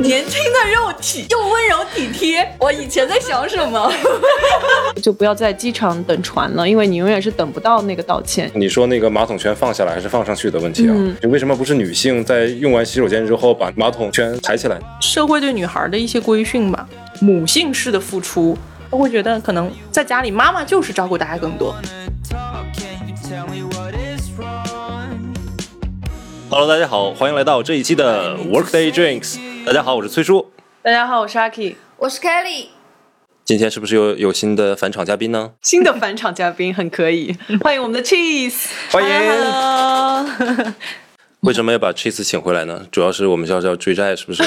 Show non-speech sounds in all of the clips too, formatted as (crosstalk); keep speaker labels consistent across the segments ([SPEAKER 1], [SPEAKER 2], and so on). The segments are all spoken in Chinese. [SPEAKER 1] 年轻的肉体又温柔体贴。我以前在想什么？
[SPEAKER 2] 就不要在机场等船了，因为你永远是等不到那个道歉。
[SPEAKER 3] 你说那个马桶圈放下来还是放上去的问题啊？
[SPEAKER 2] 嗯
[SPEAKER 3] 就为什么不是女性在用完洗手间之后把马桶圈抬起来？
[SPEAKER 4] 社会对女孩的一些规训吧，母性式的付出，我会觉得可能在家里妈妈就是照顾大家更多。
[SPEAKER 3] Hello，大家好，欢迎来到这一期的 Workday Drinks。大家好，我是崔叔。
[SPEAKER 2] 大家好，我是 Aki，
[SPEAKER 1] 我是 Kelly，
[SPEAKER 3] 今天是不是有有新的返场嘉宾呢？
[SPEAKER 2] 新的返场嘉宾很可以， (laughs) 欢迎我们的 Cheese。
[SPEAKER 3] 欢迎
[SPEAKER 5] 呃
[SPEAKER 2] Hello
[SPEAKER 3] 为什么要把 Cheese 请回来呢？主要是我们要是要追债，是不是？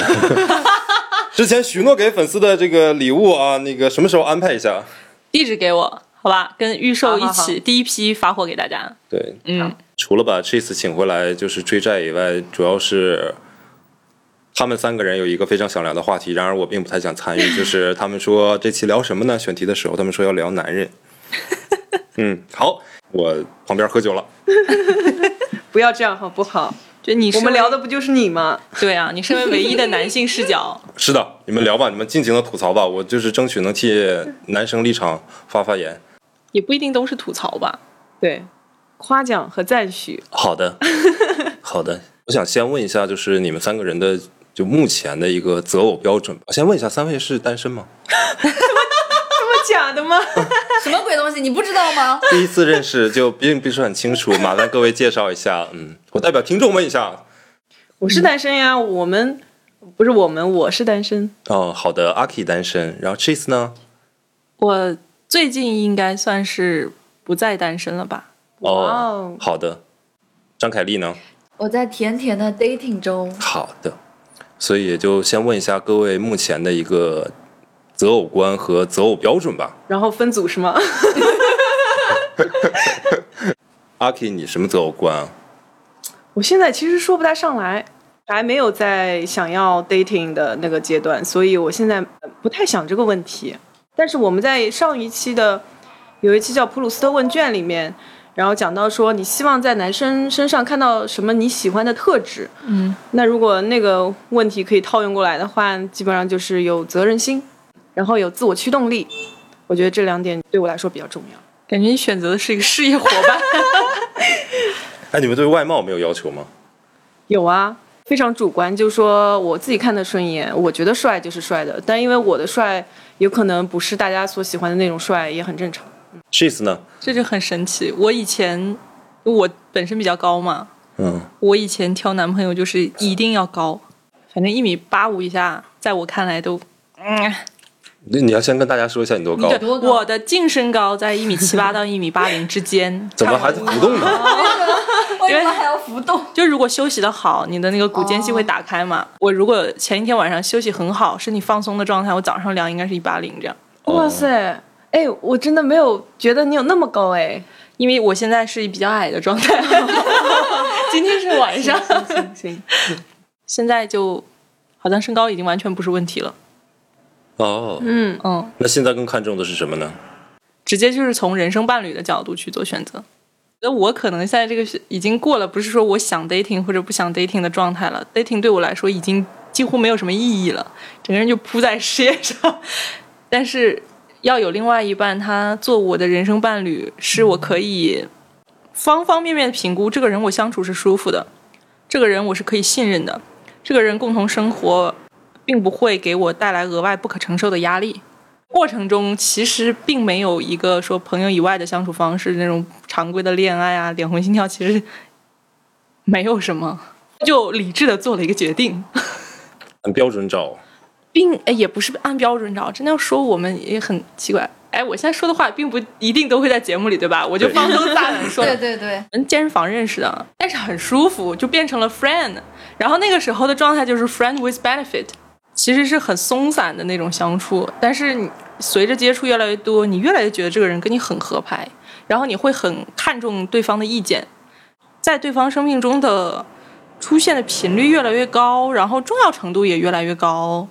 [SPEAKER 3] (laughs) 之前许诺给粉丝的这个礼物啊，那个什么时候安排一下？
[SPEAKER 5] 地址给我，好吧，跟预售一起
[SPEAKER 2] 好好好
[SPEAKER 5] 第一批发货给大家。
[SPEAKER 3] 对，
[SPEAKER 5] 嗯，
[SPEAKER 3] 除了把 Cheese 请回来就是追债以外，主要是他们三个人有一个非常想聊的话题，然而我并不太想参与。就是他们说这期聊什么呢？选题的时候他们说要聊男人。嗯，好，我旁边喝酒了。
[SPEAKER 2] 不要这样好不好？
[SPEAKER 5] 就你
[SPEAKER 2] 我们聊
[SPEAKER 5] 的
[SPEAKER 2] 的不就是你吗？
[SPEAKER 5] (laughs) 对啊，你身为唯一的男性
[SPEAKER 4] (laughs)
[SPEAKER 5] 视角，
[SPEAKER 3] 是的，你们聊吧，你们尽情的吐槽吧，我就是争取能替男生立场发发言。
[SPEAKER 5] 也不一定都是吐槽吧。
[SPEAKER 2] 对，夸奖和赞许。
[SPEAKER 3] 好 (laughs) 的，好的。我想先问一下，就是你们三个人的就目前的一个择偶标准吧。先问一下，三位是单身吗？
[SPEAKER 2] 这么假的吗？
[SPEAKER 1] 什么鬼东西？你不知道吗？
[SPEAKER 3] (laughs) 第一次认识就并不是很清楚，麻烦各位介绍一下。嗯，我代表听众问一下。
[SPEAKER 2] (laughs) 我是单身呀，我们不是我们，我是单身。
[SPEAKER 3] 哦，好的，阿 K 单身，然后 Cheese 呢？
[SPEAKER 5] 我最近应该算是不再单身了吧？
[SPEAKER 2] 哇
[SPEAKER 3] 哦
[SPEAKER 2] 哦，
[SPEAKER 3] 好的。张凯丽呢？
[SPEAKER 1] (laughs) 我在甜甜的 dating 中， (laughs)
[SPEAKER 3] 好的，所以就先问一下各位目前的一个择偶观和择偶标准吧。
[SPEAKER 2] 然后分组是吗？
[SPEAKER 3] 阿 K，你什么择偶观啊？
[SPEAKER 2] 我现在其实说不大上来，还没有在想要 dating 的那个阶段，所以我现在呃不太想这个问题。但是我们在上一期的有一期叫普鲁斯特问卷里面，然后讲到说你希望在男生身上看到什么你喜欢的特质。
[SPEAKER 5] 嗯，
[SPEAKER 2] 那如果那个问题可以套用过来的话，基本上就是有责任心，然后有自我驱动力。我觉得这两点对我来说比较重要。
[SPEAKER 5] 感觉你选择的是一个事业伙 (laughs) 伴。
[SPEAKER 3] 哎，你们对外貌没有要求吗？
[SPEAKER 2] 有啊，非常主观，就说我自己看的顺眼，我觉得帅就是帅的。但因为我的帅有可能不是大家所喜欢的那种帅，也很正常。
[SPEAKER 3] Cheese 呢？
[SPEAKER 5] 这就很神奇。我以前我本身比较高嘛，
[SPEAKER 3] 嗯，
[SPEAKER 5] 我以前挑男朋友就是一定要高，反正一米八五以下，在我看来都，嗯、
[SPEAKER 3] 你你要先跟大家说一下你哦多高，
[SPEAKER 1] 多高
[SPEAKER 5] 我的净身高在一米七八到一米八零之间。
[SPEAKER 3] 怎么还浮动呢？
[SPEAKER 1] 为什么还要浮动？
[SPEAKER 5] 就如果休息的好，你的那个骨间隙会打开嘛。我如果前一天晚上休息很好，身体放松的状态，我早上量应该是一八零这样。
[SPEAKER 2] 哇塞，哎，我真的没有觉得你有那么高哎。
[SPEAKER 5] 因为我现在是比较矮的状态， (laughs) 今天是晚上，
[SPEAKER 2] 行行，
[SPEAKER 5] 现在就好像身高已经完全不是问题了。
[SPEAKER 3] 哦，
[SPEAKER 2] 嗯，
[SPEAKER 5] 嗯，
[SPEAKER 3] 那现在更看重的是什么呢？
[SPEAKER 5] 直接就是从人生伴侣的角度去做选择。那我可能现在这个是已经过了，不是说我想 dating 或者不想 dating 的状态了。dating 对我来说已经几乎没有什么意义了，整个人就扑在事业上。 (laughs) 但是要有另外一半，他做我的人生伴侣，是我可以方方面面评估这个人我相处是舒服的，这个人我是可以信任的，这个人共同生活并不会给我带来额外不可承受的压力。过程中其实并没有一个说朋友以外的相处方式，那种常规的恋爱啊、脸红心跳，其实没有什么，就理智的做了一个决定，
[SPEAKER 3] 按标准找，
[SPEAKER 5] 并哎也不是按标准找。真的要说我们也很奇怪，哎，我现在说的话并不一定都会在节目里，对吧？我就
[SPEAKER 3] 对
[SPEAKER 5] 放松大胆说了 (laughs)
[SPEAKER 1] 对，对对，
[SPEAKER 5] 嗯，健身房认识的，但是很舒服，就变成了 friend。然后那个时候的状态就是 friend with benefit，其实是很松散的那种相处。但是你随着接触越来越多，你越来越觉得这个人跟你很合拍，然后你会很看重对方的意见，在对方生命中的出现的频率越来越高，然后重要程度也越来越高，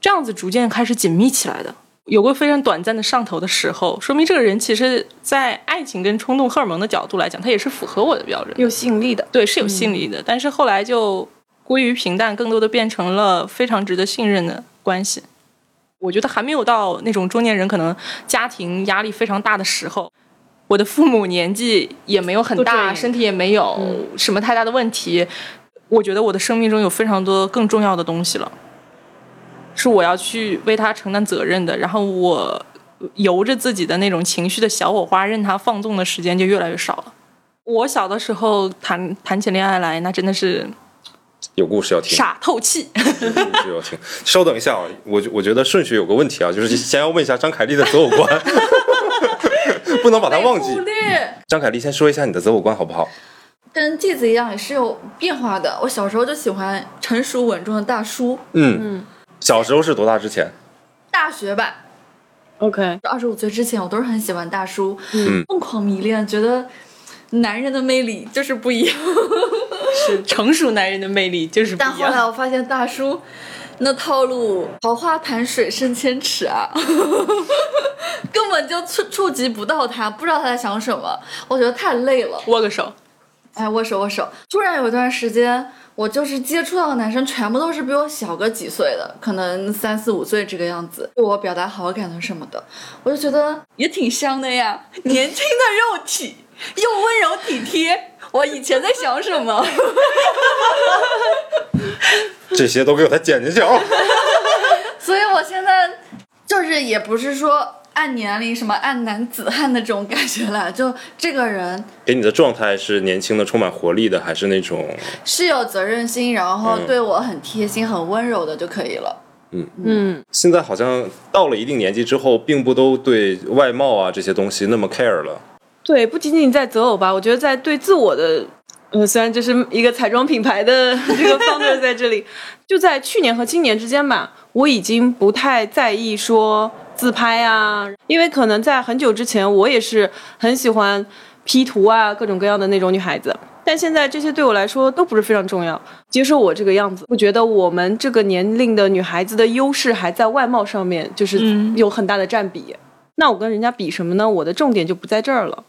[SPEAKER 5] 这样子逐渐开始紧密起来的。有过非常短暂的上头的时候，说明这个人其实，在爱情跟冲动荷尔蒙的角度来讲，他也是符合我的标准的，
[SPEAKER 2] 有吸引力的。
[SPEAKER 5] 对，是有吸引力的。但是后来就归于平淡，更多的变成了非常值得信任的关系。我觉得还没有到那种中年人可能家庭压力非常大的时候。我的父母年纪也没有很
[SPEAKER 2] 都这
[SPEAKER 5] 大，
[SPEAKER 2] 样
[SPEAKER 5] 身体也没有什么太大的问题。我觉得我的生命中有非常多更重要的东西了，是我要去为他承担责任的。然后我呃由着自己的那种情绪的小火花，任它放纵的时间就越来越少了。我小的时候谈谈起恋爱来，那真的是
[SPEAKER 3] 有故事要听，
[SPEAKER 5] 傻透气。
[SPEAKER 3] 有故事要听。稍等一下啊，我我觉得顺序有个问题啊，就是先要问一下张凯丽的择偶观，不能把她忘记。
[SPEAKER 1] 哎
[SPEAKER 3] 张凯丽，先说一下你的择偶观好不好？
[SPEAKER 1] 跟季子一样也是有变化的。我小时候就喜欢成熟稳重的大叔，
[SPEAKER 3] 嗯嗯，小时候是多大之前？
[SPEAKER 1] 大学吧，
[SPEAKER 2] OK，
[SPEAKER 1] 二十五岁之前我都是很喜欢大叔，
[SPEAKER 3] 嗯
[SPEAKER 1] 疯狂迷恋，觉得男人的魅力就是不一样。
[SPEAKER 5] 是 (laughs) 成熟男人的魅力就是不
[SPEAKER 1] 但
[SPEAKER 5] 一
[SPEAKER 1] 后
[SPEAKER 5] 样。
[SPEAKER 1] 来我发现大叔那套路“桃花潭水深千尺”啊， (laughs) 根本就触触及不到他，不知道他在想什么。我觉得太累了。
[SPEAKER 5] 握个手，
[SPEAKER 1] 哎，握手握手。突然有一段时间，我就是接触到的男生全部都是比我小个几岁的，可能三四五岁这个样子，对我表达好感的啊什么的，我就觉得也挺香的呀，年轻的肉体又温柔体贴。我以前在想什么？
[SPEAKER 3] 这些都给他剪进去啊！
[SPEAKER 1] 所以我现在就是也不是说按年龄什么按男子汉的这种感觉了，就这个人
[SPEAKER 3] 给你的状态是年轻的、充满活力的，还是那种
[SPEAKER 1] 是有责任心，然后
[SPEAKER 3] 嗯
[SPEAKER 1] 对我很贴心、很温柔的就可以了。
[SPEAKER 2] 嗯，
[SPEAKER 3] 现在好像到了一定年纪之后，并不都对外貌啊这些东西那么 care 了。
[SPEAKER 2] 对，不仅仅在择偶吧，我觉得在对自我的，呃，虽然这是一个彩妆品牌的 (laughs) 这个方面在这里，就在去年和今年之间吧，我已经不太在意说自拍啊，因为可能在很久之前，我也是很喜欢 P 图啊，各种各样的那种女孩子。但现在这些对我来说都不是非常重要，接受我这个样子。我觉得我们这个年龄的女孩子的优势还在外貌上面，就是
[SPEAKER 5] 嗯
[SPEAKER 2] 有很大的占比。那我跟人家比什么呢？我的重点就不在这儿了。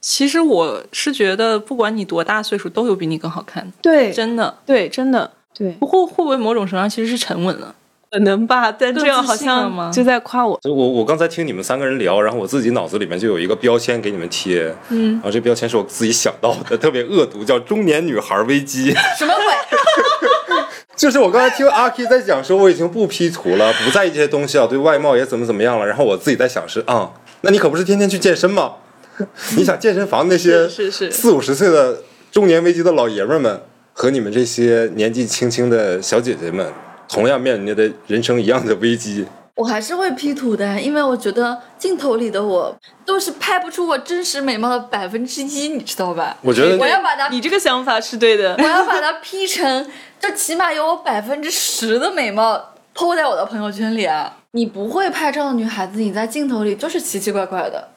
[SPEAKER 5] 其实我是觉得，不管你多大岁数，都有比你更好看的，
[SPEAKER 2] 对，
[SPEAKER 5] 真的。
[SPEAKER 2] 对，真的对，
[SPEAKER 5] 不过会不会某种程度上其实是沉稳了？
[SPEAKER 2] 可能吧。但
[SPEAKER 5] 更
[SPEAKER 2] 这样
[SPEAKER 5] 自
[SPEAKER 2] 好
[SPEAKER 5] 信了
[SPEAKER 2] 像
[SPEAKER 5] 吗
[SPEAKER 2] 就在夸我。
[SPEAKER 3] 所以我我刚才听你们三个人聊，然后我自己脑子里面就有一个标签给你们贴，嗯，然后这标签是我自己想到的，特别恶毒，叫“中年女孩危机 (laughs)
[SPEAKER 1] 什么鬼？”。
[SPEAKER 3] 就是我刚才听阿 K 在讲说，我已经不 P 图了，不在意这些东西了，对外貌也怎么怎么样了。然后我自己在想是啊、那你可不是天天去健身吗？ (laughs) 你想健身房那
[SPEAKER 5] 是
[SPEAKER 3] 些
[SPEAKER 5] 是是
[SPEAKER 3] 四五十岁的中年危机的老爷们儿们，和你们这些年纪轻轻的小姐姐们，同样面临着人生一样的危机。
[SPEAKER 1] 我还是会 P 图的，因为我觉得镜头里的我都是拍不出我真实美貌的百分之一，你知道吧？
[SPEAKER 3] 我觉
[SPEAKER 5] 哎
[SPEAKER 3] 得
[SPEAKER 1] 我要把它，
[SPEAKER 2] 你这个想法是对的
[SPEAKER 1] 我，要把它 P 成，就起码有我百分之十的美貌抛在我的朋友圈里啊！你不会拍照的女孩子，你在镜头里就是奇奇怪怪的。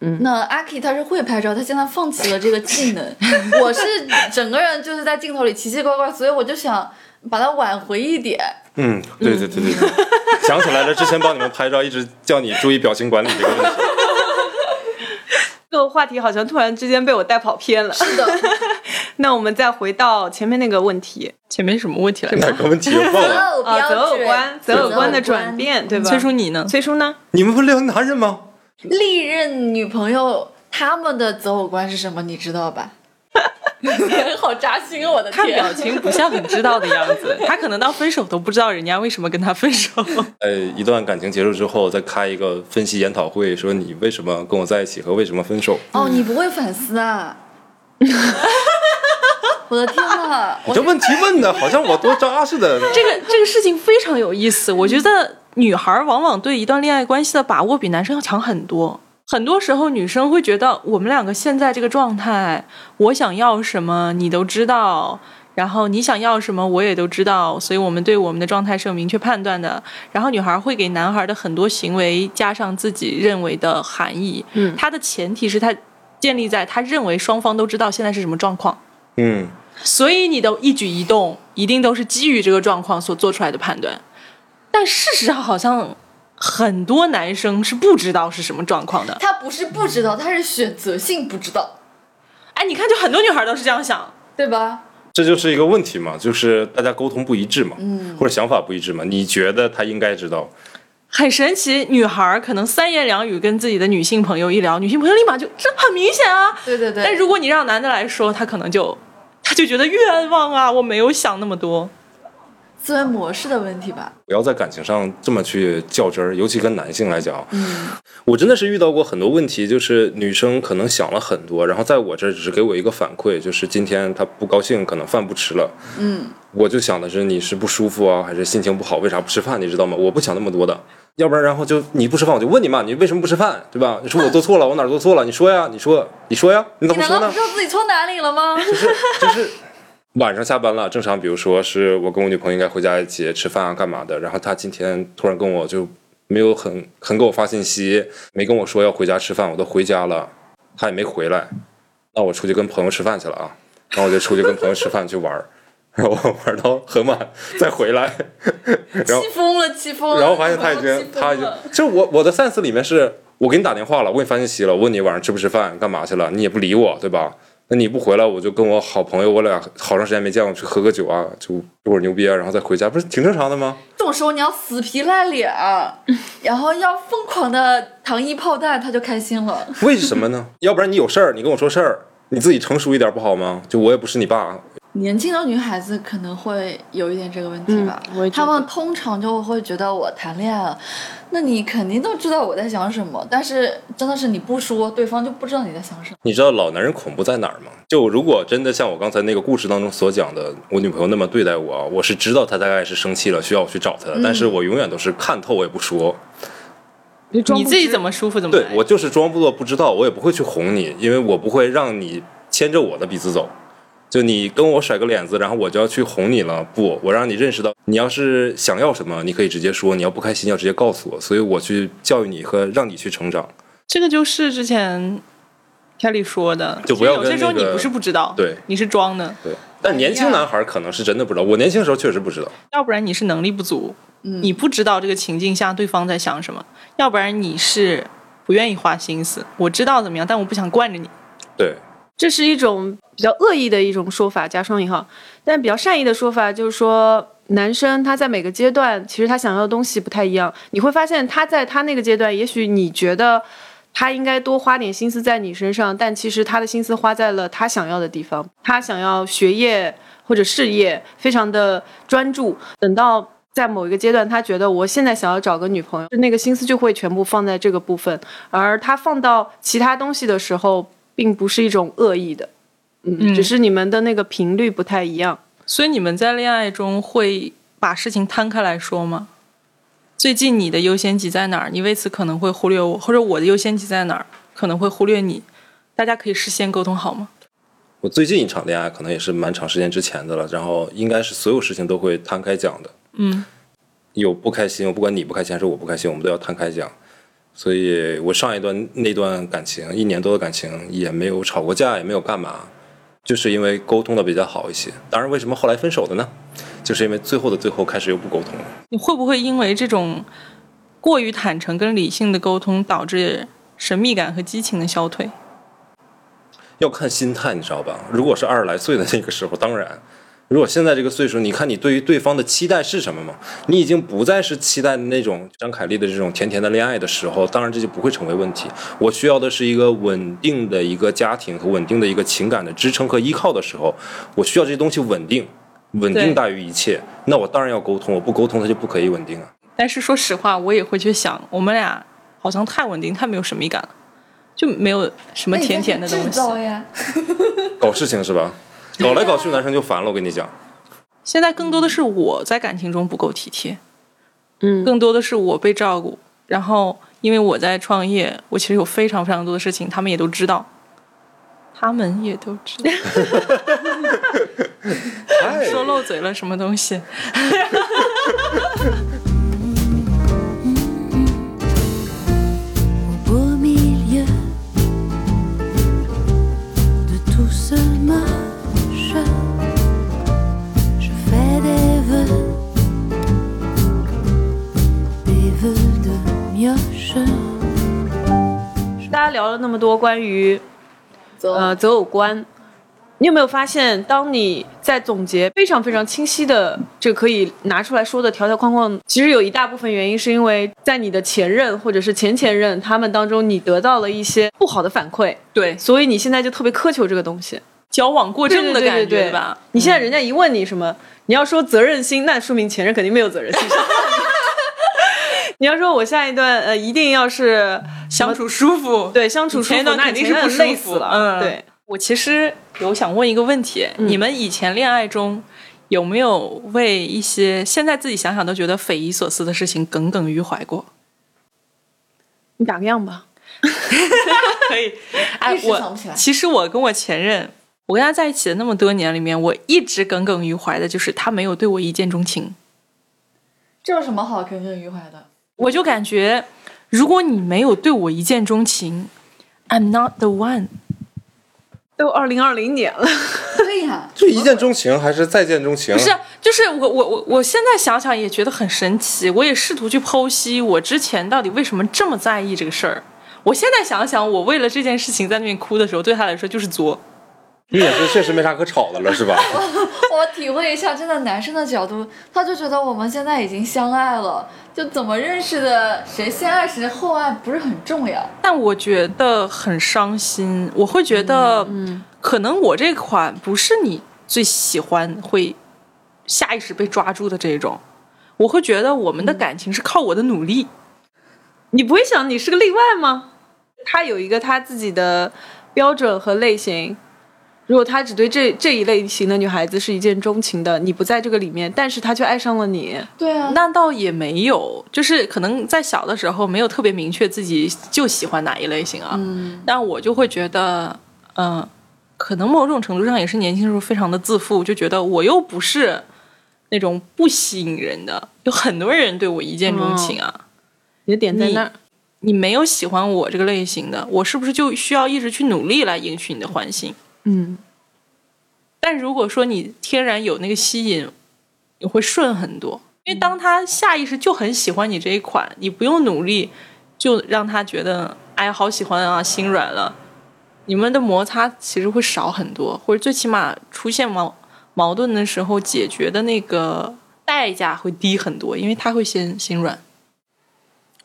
[SPEAKER 2] 嗯
[SPEAKER 1] 那阿 K 他是会拍照，他现在放弃了这个技能。 (laughs) 我是整个人就是在镜头里奇奇怪怪，所以我就想把它挽回一
[SPEAKER 2] (laughs)
[SPEAKER 1] 点。
[SPEAKER 3] 嗯，对对对对 (laughs) 对，想起来了，之前帮你们拍照，一直叫你注意表情管理这个问题。
[SPEAKER 2] 这个话题好像突然之间被我带跑偏了。
[SPEAKER 1] 是的，
[SPEAKER 2] (laughs) 那我们再回到前面那个问题，
[SPEAKER 5] 前面是什么问题来着？
[SPEAKER 3] 哪个问题我忘了？
[SPEAKER 1] 择偶
[SPEAKER 2] 啊，
[SPEAKER 1] 标
[SPEAKER 2] 择偶
[SPEAKER 1] 准
[SPEAKER 2] 观，择偶观的转，变，对吧？
[SPEAKER 5] 崔叔，你呢？
[SPEAKER 2] 崔叔呢？
[SPEAKER 3] (laughs) 你们不聊男人吗？
[SPEAKER 1] 历任女朋友他们的择偶观是什么，你知道吧？ (laughs) 好扎心啊！我的
[SPEAKER 5] 看
[SPEAKER 1] 天，
[SPEAKER 5] 表 (laughs) 情不像很知道的样子，他可能到分手都不知道人家为什么跟他分手。
[SPEAKER 3] 呃，一段感情结束之后，再开一个分析研讨会，说你为什么跟我在一起和为什么分手，
[SPEAKER 1] 哦，你不会反思啊！ (laughs) 我的天呐，
[SPEAKER 3] 你这问题问的好像我多扎似的。
[SPEAKER 5] 这个这个事情非常有意思，我觉得女孩儿往往对一段恋爱关系的把握比男生要强很多。很多时候，女生会觉得我们两个现在这个状态，我想要什么你都知道，然后你想要什么我也都知道，所以我们对我们的状态是有明确判断的。然后，女孩儿会给男孩儿的很多行为加上自己认为的含义，
[SPEAKER 2] 嗯
[SPEAKER 5] 它的前提是他建立在他认为双方都知道现在是什么状况。
[SPEAKER 3] 嗯，
[SPEAKER 5] 所以你的一举一动一定都是基于这个状况所做出来的判断。但事实上，好像很多男生是不知道是什么状况的。
[SPEAKER 1] 他不是不知道，他是选择性不知道，
[SPEAKER 5] 哎，你看，就很多女孩都是这样想。
[SPEAKER 1] 对吧？
[SPEAKER 3] 这就是一个问题嘛，就是大家沟通不一致嘛，或者想法不一致嘛。你觉得他应该知道，
[SPEAKER 5] 很神奇，女孩儿可能三言两语跟自己的女性朋友一聊，女性朋友立马就这很明显啊。
[SPEAKER 1] 对对
[SPEAKER 5] 但
[SPEAKER 1] 对，
[SPEAKER 5] 如果你让男的来说，他可能就他就觉得冤枉啊，我没有想那么多。
[SPEAKER 1] 思维模式的问题吧。
[SPEAKER 3] 不要在感情上这么去较真儿，尤其跟男性来讲。
[SPEAKER 1] 嗯
[SPEAKER 3] 我真的是遇到过很多问题，就是女生可能想了很多，然后在我这儿只是给我一个反馈，就是今天她不高兴，可能饭不吃了。
[SPEAKER 1] 嗯，
[SPEAKER 3] 我就想的是你是不舒服啊，还是心情不好？为啥不吃饭？你知道吗？我不想那么多的，要不然然后就你不吃饭，我就问你嘛，你为什么不吃饭？对吧？你说我做错了，我哪儿做错了？你说呀，你说，你说呀，你怎
[SPEAKER 1] 你
[SPEAKER 3] 么
[SPEAKER 1] 哎难
[SPEAKER 3] 说哦
[SPEAKER 1] 道
[SPEAKER 3] 呢
[SPEAKER 1] 不知？道自己错哪里了吗？
[SPEAKER 3] 就是晚上下班了，正常，比如说是我跟我女朋友应该回家一起吃饭啊，干嘛的？然后她今天突然跟我就没有很很给我发信息，没跟我说要回家吃饭，我都回家了，她也没回来，那我出去跟朋友吃饭去了啊，然后我就出去跟朋友吃饭去玩儿， (laughs) 然后我玩到很晚再回来，然后
[SPEAKER 1] 气疯了，气疯了。
[SPEAKER 3] 然后发现他已
[SPEAKER 1] (laughs) 我都
[SPEAKER 3] 经
[SPEAKER 1] 气疯
[SPEAKER 3] 他已经
[SPEAKER 1] 了，
[SPEAKER 3] 就是我我的 sense 里面是我给你打电话了，我给你发信息了，我问你晚上吃不吃饭，干嘛去了，你也不理我，对吧？那你不回来，我就跟我好朋友，我俩好长时间没见，我去喝个酒啊，就一会儿牛逼啊，然后再回家，不是挺正常的吗？
[SPEAKER 1] 这种时候你要死皮赖脸儿，然后要疯狂的糖衣炮弹，他就开心了。
[SPEAKER 3] 为什么呢？ (laughs) 要不然你有事儿，你跟我说事儿，你自己成熟一点不好吗？就我也不是你爸，
[SPEAKER 1] 年轻的女孩子可能会有一点这个问题吧，
[SPEAKER 2] 我也觉
[SPEAKER 1] 她
[SPEAKER 2] 得
[SPEAKER 1] 们通常就会觉得我谈恋爱了，那你肯定都知道我在想什么，但是真的是你不说，对方就不知道你在想什么。
[SPEAKER 3] 你知道老男人恐怖在哪儿吗？就如果真的像我刚才那个故事当中所讲的，我女朋友那么对待我啊，我是知道她大概是生气了，需要我去找她的，但是
[SPEAKER 1] 嗯
[SPEAKER 3] 我永远都是看透，我也不说。
[SPEAKER 5] 你自己怎么舒服怎么
[SPEAKER 3] 对
[SPEAKER 5] 来。
[SPEAKER 3] 我就是装作不知道，我也不会去哄你，因为我不会让你牵着我的鼻子走。就你跟我甩个脸子，然后我就要去哄你了。不，我让你认识到，你要是想要什么，你可以直接说；你要不开心，要直接告诉我。所以我去教育你和让你去成长。
[SPEAKER 5] 这个就是之前凯里说的，
[SPEAKER 3] 就不要
[SPEAKER 5] 其实有些
[SPEAKER 3] 跟
[SPEAKER 5] 时候
[SPEAKER 3] 那
[SPEAKER 5] 你
[SPEAKER 3] 个
[SPEAKER 5] 不是不知道，
[SPEAKER 3] 对
[SPEAKER 5] 你是装的，
[SPEAKER 3] 对，但年轻男孩可能是真的不知道。我年轻时候确实不知道。
[SPEAKER 5] 要不然你是能力不足，你不知道这个情境下对方在想什么；要不然你是不愿意花心思。我知道怎么样，但我不想惯着你。
[SPEAKER 3] 对，
[SPEAKER 2] 这是一种比较恶意的一种说法，加双引号。但比较善意的说法就是说，男生他在每个阶段，其实他想要的东西不太一样。你会发现，他在他那个阶段，也许你觉得他应该多花点心思在你身上，但其实他的心思花在了他想要的地方。他想要学业或者事业，非常的专注。等到在某一个阶段，他觉得我现在想要找个女朋友，那个心思就会全部放在这个部分，而他放到其他东西的时候，并不是一种恶意的，嗯，只是你们的那个频率不太一样。
[SPEAKER 5] 所以你们在恋爱中会把事情摊开来说吗？最近你的优先级在哪儿？你为此可能会忽略我，或者我的优先级在哪儿？可能会忽略你。大家可以事先沟通好吗？
[SPEAKER 3] 我最近一场恋爱可能也是蛮长时间之前的了，然后应该是所有事情都会摊开讲的。
[SPEAKER 5] 嗯，
[SPEAKER 3] 有不开心，我不管你不开心还是我不开心，我们都要摊开讲。所以我上一段那段感情，一年多的感情也没有吵过架，也没有干嘛，就是因为沟通的比较好一些。当然，为什么后来分手的呢？就是因为最后的最后开始又不沟通了。
[SPEAKER 5] 你会不会因为这种过于坦诚跟理性的沟通，导致神秘感和激情的消退？
[SPEAKER 3] 要看心态，你知道吧？如果是二十来岁的那个时候，当然；如果现在这个岁数，你看你对于对方的期待是什么吗？你已经不再是期待那种张凯丽的这种甜甜的恋爱的时候，当然这就不会成为问题。我需要的是一个稳定的一个家庭和稳定的一个情感的支撑和依靠的时候，我需要这些东西稳定，稳定
[SPEAKER 5] 对
[SPEAKER 3] 大于一切。那我当然要沟通，我不沟通它就不可以稳定啊。
[SPEAKER 5] 但是说实话，我也会去想，我们俩好像太稳定，太没有神秘感了，就没有什么
[SPEAKER 1] 那你
[SPEAKER 5] 甜
[SPEAKER 1] 再
[SPEAKER 5] 甜的
[SPEAKER 1] 去
[SPEAKER 5] 东
[SPEAKER 1] 制
[SPEAKER 5] 西。
[SPEAKER 1] 造呀，
[SPEAKER 3] 搞事情是
[SPEAKER 5] (laughs)
[SPEAKER 3] 吧？搞来搞去，男生就烦了。我跟你讲，
[SPEAKER 5] 现在更多的是我在感情中不够体贴，
[SPEAKER 2] 嗯
[SPEAKER 5] 更多的是我被照顾。然后因为我在创业，我其实有非常非常多的事情，他们也都知道，他们也都知道，
[SPEAKER 3] 哎
[SPEAKER 5] 说漏嘴了什么东西。
[SPEAKER 6] Au beau milieu de tout ce moche, je fais des vœux, des vœux de mioche.
[SPEAKER 2] 大家聊了那么多关于
[SPEAKER 1] 走
[SPEAKER 2] 呃择偶观，你有没有发现，当你在总结非常非常清晰的这个可以拿出来说的条条框框，其实有一大部分原因是因为在你的前任或者是前前任他们当中，你得到了一些不好的反馈，
[SPEAKER 5] 对，
[SPEAKER 2] 所以你现在就特别苛求这个东西，
[SPEAKER 5] 矫枉过正的
[SPEAKER 2] (laughs) 对对
[SPEAKER 5] 感觉
[SPEAKER 2] 对对
[SPEAKER 5] 吧？
[SPEAKER 2] 你现在人家一问你什么，你要说责任心，那说明前任肯定没有责任
[SPEAKER 5] (laughs)
[SPEAKER 2] 心。你要说我下一段呃一定要是
[SPEAKER 5] 相处舒服，
[SPEAKER 2] 对相处舒
[SPEAKER 5] 前
[SPEAKER 2] 服
[SPEAKER 5] 一，段
[SPEAKER 2] 那
[SPEAKER 5] 肯
[SPEAKER 2] 你
[SPEAKER 5] 定是
[SPEAKER 2] 前
[SPEAKER 5] 不
[SPEAKER 2] 任
[SPEAKER 5] 舒
[SPEAKER 2] 累
[SPEAKER 5] 服
[SPEAKER 2] 死了。
[SPEAKER 5] 嗯
[SPEAKER 2] 对，
[SPEAKER 5] 我其实有想问一个问题：
[SPEAKER 1] 嗯
[SPEAKER 5] 你们以前恋爱中有没有为一些现在自己想想都觉得匪夷所思的事情耿耿于怀
[SPEAKER 1] (laughs)
[SPEAKER 5] 过？
[SPEAKER 2] 你打个样吧。
[SPEAKER 5] 可以，哎
[SPEAKER 1] 一，时想
[SPEAKER 5] 我
[SPEAKER 1] 不起来
[SPEAKER 5] 其实我跟我前任，我跟他在一起的那么多年里面，我一直耿耿于怀的就是他没有对我一见钟情。
[SPEAKER 1] 这有什么好耿耿于怀的？
[SPEAKER 5] 我就感觉，如果你没有对我一见钟情，I'm not the one。
[SPEAKER 2] 都二零二零年了，
[SPEAKER 1] 对呀、
[SPEAKER 3] 就一见钟情还是再见钟情？
[SPEAKER 5] 不是，就是我我我我现在想想也觉得很神奇，我也试图去剖析我之前到底为什么这么在意这个事儿。我现在想想，我为了这件事情在那边哭的时候，对他来说就是作。
[SPEAKER 3] 你也是确实没啥可吵的了，是吧？
[SPEAKER 1] 我体会一下，真的男生的角度，他就觉得我们现在已经相爱了，就怎么认识的，谁先爱谁后爱不是很重要。
[SPEAKER 5] 但我觉得很伤心，我会觉得，可能我这款不是你最喜欢，会下意识被抓住的这种。我会觉得我们的感情是靠我的努力，
[SPEAKER 2] 你不会想你是个例外吗？他有一个他自己的标准和类型。如果他只对这这一类型的女孩子是一见钟情的，你不在这个里面，但是他却爱上了你，
[SPEAKER 1] 对啊，
[SPEAKER 5] 那倒也没有，就是可能在小的时候没有特别明确自己就喜欢哪一类型啊。嗯，但我就会觉得，嗯、可能某种程度上也是年轻时候非常的自负，就觉得我又不是那种不吸引人的，有很多人对我一见钟情啊。
[SPEAKER 2] 你的点在
[SPEAKER 5] 你
[SPEAKER 2] 那儿。
[SPEAKER 5] 你没有喜欢我这个类型的，我是不是就需要一直去努力来赢取你的欢心？
[SPEAKER 2] 嗯，
[SPEAKER 5] 但如果说你天然有那个吸引，你会顺很多，因为当他下意识就很喜欢你这一款，你不用努力，就让他觉得哎好喜欢啊，心软了，你们的摩擦其实会少很多，或者最起码出现矛矛盾的时候解决的那个代价会低很多，因为他会先心软。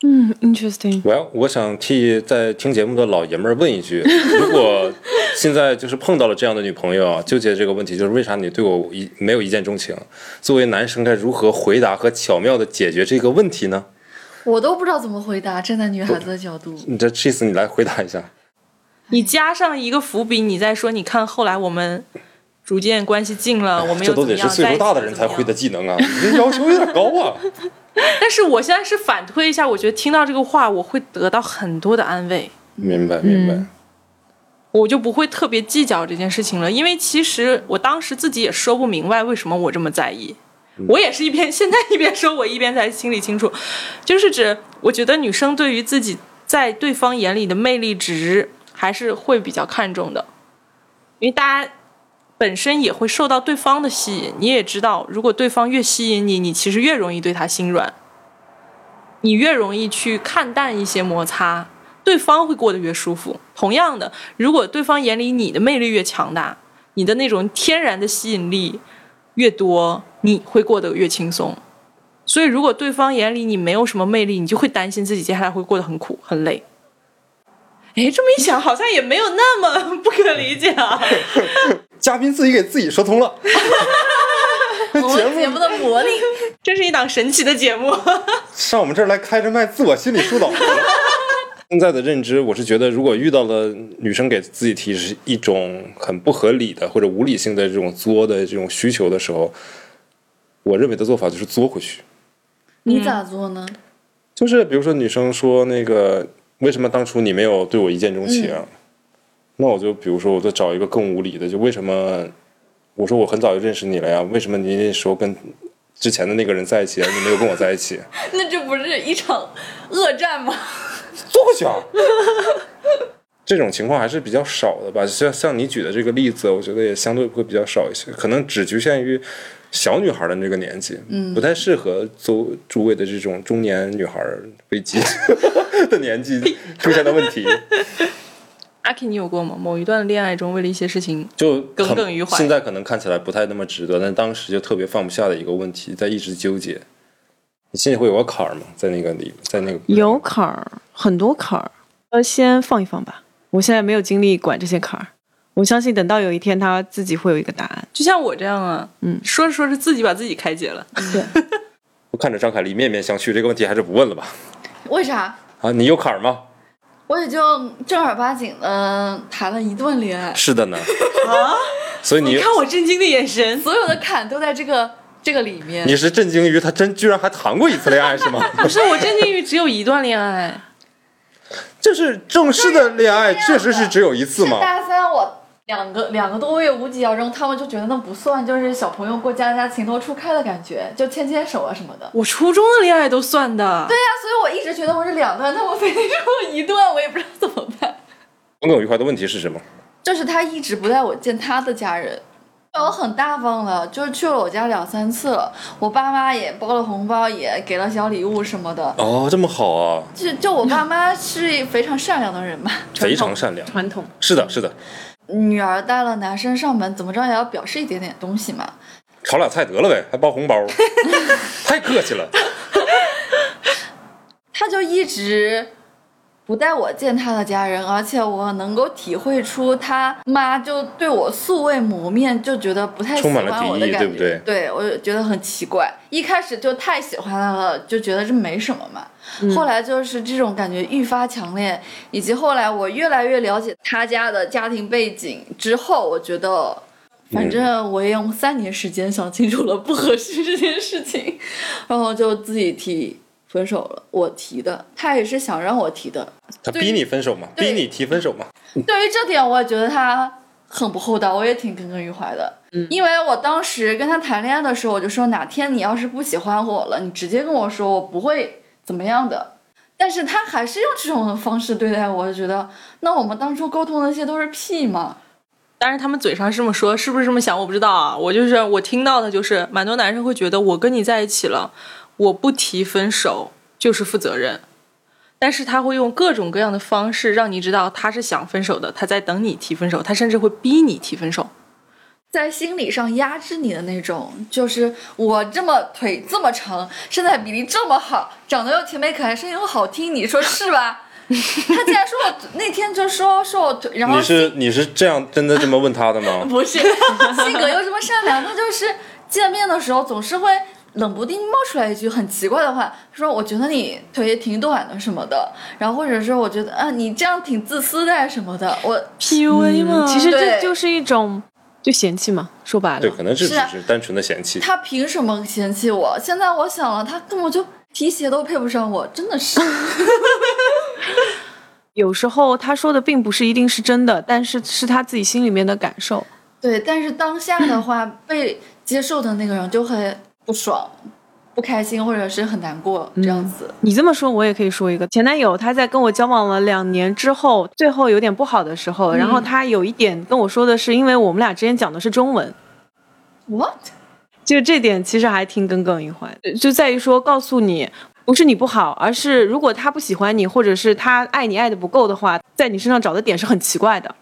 [SPEAKER 2] 嗯，interesting。
[SPEAKER 3] 我要我想替在听节目的老爷们儿问
[SPEAKER 5] (laughs)
[SPEAKER 3] 一句：如果现在就是碰到了这样的女朋友啊，纠结这个问题，就是为啥你对我一没有一见钟情？作为男生该如何回答和巧妙的解决这个问题呢？
[SPEAKER 1] 我都不知道怎么回答，站在女孩子的角度，
[SPEAKER 3] 你这 cheese，你来回答一下。
[SPEAKER 5] 你加上一个伏笔，你再说，你看后来我们逐渐关系近了，我们又
[SPEAKER 3] 这都
[SPEAKER 5] 怎么
[SPEAKER 3] 得
[SPEAKER 5] 样？
[SPEAKER 3] 是岁数大的人才会的技能啊，你这要求有点高啊。
[SPEAKER 5] 但是我现在是反推一下，我觉得听到这个话，我会得到很多的安慰，
[SPEAKER 3] (laughs) 明白
[SPEAKER 5] (laughs)
[SPEAKER 3] 明白，
[SPEAKER 5] 我就不会特别计较这件事情了。因为其实我当时自己也说不明白为什么我这么在意，我也是一边现在一边说，我一边才心里清楚，就是指我觉得女生对于自己在对方眼里的魅力值还是会比较看重的，因为大家。本身也会受到对方的吸引，你也知道，如果对方越吸引你，你其实越容易对他心软。你越容易去看淡一些摩擦，对方会过得越舒服。同样的，如果对方眼里你的魅力越强大，你的那种天然的吸引力越多，你会过得越轻松。所以，如果对方眼里你没有什么魅力，你就会担心自己接下来会过得很苦很累。哎，这么一想，好像也没有那么不可理解啊。
[SPEAKER 3] 嘉宾自己给自己说通了。
[SPEAKER 1] 我们节目的魔力。
[SPEAKER 5] 真是一档神奇的节目。
[SPEAKER 3] 上我们这儿来开着麦自我心理疏导。现在的认知，我是觉得，如果遇到了女生给自己提示一种很不合理的或者无理性的这种作的这种需求的时候，我认为的做法就是作回去。
[SPEAKER 1] 你咋做呢？
[SPEAKER 3] 就是比如说女生说那个为什么当初你没有对我一见钟情、那我就比如说我再找一个更无理的，就为什么我说我很早就认识你了呀？为什么你那时候跟之前的那个人在一起啊，你没有跟我在一起？
[SPEAKER 1] (laughs) 那这不是一场恶战吗？
[SPEAKER 3] 坐过去啊。 (laughs) 这种情况还是比较少的吧，像像你举的这个例子，我觉得也相对会比较少一些，可能只局限于小女孩的这个年纪，嗯，不太适合作诸位的这种中
[SPEAKER 5] (laughs)
[SPEAKER 3] (laughs) 年女孩危机的年纪出现的问题。
[SPEAKER 5] 阿 K，你有过吗？某一段恋爱中为了一些事情，
[SPEAKER 3] 就
[SPEAKER 5] 耿
[SPEAKER 3] 很
[SPEAKER 5] 耿于怀
[SPEAKER 3] 现在可能看起来不太那么值得，但当时就特别放不下的一个问题，在一直纠结。你心里会有个坎儿吗？在那个里，在那个
[SPEAKER 2] 有坎儿，很多坎儿。呃，先放一放吧，我现在没有精力管这些坎儿。我相信等到有一天他自己会有一个答案。
[SPEAKER 5] 就像我这样啊，
[SPEAKER 2] 嗯
[SPEAKER 5] 说着说着自己把自己开解了。
[SPEAKER 3] 我看着张凯丽面面相觑，这个问题还是不问了吧？
[SPEAKER 1] 为啥？
[SPEAKER 3] 啊，你有坎儿吗？
[SPEAKER 1] 我也就正儿八经的谈了一段恋爱，
[SPEAKER 3] 是的呢。
[SPEAKER 1] 啊
[SPEAKER 3] 所以你
[SPEAKER 5] 看我震惊的眼神，
[SPEAKER 1] 所有的坎都在这个这个里面。
[SPEAKER 3] 你是震惊于他真居然还谈过一次恋爱
[SPEAKER 1] (laughs)
[SPEAKER 3] 是吗？
[SPEAKER 5] 不是我震惊于只有一段恋爱，
[SPEAKER 2] (laughs)
[SPEAKER 3] 就是正式的恋爱确实是只有一次
[SPEAKER 1] 是
[SPEAKER 3] 嘛。
[SPEAKER 1] 大三我两个两个多月无疾而终，他们就觉得那不算，就是小朋友过家家情窦初开的感觉，就牵牵手啊什么的。
[SPEAKER 5] 我初中的恋爱都算的。
[SPEAKER 1] 对呀、所以我一直觉得我是两段， (laughs) 他们非得说我一段，我也不知道怎么办。
[SPEAKER 3] 耿耿于怀的问题是什么？
[SPEAKER 1] 就是他一直不带我见他的家人。我很大方了，就是去了我家两三次了，我爸妈也包了红包，也给了小礼物什么的。
[SPEAKER 3] 哦，这么好啊，
[SPEAKER 1] 就就我爸妈是非常善良的人嘛，
[SPEAKER 3] 非常善良。
[SPEAKER 2] 传统
[SPEAKER 3] 是的，是的，
[SPEAKER 1] 女儿带了男生上门，怎么着也要表示一点点东西嘛。
[SPEAKER 3] 炒俩菜得了呗，还包红包，
[SPEAKER 1] (laughs)
[SPEAKER 3] 太客气了。
[SPEAKER 1] 他就一直不带我见他的家人，而且我能够体会出他妈就对我素未谋面，就觉得不太喜
[SPEAKER 3] 充满
[SPEAKER 1] 欢
[SPEAKER 3] 了敌意
[SPEAKER 1] 我的感觉，
[SPEAKER 3] 对不对
[SPEAKER 1] 我就觉得很奇怪。一开始就太喜欢他了，就觉得这没什么嘛。
[SPEAKER 3] 嗯
[SPEAKER 1] 后来就是这种感觉愈发强烈，以及后来我越来越了解他家的家庭背景之后，我觉得。反正我也用三年时间想清楚了不合适这件事情，然后就自己提分手了。我提的，他也是想让我提的。
[SPEAKER 3] 他逼你分手嘛，逼
[SPEAKER 1] 对
[SPEAKER 3] 你提分手嘛。
[SPEAKER 1] 对于这点，我也觉得他很不厚道，我也挺耿耿于怀的。因为我当时跟他谈恋爱的时候，我就说哪天你要是不喜欢我了，你直接跟我说，我不会怎么样的。但是他还是用这种方式对待我，我就觉得那我们当初沟通的那些都是屁嘛。
[SPEAKER 5] 但是他们嘴上是这么说，是不是这么想我不知道啊。我就是我听到的就是蛮多男生会觉得我跟你在一起了，我不提分手就是负责任，但是他会用各种各样的方式让你知道他是想分手的，他在等你提分手，他甚至会逼你提分手。
[SPEAKER 1] 在心理上压制你的那种，就是我这么腿这么长，身材比例这么好，长得又甜美可爱，声音又好听，你说是吧？ (laughs) 他竟然说我那天就说说我腿，然后
[SPEAKER 3] 你是你是这样真的这么问他的吗？
[SPEAKER 1] (laughs) 不是性格又这么善良，他就是见面的时候总是会冷不丁冒出来一句很奇怪的话，说我觉得你腿也挺短的什么的，然后或者说我觉得啊你这样挺自私的什么的，我
[SPEAKER 5] PUA 吗？
[SPEAKER 2] 其实这
[SPEAKER 1] 对
[SPEAKER 2] 就是一种就嫌弃嘛，说白
[SPEAKER 3] 对，
[SPEAKER 2] 了，
[SPEAKER 3] 可能这只
[SPEAKER 1] 是啊
[SPEAKER 3] 是单纯的嫌弃。
[SPEAKER 1] 他凭什么嫌弃我？现在我想了，他根本就皮鞋都配不上我，真的是。
[SPEAKER 2] 有时候他说的并不是一定是真的，但是是他自己心里面的感受。
[SPEAKER 1] 对，但是当下的
[SPEAKER 4] (clears throat)
[SPEAKER 1] 话，被接受的那个人就很不爽、不开心，或者是很难过这
[SPEAKER 4] 嗯
[SPEAKER 1] 样子。
[SPEAKER 2] 你这么说，我也可以说一个前男友，他在跟我交往了两年之后，最后有点不好的时候，然后他有一点跟我说的是，因为我们俩之间讲的是中文，
[SPEAKER 1] What？
[SPEAKER 2] 就这点其实还挺耿耿于怀的，就在于说告诉你。不是你不好，而是如果他不喜欢你，或者是他爱你爱的不够的话，在你身上找的点是很奇怪的。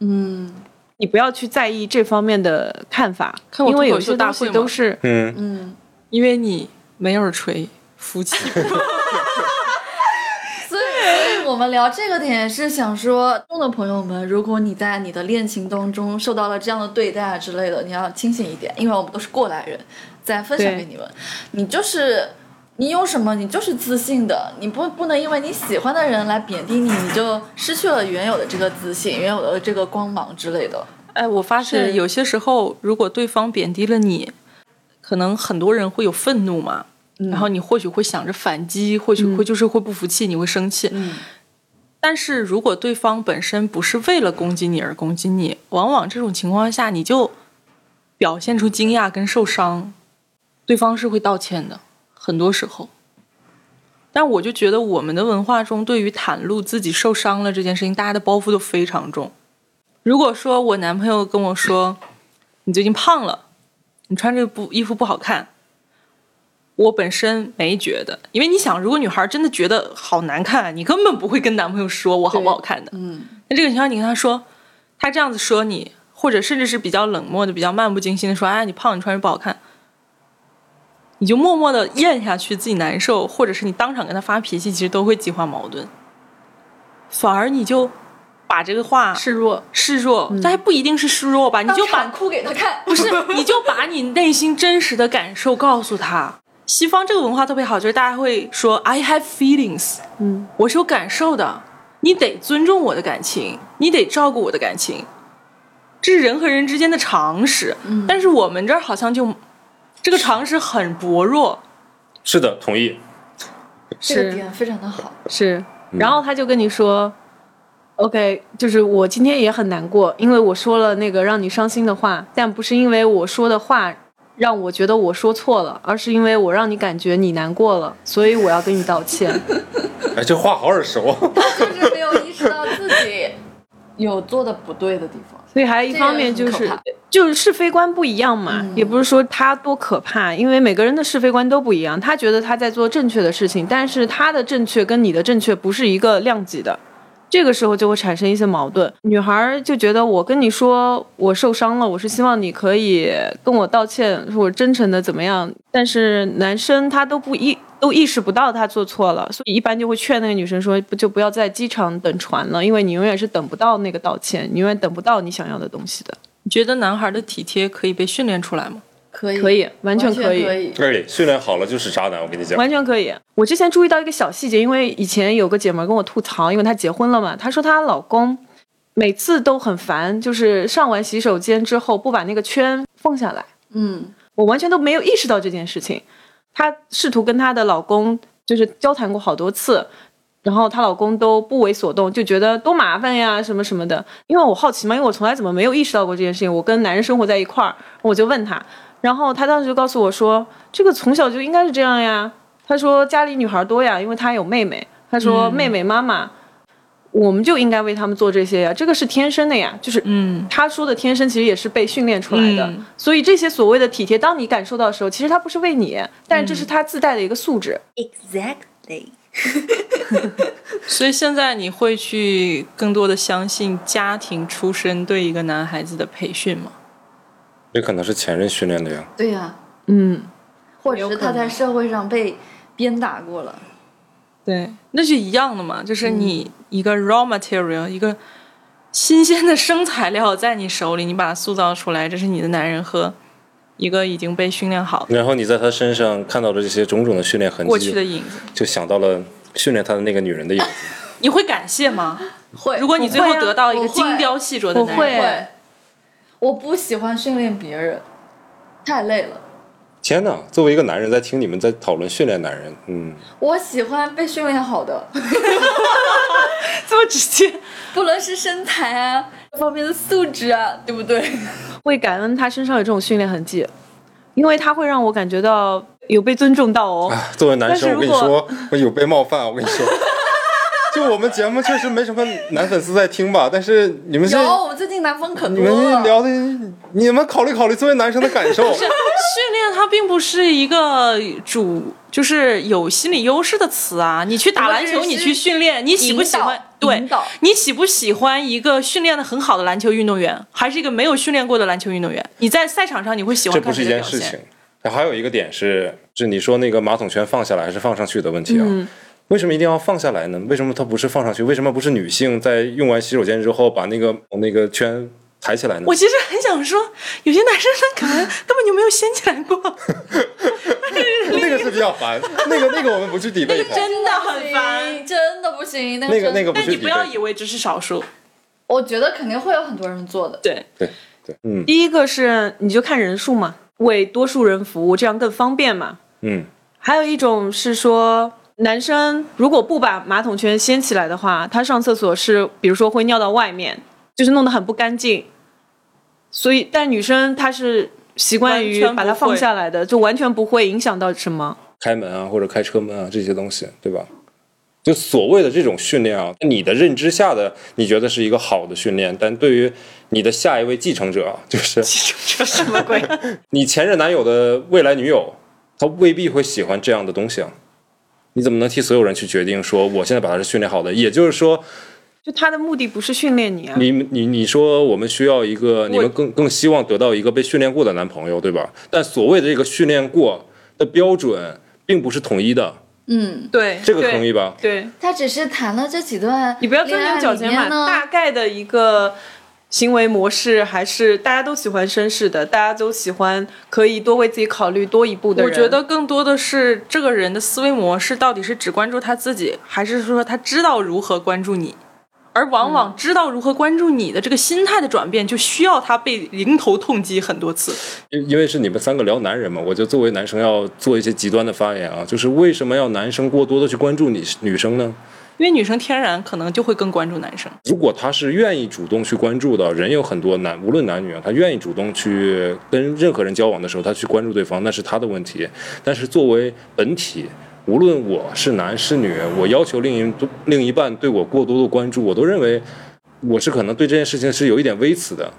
[SPEAKER 1] 嗯，
[SPEAKER 2] 你不要去在意这方面的看法，
[SPEAKER 5] 看我
[SPEAKER 2] 因为
[SPEAKER 5] 脱
[SPEAKER 2] 有
[SPEAKER 5] 口秀
[SPEAKER 2] 些
[SPEAKER 5] 大
[SPEAKER 2] 东西
[SPEAKER 5] 会
[SPEAKER 2] 都
[SPEAKER 5] 吗
[SPEAKER 2] 是
[SPEAKER 3] 嗯，
[SPEAKER 5] 因为你没有锤，服
[SPEAKER 1] (laughs)
[SPEAKER 5] 气。
[SPEAKER 1] 所以，所以我们聊这个点是想说，众的朋友们，如果你在你的恋情当中受到了这样的对待啊之类的，你要清醒一点，因为我们都是过来人，再分享
[SPEAKER 2] 对
[SPEAKER 1] 给你们，你就是。你有什么，你就是自信的，你不不能因为你喜欢的人来贬低你，你就失去了原有的这个自信，原有的这个光芒之类的。
[SPEAKER 5] 哎，我发现
[SPEAKER 1] 是
[SPEAKER 5] 有些时候，如果对方贬低了你，可能很多人会有愤怒嘛，然后你或许会想着反击，或许会就是会不服气，你会生气。但是如果对方本身不是为了攻击你而攻击你，往往这种情况下，你就表现出惊讶跟受伤，对方是会道歉的，很多时候。但我就觉得我们的文化中，对于袒露自己受伤了这件事情，大家的包袱都非常重。如果说我男朋友跟我说，你最近胖了，你穿这个不衣服不好看，我本身没觉得，因为你想，如果女孩真的觉得好难看，你根本不会跟男朋友说我好不好看的，
[SPEAKER 1] 嗯，
[SPEAKER 5] 那这个情况，你跟他说，他这样子说你，或者甚至是比较冷漠的、比较漫不经心的说：“哎，你胖，你穿着不好看。”你就默默的咽下去自己难受，或者是你当场跟他发脾气，其实都会激化矛盾。反而你就把这个话
[SPEAKER 4] 示弱，
[SPEAKER 5] 示弱，但还不一定是示弱吧？你就把
[SPEAKER 1] 当场哭给他 (laughs) 看，
[SPEAKER 3] (laughs)
[SPEAKER 5] 不是，你就把你内心真实的感受告诉他。西方这个文化特别好，就是大家会说 “I have feelings”，
[SPEAKER 2] 嗯，
[SPEAKER 5] 我是有感受的，你得尊重我的感情，你得照顾我的感情，这是人和人之间的常识。嗯、但是我们这儿好像就这个常识很薄弱，
[SPEAKER 3] 是的，同意。
[SPEAKER 1] 这个点非常的好。
[SPEAKER 2] 是，
[SPEAKER 1] 嗯
[SPEAKER 2] 然后他就跟你说、o k 就是我今天也很难过，因为我说了那个让你伤心的话，但不是因为我说的话让我觉得我说错了，而是因为我让你感觉你难过了，所以我要跟你道
[SPEAKER 1] (laughs)
[SPEAKER 2] 歉。
[SPEAKER 3] 哎，这话好耳熟。 (laughs)
[SPEAKER 1] 就是没有意识到自己有做的不对的地方。
[SPEAKER 2] 所以还一方面就
[SPEAKER 1] 这
[SPEAKER 2] 是
[SPEAKER 1] 个很可怕嗯
[SPEAKER 2] 就是是非观不一样嘛，也不是说他多可怕，因为每个人的是非观都不一样。他觉得他在做正确的事情，但是他的正确跟你的正确不是一个量级的，这个时候就会产生一些矛盾。女孩儿就觉得我跟你说我受伤了，我是希望你可以跟我道歉，说我真诚的怎么样，但是男生他都不意都意识不到他做错了，所以一般就会劝那个女生说，不就不要在机场等船了，因为你永远是等不到那个道歉，你永远等不到你想要的东西的。
[SPEAKER 5] 你觉得男孩的体贴可以被训练出来吗？
[SPEAKER 1] 可以，
[SPEAKER 2] 可以，完全可以，
[SPEAKER 1] 可以。
[SPEAKER 3] 哎，训练好了就是渣男，我跟你讲。
[SPEAKER 2] 完全可以。我之前注意到一个小细节，因为以前有个姐们儿跟我吐槽，因为她结婚了嘛，她说她老公每次都很烦，就是上完洗手间之后不把那个圈放下来。
[SPEAKER 1] 嗯，
[SPEAKER 2] 我完全都没有意识到这件事情。她试图跟她的老公就是交谈过好多次，然后她老公都不为所动，就觉得多麻烦呀什么什么的。因为我好奇嘛，因为我从来怎么没有意识到过这件事情。我跟男人生活在一块儿，我就问她，然后她当时就告诉我说，这个从小就应该是这样呀。她说家里女孩多呀，因为她有妹妹。她
[SPEAKER 5] 嗯
[SPEAKER 2] 说妹妹妈妈。我们就应该为他们做这些呀，这个是天生的呀，就是
[SPEAKER 5] 嗯，
[SPEAKER 2] 她说的天生其实也是被训练出来的，
[SPEAKER 5] 嗯
[SPEAKER 2] 所以这些所谓的体贴，当你感受到的时候，其实它不是为你，但是
[SPEAKER 5] 嗯
[SPEAKER 2] 这是他自带的一个素质。
[SPEAKER 7] Exactly.
[SPEAKER 5] 所以现在你会去更多的相信家庭出身对一个男孩子的培训吗？
[SPEAKER 3] 这可能是前任训练的呀。
[SPEAKER 1] 对呀、
[SPEAKER 2] 嗯，
[SPEAKER 1] 或者是他在社会上被鞭打过了。
[SPEAKER 5] 对，那是一样的嘛，就是你
[SPEAKER 2] 嗯
[SPEAKER 5] 一个 raw material，、一个新鲜的生材料在你手里，你把它塑造出来，这是你的男人和一个已经被训练好的
[SPEAKER 3] 然后你在他身上看到的这些种种的训练痕
[SPEAKER 2] 嗯
[SPEAKER 5] 过去的
[SPEAKER 3] 迹，
[SPEAKER 5] 影子，
[SPEAKER 3] 就想到了训练他的那个女人的影
[SPEAKER 2] (laughs)
[SPEAKER 3] 子。
[SPEAKER 5] 你会感谢吗？
[SPEAKER 1] 会，
[SPEAKER 5] 如果你最
[SPEAKER 2] 我
[SPEAKER 5] 后
[SPEAKER 2] 会啊
[SPEAKER 5] 得到一个
[SPEAKER 1] 我会
[SPEAKER 5] 精雕细琢的
[SPEAKER 2] 我
[SPEAKER 5] 男
[SPEAKER 2] 会
[SPEAKER 5] 人，
[SPEAKER 1] 会，我不喜欢训练别人，太累了。
[SPEAKER 3] 天哪！作为一个男人，在听你们在讨论训练男人，嗯，
[SPEAKER 1] 我喜欢被训练好的，
[SPEAKER 2] 这么直接，
[SPEAKER 1] 不论是身材啊，各方面的素质啊，对不对？
[SPEAKER 2] 会感恩他身上有这种训练痕迹，因为他会让我感觉到有被尊重到哦。
[SPEAKER 3] 啊，作为男
[SPEAKER 2] 但
[SPEAKER 3] 生，
[SPEAKER 2] 是
[SPEAKER 3] 我跟你
[SPEAKER 2] 如果
[SPEAKER 3] 说，我有被冒犯啊，我跟
[SPEAKER 2] (laughs)
[SPEAKER 3] 你说。就我们节目确实没什么男粉丝在听吧，但是你们
[SPEAKER 1] 有，
[SPEAKER 3] 这
[SPEAKER 1] 我们最近男方可
[SPEAKER 3] 你
[SPEAKER 1] 多
[SPEAKER 3] 们
[SPEAKER 1] 了。
[SPEAKER 3] 聊的，你们考虑考虑作为男生的感
[SPEAKER 2] (laughs)
[SPEAKER 3] 受。
[SPEAKER 5] 训练它并不是一个主，就是有心理优势的词啊。你去打篮球，
[SPEAKER 1] 或者是
[SPEAKER 5] 你去训练，你喜不喜欢？
[SPEAKER 1] 引导
[SPEAKER 5] 对
[SPEAKER 1] 引导，
[SPEAKER 5] 你喜不喜欢一个训练的很好的篮球运动员，还是一个没有训练过的篮球运动员？你在赛场上你会喜欢
[SPEAKER 3] 这
[SPEAKER 5] 看
[SPEAKER 3] 不是
[SPEAKER 5] 谁
[SPEAKER 3] 一
[SPEAKER 5] 的表
[SPEAKER 3] 件
[SPEAKER 5] 现？
[SPEAKER 3] 事情。还有一个点是，是你说那个马桶圈放下来还是放上去的问题啊？
[SPEAKER 5] 嗯
[SPEAKER 3] 为什么一定要放下来呢？为什么它不是放上去？为什么不是女性在用完洗手间之后把那个那个圈抬起来呢
[SPEAKER 5] 我？其实很想说，有些男生他可能 (laughs) 根本就没有掀起来过， (laughs)
[SPEAKER 3] 那个是比较烦，那个那个我们不去 debate 它
[SPEAKER 5] 真的很烦。
[SPEAKER 1] 行，真的不行。
[SPEAKER 3] 那个那个不
[SPEAKER 5] 但
[SPEAKER 3] 去
[SPEAKER 5] 你
[SPEAKER 3] debate。
[SPEAKER 5] 不要以为只是少数，
[SPEAKER 1] 我觉得肯定会有很多人做的。
[SPEAKER 5] 对，
[SPEAKER 3] 对对，嗯
[SPEAKER 2] 第一个是你就看人数嘛，为多数人服务，这样更方便嘛。
[SPEAKER 3] 嗯，
[SPEAKER 2] 还有一种是说，男生如果不把马桶圈掀起来的话，他上厕所是，比如说会尿到外面，就是弄得很不干净。所以，但女生她是习惯于
[SPEAKER 5] 完全不会
[SPEAKER 2] 把它放下来的，就完全不会影响到什么。
[SPEAKER 3] 开门啊或者开车门啊这些东西，对吧？就所谓的这种训练啊，你的认知下的你觉得是一个好的训练，但对于你的下一位继承者啊，
[SPEAKER 5] (laughs)
[SPEAKER 3] 就是
[SPEAKER 5] 这什么鬼？
[SPEAKER 3] (laughs) 你前任男友的未来女友，她未必会喜欢这样的东西啊。你怎么能替所有人去决定说我现在把她是训练好的？也就是说，
[SPEAKER 2] 就他的目的不是训练你啊，
[SPEAKER 3] 你你你说我们需要一个，你们更更希望得到一个被训练过的男朋友，对吧？但所谓的这个训练过的标准，并不是统一的，
[SPEAKER 1] 嗯，
[SPEAKER 2] 对
[SPEAKER 3] 这个同意吧？
[SPEAKER 2] 对，对
[SPEAKER 1] 他只是谈了这几段，
[SPEAKER 2] 你不要钻牛角尖嘛，
[SPEAKER 1] 呢，
[SPEAKER 2] 大概的一个。行为模式还是大家都喜欢绅士的，大家都喜欢可以多为自己考虑多一步的人。
[SPEAKER 5] 我觉得更多的是这个人的思维模式到底是只关注他自己，还是说他知道如何关注你？而往往知道如何关注你的这个心态的转变，就需要他被迎头痛击很多次。
[SPEAKER 3] 因因为是你们三个聊男人嘛，我就作为男生要做一些极端的发言啊，就是为什么要男生过多的去关注你女生呢？
[SPEAKER 5] 因为女生天然可能就会更关注男生，
[SPEAKER 3] 如果他是愿意主动去关注的，人有很多男，无论男女啊，他愿意主动去跟任何人交往的时候，他去关注对方，那是他的问题。但是作为本体，无论我是男是女，我要求另一另一半对我过多的关注，我都认为我是可能对这件事情是有一点微词的。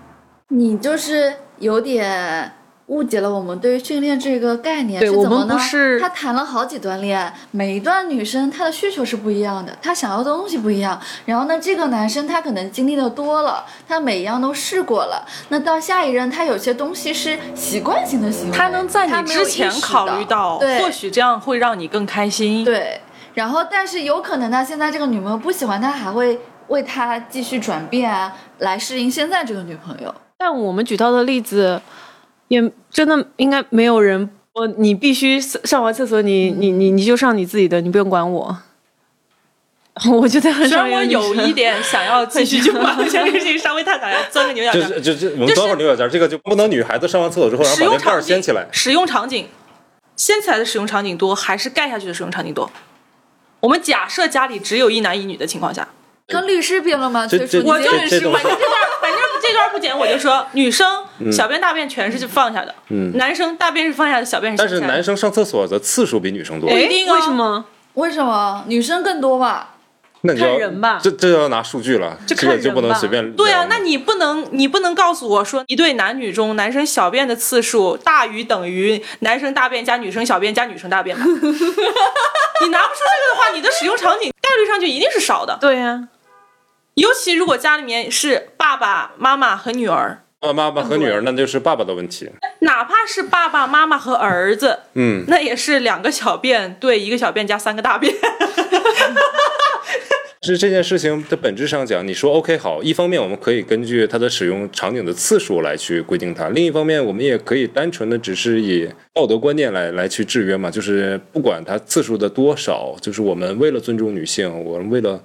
[SPEAKER 1] 你就是有点误解了我们对于训练这个概念
[SPEAKER 5] 对
[SPEAKER 1] 怎
[SPEAKER 5] 我
[SPEAKER 1] 么
[SPEAKER 5] 们
[SPEAKER 1] 呢？
[SPEAKER 5] 不是
[SPEAKER 1] 他谈了好几段恋爱，每一段女生她的需求是不一样的，她想要的东西不一样。然后呢，这个男生他可能经历的多了，他每一样都试过了。那到下一任，他有些东西是习惯性的行为，
[SPEAKER 5] 他能在
[SPEAKER 1] 他
[SPEAKER 5] 你
[SPEAKER 1] 没有
[SPEAKER 5] 之前
[SPEAKER 1] 意识
[SPEAKER 5] 考虑到，
[SPEAKER 1] 对，
[SPEAKER 5] 或许这样会让你更开
[SPEAKER 1] (laughs)
[SPEAKER 5] 心。
[SPEAKER 1] 对，然后但是有可能他现在这个女朋友不喜欢他，还会为他继续转变啊，来适应现在这个女朋友。
[SPEAKER 2] 但我们举到的例子，也真的应该没有人。我你必须上上完厕所，你
[SPEAKER 5] 嗯
[SPEAKER 2] 你你你就上你自己的，你不用管我。 (laughs) 我觉得很
[SPEAKER 5] 虽
[SPEAKER 2] 少
[SPEAKER 5] 然我
[SPEAKER 2] 女
[SPEAKER 5] 有
[SPEAKER 2] 生
[SPEAKER 5] 一点想
[SPEAKER 1] (laughs)
[SPEAKER 5] 要继续就把这个事情稍微探讨一下，钻个牛角
[SPEAKER 3] 就
[SPEAKER 5] 尖
[SPEAKER 3] 是。就就我们多会儿牛角尖儿，这个就不能女孩子上完厕所之后，然
[SPEAKER 5] 使
[SPEAKER 3] 后把
[SPEAKER 5] 用
[SPEAKER 3] 那盖
[SPEAKER 5] 场
[SPEAKER 3] 儿
[SPEAKER 5] 景
[SPEAKER 3] 掀起来。
[SPEAKER 5] 使用场景，掀起来的使用场景多，还是盖下去的使用场景多？我们假设家里只有一男一女的情况下，
[SPEAKER 1] 跟律师辩论吗？
[SPEAKER 3] 这
[SPEAKER 1] 崔
[SPEAKER 3] 这
[SPEAKER 1] 叔，你
[SPEAKER 5] 我就
[SPEAKER 1] 觉得
[SPEAKER 3] 这这种
[SPEAKER 5] 反正这段反正这段不剪，我就说女生小便大便全是放下的，
[SPEAKER 3] 嗯
[SPEAKER 5] 男生大便是放下的，小便是
[SPEAKER 3] 但
[SPEAKER 5] 掀
[SPEAKER 3] 是
[SPEAKER 5] 下
[SPEAKER 3] 男
[SPEAKER 5] 的。
[SPEAKER 3] 生上厕所的次数比女生多，
[SPEAKER 5] 不一定啊
[SPEAKER 2] 哎为什么？
[SPEAKER 1] (laughs) 为什么女生更多吧？
[SPEAKER 3] 那你就要
[SPEAKER 2] 看人吧
[SPEAKER 3] 这这要拿数据了，
[SPEAKER 2] 这
[SPEAKER 3] 这
[SPEAKER 2] 看
[SPEAKER 3] 个就不
[SPEAKER 2] 人
[SPEAKER 3] 能
[SPEAKER 2] 吧
[SPEAKER 3] 随便聊了。
[SPEAKER 5] 对啊，那你不能，你不能告诉我说一对男女中男生小便的次数大于等于男生大便加女生小便加女生大便吧？你拿不出这个的话，你的使用场景概率上就一定是少的。
[SPEAKER 2] 对呀、
[SPEAKER 5] 尤其如果家里面是爸爸妈妈和女儿，
[SPEAKER 3] 爸呃妈妈和女儿，那就是爸爸的问题。
[SPEAKER 5] 哪怕是爸爸妈妈和儿子，
[SPEAKER 3] 嗯，
[SPEAKER 5] 那也是两个小便对一个小便加三个大便。
[SPEAKER 3] 是这件事情的本质上讲，你说 OK 好，一方面我们可以根据它的使用场景的次数来去规定它，另一方面我们也可以单纯的只是以道德观念来来去制约嘛，就是不管它次数的多少，就是我们为了尊重女性，我们为了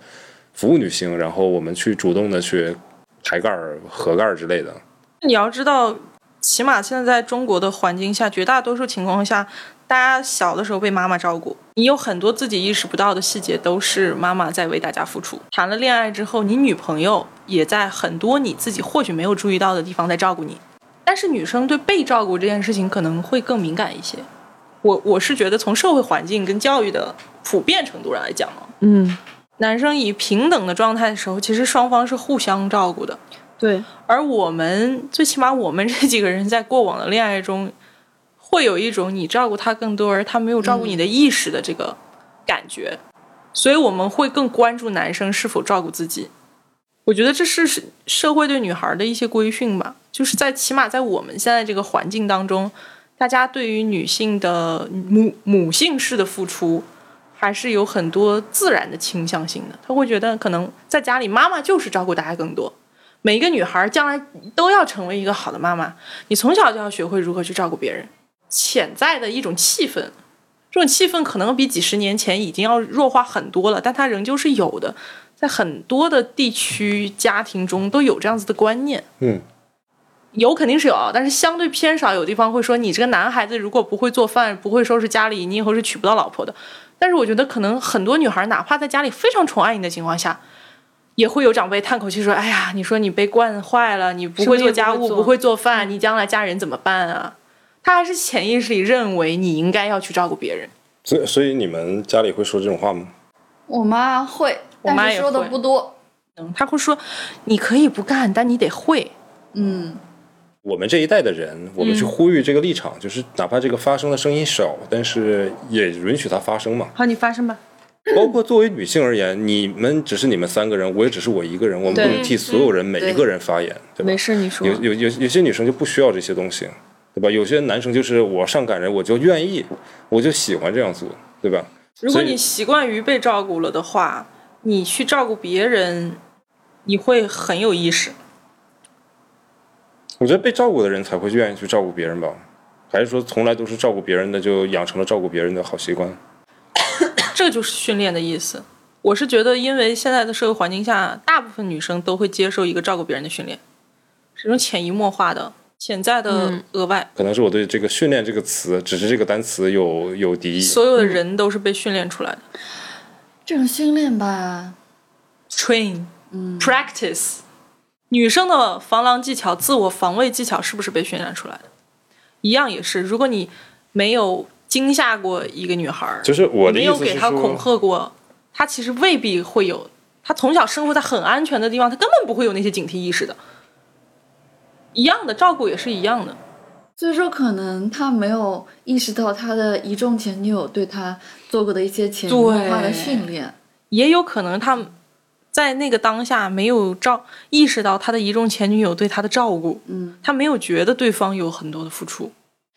[SPEAKER 3] 服务女性，然后我们去主动的去抬盖儿、合盖儿之类的。
[SPEAKER 5] 你要知道，起码现在在中国的环境下，绝大多数情况下，大家小的时候被妈妈照顾，你有很多自己意识不到的细节都是妈妈在为大家付出。谈了恋爱之后，你女朋友也在很多你自己或许没有注意到的地方在照顾你，但是女生对被照顾这件事情可能会更敏感一些。我我是觉得从社会环境跟教育的普遍程度上来讲啊，
[SPEAKER 2] 嗯，
[SPEAKER 5] 男生以平等的状态的时候，其实双方是互相照顾的。
[SPEAKER 2] 对，
[SPEAKER 5] 而我们最起码我们这几个人在过往的恋爱中，会有一种你照顾他更多，而他没有照顾你的意识的这个感觉，所以我们会更关注男生是否照顾自己。我觉得这是是社会对女孩的一些规训吧，就是在起码在我们现在这个环境当中，大家对于女性的母母性式的付出，还是有很多自然的倾向性的。他会觉得可能在家里妈妈就是照顾大家更多，每一个女孩将来都要成为一个好的妈妈，你从小就要学会如何去照顾别人。潜在的一种气氛，这种气氛可能比几十年前已经要弱化很多了，但它仍旧是有的，在很多的地区家庭中都有这样子的观念。
[SPEAKER 3] 嗯，
[SPEAKER 5] 有肯定是有啊，但是相对偏少。有地方会说，你这个男孩子如果不会做饭、不会收拾家里，你以后是娶不到老婆的。但是我觉得，可能很多女孩哪怕在家里非常宠爱你的情况下，也会有长辈叹口气说：“哎呀，你说你被惯坏了，你不会做家
[SPEAKER 2] 什么
[SPEAKER 5] 务，
[SPEAKER 2] 也不会做嗯
[SPEAKER 5] 不会做饭，你将来家人怎么办啊？”他还是潜意识里认为你应该要去照顾别人。
[SPEAKER 3] 所以所以你们家里会说这种话吗？
[SPEAKER 1] 我妈会，
[SPEAKER 5] 我妈
[SPEAKER 1] 但
[SPEAKER 5] 也
[SPEAKER 1] 是说的
[SPEAKER 5] 会
[SPEAKER 1] 不多。
[SPEAKER 5] 嗯，他会说：“你可以不干，但你得会。
[SPEAKER 1] 嗯，
[SPEAKER 3] 我们这一代的人，我们
[SPEAKER 2] 嗯
[SPEAKER 3] 去呼吁这个立场，就是哪怕这个发声的声音少，但是也允许它发生嘛。
[SPEAKER 2] 好，你发声吧。
[SPEAKER 3] 包括作为女性而言，你们只是你们三个人，我也只是我一个人，我们不
[SPEAKER 2] 对
[SPEAKER 3] 能替所有人每
[SPEAKER 1] 对
[SPEAKER 3] 一个人发言，对吧？
[SPEAKER 2] 没事，你说
[SPEAKER 3] 有。有有有些女生就不需要这些东西，对吧？有些男生就是我上赶着，我就愿意，我就喜欢这样做，对吧？
[SPEAKER 5] 如果
[SPEAKER 3] 所以
[SPEAKER 5] 你习惯于被照顾了的话，你去照顾别人，你会很有意识。
[SPEAKER 3] 我觉得被照顾的人才会愿意去照顾别人吧，还是说从来都是照顾别人的就养成了照顾别人的好习惯？
[SPEAKER 5] 这就是训练的意思。我是觉得，因为现在的社会环境下，大部分女生都会接受一个照顾别人的训练，是一种潜移默化的、潜在的
[SPEAKER 3] 嗯
[SPEAKER 5] 额外。
[SPEAKER 3] 可能是我对这个“训练”这个词，只是这个单词有有敌意。
[SPEAKER 5] 所有的人都是被训练出来的。
[SPEAKER 1] 这种训练吧，
[SPEAKER 5] Train，practice。女生的防狼技巧、自我防卫技巧是不是被训练出来的？一样也是，如果你没有惊吓过一个女孩儿，
[SPEAKER 3] 就是我的
[SPEAKER 5] 没
[SPEAKER 3] 意
[SPEAKER 5] 有
[SPEAKER 3] 思
[SPEAKER 5] 给
[SPEAKER 3] 是
[SPEAKER 5] 她恐
[SPEAKER 3] 说，
[SPEAKER 5] 吓过，她其实未必会有。她从小生活在很安全的地方，她根本不会有那些警惕意识的。一样的照顾也是一样的，
[SPEAKER 1] 所以说可能他没有意识到他的一众前女友对他做过的一些潜移默化的训练。
[SPEAKER 5] 也有可能她在那个当下没有照意识到她的一众前女友对她的照顾，
[SPEAKER 1] 嗯，
[SPEAKER 5] 她没有觉得对方有很多的付出。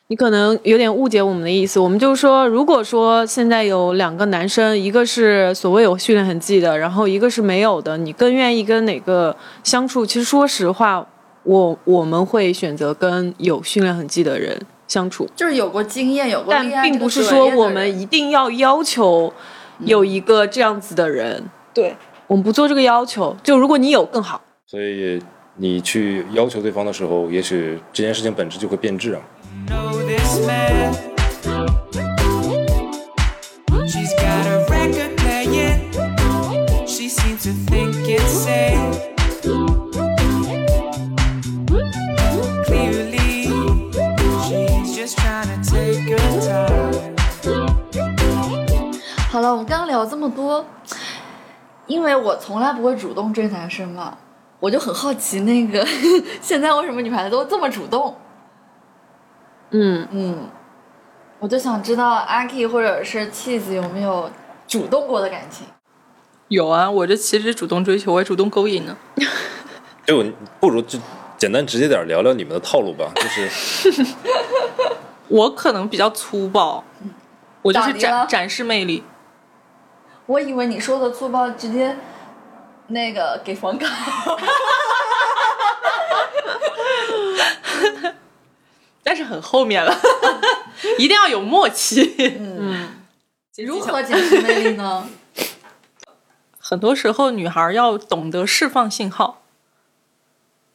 [SPEAKER 2] 你可能有点误解我们的意思，我们就是说，如果说现在有两个男生，一个是所谓有训练痕迹的，然后一个是没有的，你更愿意跟哪个相处？其实说实话，我我们会选择跟有训练痕迹的人相处，
[SPEAKER 1] 就是有过经验，有过
[SPEAKER 2] 但
[SPEAKER 1] 恋爱
[SPEAKER 2] 并
[SPEAKER 1] 这个
[SPEAKER 2] 不是
[SPEAKER 1] 专
[SPEAKER 2] 说
[SPEAKER 1] 业的
[SPEAKER 2] 我
[SPEAKER 1] 人嗯
[SPEAKER 2] 们一定要要求有一个这样子的人，
[SPEAKER 5] 对，
[SPEAKER 2] 我们不做这个要求。就如果你有更好，
[SPEAKER 3] 所以你去要求对方的时候，也许这件事情本质就会变质啊。
[SPEAKER 7] know this man. She's got a record playing. She seems to think it's safe. Clearly, she's just trying to take her time.
[SPEAKER 1] 好了，我们刚刚聊这么多，因为我从来不会主动追男生嘛，我就很好奇那个 (laughs) 现在为什么女孩子都这么主动？
[SPEAKER 2] 嗯，
[SPEAKER 1] 嗯，我就想知道阿 K 或者是妻子有没有主动过的感情？
[SPEAKER 5] 有啊，我这其实主动追求，我也主动勾引呢。
[SPEAKER 3] 就哎不如就简单直接点儿聊聊你们的套路 (laughs) 吧，就是。
[SPEAKER 5] 我可能比较粗暴，我就是
[SPEAKER 1] 咋的了
[SPEAKER 5] 展展示魅力。
[SPEAKER 1] 我以为你说的粗暴直接那个给房卡，
[SPEAKER 5] 但是很后面了， (laughs) 一定要有默契。
[SPEAKER 1] 如何展示魅力呢？ (laughs)
[SPEAKER 5] 很多时候，女孩要懂得释放信号。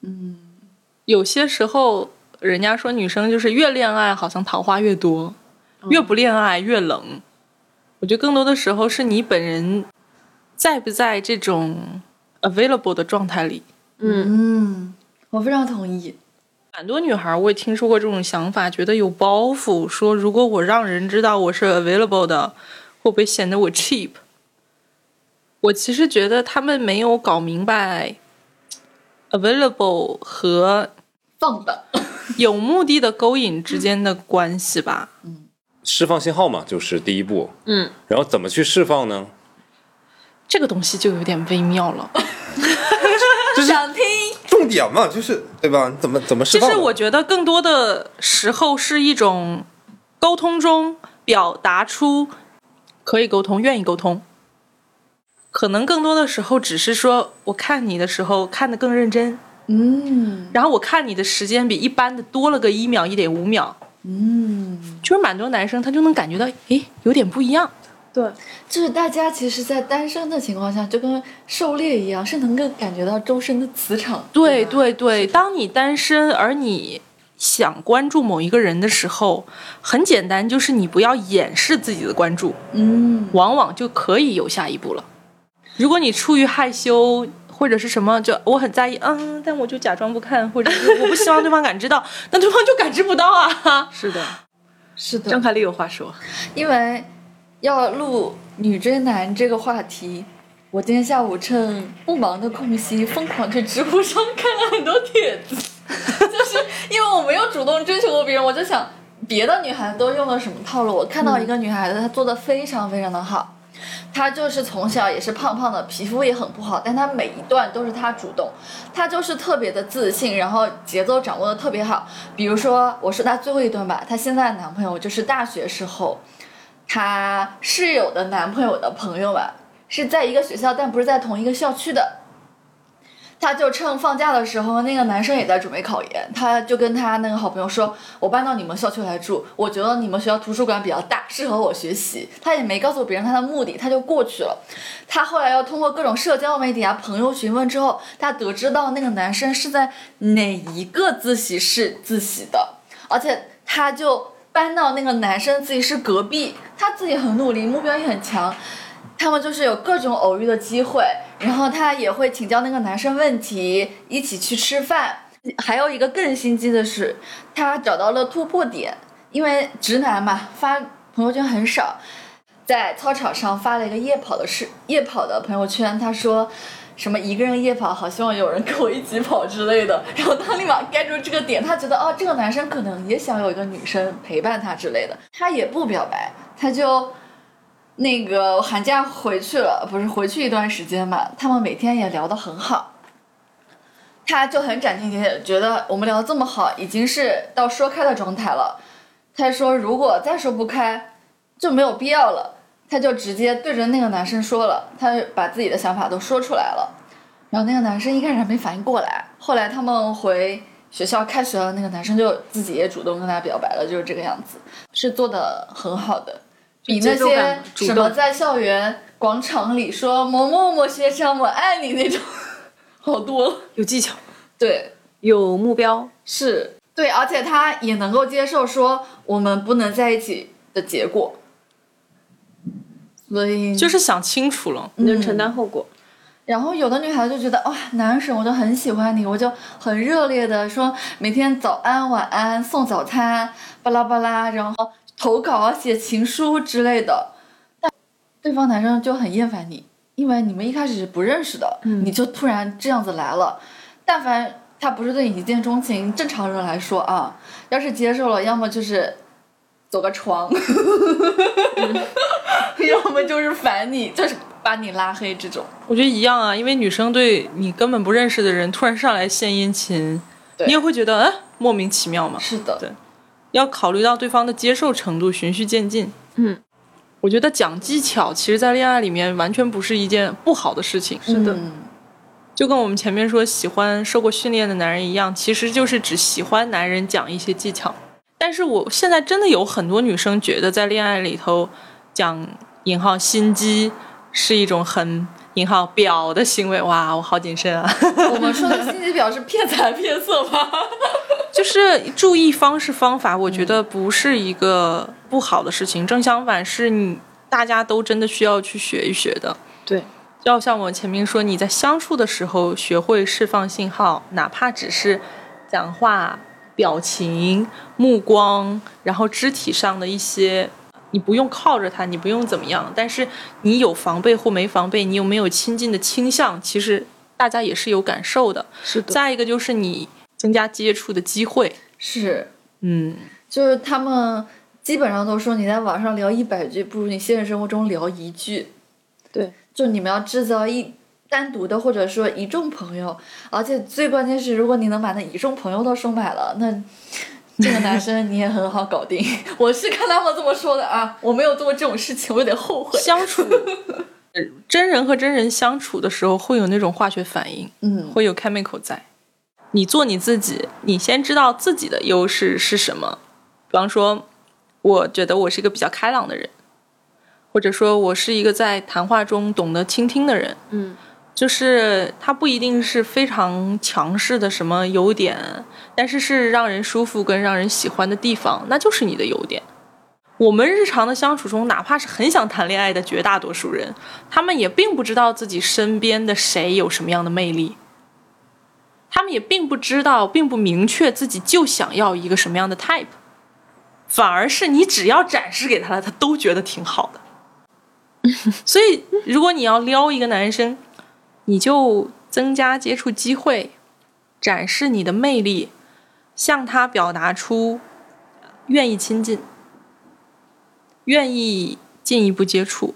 [SPEAKER 1] 嗯，
[SPEAKER 5] 有些时候，人家说女生就是越恋爱好像桃花越多，越不恋爱越冷。我觉得更多的时候是你本人在不在这种 available 的状态里。
[SPEAKER 1] 嗯，我非常同意。
[SPEAKER 5] 很多女孩我也听说过这种想法，觉得有包袱，说如果我让人知道我是 available 的，会不会显得我 cheap？我其实觉得他们没有搞明白 available 和
[SPEAKER 1] 放的，
[SPEAKER 5] 有目的的勾引之间的关系吧。
[SPEAKER 3] 释放信号嘛，就是第一步。
[SPEAKER 2] 嗯，
[SPEAKER 3] 然后怎么去释放呢？
[SPEAKER 5] 这个东西就有点微妙了，
[SPEAKER 1] 想听
[SPEAKER 3] 重点嘛，就是对吧？你怎么怎么释
[SPEAKER 5] 其
[SPEAKER 3] 放呢？
[SPEAKER 5] 实我觉得更多的时候是一种沟通中表达出可以沟通、愿意沟通。可能更多的时候只是说，我看你的时候看得更认真，
[SPEAKER 1] 嗯
[SPEAKER 5] 然后我看你的时间比一般的多了个一秒、一点五秒，
[SPEAKER 1] 嗯，
[SPEAKER 5] 就是蛮多男生他就能感觉到，诶，有点不一样。
[SPEAKER 1] 就是大家其实，在单身的情况下，就跟狩猎一样，是能够感觉到周身的磁场。
[SPEAKER 5] 对
[SPEAKER 1] 吧，
[SPEAKER 5] 对对，当你单身而你想关注某一个人的时候，很简单，就是你不要掩饰自己的关注，
[SPEAKER 1] 嗯，
[SPEAKER 5] 往往就可以有下一步了。如果你出于害羞或者是什么，就我很在意，嗯，但我就假装不看，或者是我不希望对方感知到， (laughs) 那对方就感知不到啊。
[SPEAKER 2] 是的，
[SPEAKER 1] 是的
[SPEAKER 2] 张，凯丽有话说。
[SPEAKER 1] 因为要录女追男这个话题，我今天下午趁不忙的空隙，疯狂去知乎上看了很多帖子， (laughs) 就是因为我没有主动追求过别人，我就想别的女孩都用了什么套路。我看到一个女孩子，她做的非常非常的好，他就是从小也是胖胖的，皮肤也很不好，但他每一段都是他主动，他就是特别的自信，然后节奏掌握的特别好。比如说，我说他最后一段吧，她现在的男朋友就是大学时候，她室友的男朋友的朋友吧，是在一个学校，但不是在同一个校区的。她就趁放假的时候，那个男生也在准备考研，她就跟她那个好朋友说：“我搬到你们校区来住，我觉得你们学校图书馆比较大，适合我学习。”她也没告诉别人她的目的，她就过去了。她后来要通过各种社交媒体啊、朋友询问之后，她得知到那个男生是在哪一个自习室自习的，而且她就搬到那个男生自习室隔壁。她自己很努力，目标也很强，他们就是有各种偶遇的机会，然后她也会请教那个男生问题，一起去吃饭。还有一个更心机的是，她找到了突破点，因为直男嘛，发朋友圈很少，在操场上发了一个夜跑的事，夜跑的朋友圈，她说。什么一个人夜跑，好希望有人跟我一起跑之类的。 (laughs) 然后她立马 get 住这个点，她觉得哦，这个男生可能也想有一个女生陪伴他之类的。她也不表白，她就那个寒假回去了，不是回去一段时间嘛，他们每天也聊得很好。他就很斩钉截铁，觉得我们聊得这么好，已经是到说开的状态了。他说如果再说不开，就没有必要了。他就直接对着那个男生说了，他把自己的想法都说出来了。然后那个男生一开始还没反应过来，后来他们回学校开学了，那个男生就自己也主动跟他表白了，就是这个样子，是做的很好的。比那
[SPEAKER 2] 节奏
[SPEAKER 1] 些
[SPEAKER 2] 感主
[SPEAKER 1] 什么
[SPEAKER 2] 动
[SPEAKER 1] 在校园广场里说“某某某先生，我爱你”那种， (laughs) 好多了。
[SPEAKER 2] 有技巧，
[SPEAKER 1] 对，
[SPEAKER 2] 有目标，
[SPEAKER 1] 是，对，而且他也能够接受说我们不能在一起的结果，所以
[SPEAKER 5] 就是想清楚了。
[SPEAKER 1] 嗯
[SPEAKER 2] 能承担后果。
[SPEAKER 1] 然后有的女孩子就觉得哇，男神我就很喜欢你，我就很热烈的说每天早安晚安送早餐，巴拉巴拉，然后投稿啊写情书之类的。但对方男生就很厌烦你，因为你们一开始是不认识的，你就突然这样子来了。但凡他不是对你一见钟情，正常人来说啊，要是接受了，要么就是走个床， (laughs) 要么就是烦你，就是把你拉黑这种。
[SPEAKER 5] 我觉得一样啊，因为女生对你根本不认识的人突然上来献殷勤，你也会觉得哎莫名其妙嘛。
[SPEAKER 1] 是的，
[SPEAKER 5] 对要考虑到对方的接受程度，循序渐进。
[SPEAKER 2] 嗯，
[SPEAKER 5] 我觉得讲技巧，其实在恋爱里面完全不是一件不好的事情。
[SPEAKER 2] 是的，
[SPEAKER 1] 嗯
[SPEAKER 5] 就跟我们前面说喜欢受过训练的男人一样，其实就是只喜欢男人讲一些技巧。但是我现在真的有很多女生觉得在恋爱里头讲引号心机是一种很引号表的行为，哇，我好谨慎啊！
[SPEAKER 1] 我们说的信息表是骗财骗色吧？
[SPEAKER 5] 就是注意方式方法，我觉得不是一个不好的事情，正相反是你大家都真的需要去学一学的。
[SPEAKER 2] 对，
[SPEAKER 5] 要像我前面说，你在相处的时候学会释放信号，哪怕只是讲话、表情、目光，然后肢体上的一些，你不用靠着他，你不用怎么样，但是你有防备或没防备，你有没有亲近的倾向，其实大家也是有感受的。
[SPEAKER 2] 是的，
[SPEAKER 5] 再一个就是你增加接触的机会，
[SPEAKER 1] (laughs) 是，
[SPEAKER 5] 嗯，
[SPEAKER 1] 就是他们基本上都说你在网上聊一百句，不如你现实生活中聊一句。
[SPEAKER 2] 对，
[SPEAKER 1] 就你们要制造一单独的或者说一众朋友，而且最关键是，如果你能把那一众朋友都收买了，那。这个男 (laughs) 生你也很好搞定，我是看他们这么说的啊，我没有做过这种事情，我有点后悔。
[SPEAKER 5] 相处，呃真人和真人相处的时候会有那种化学反应，
[SPEAKER 1] 嗯，
[SPEAKER 5] 会有 chemical 在。你做你自己，你先知道自己的优势是什么。比方说，我觉得我是一个比较开朗的人，或者说我是一个在谈话中懂得倾听的人。
[SPEAKER 2] 嗯，
[SPEAKER 5] 就是他不一定是非常强势的什么优点，但是是让人舒服跟让人喜欢的地方，那就是你的优点。我们日常的相处中，哪怕是很想谈恋爱的绝大多数人，他们也并不知道自己身边的谁有什么样的魅力，他们也并不知道，并不明确自己就想要一个什么样的 type，反而是你只要展示给他了，他都觉得挺好的。所以，如果你要撩一个男生，你就增加接触机会，展示你的魅力，向他表达出愿意亲近，愿意进一步接触，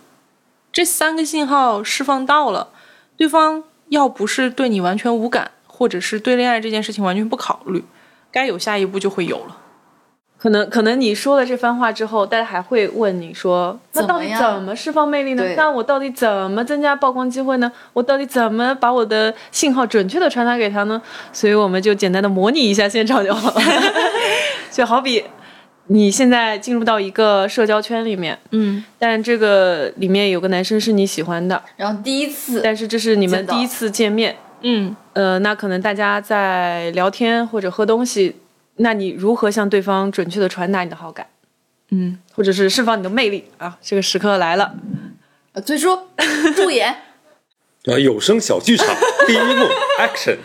[SPEAKER 5] 这三个信号释放到了，对方要不是对你完全无感，或者是对恋爱这件事情完全不考虑，该有下一步就会有了。
[SPEAKER 2] 可能可能你说了这番话之后，大家还会问你说，那
[SPEAKER 1] 怎
[SPEAKER 2] 到
[SPEAKER 1] 么
[SPEAKER 2] 底
[SPEAKER 1] 样
[SPEAKER 2] 怎么释放魅力呢
[SPEAKER 1] 对？
[SPEAKER 2] 那我到底怎么增加曝光机会呢？我到底怎么把我的信号准确的传达给他呢？所以我们就简单的模拟一下现场就好
[SPEAKER 1] (laughs)
[SPEAKER 2] 了。就好比你现在进入到一个社交圈里面，
[SPEAKER 5] 嗯，
[SPEAKER 2] 但这个里面有个男生是你喜欢的，
[SPEAKER 1] 然后第一次
[SPEAKER 2] 但是这是你们
[SPEAKER 1] 见到
[SPEAKER 2] 第一次见面，
[SPEAKER 5] 嗯，
[SPEAKER 2] 呃，那可能大家在聊天或者喝东西，那你如何向对方准确的传达你的好感？
[SPEAKER 5] 嗯，
[SPEAKER 2] 或者是释放你的魅力啊！这个时刻来了，
[SPEAKER 1] 呃最初助演，
[SPEAKER 3] 呃，有声小剧场 (laughs) 第一幕 Action，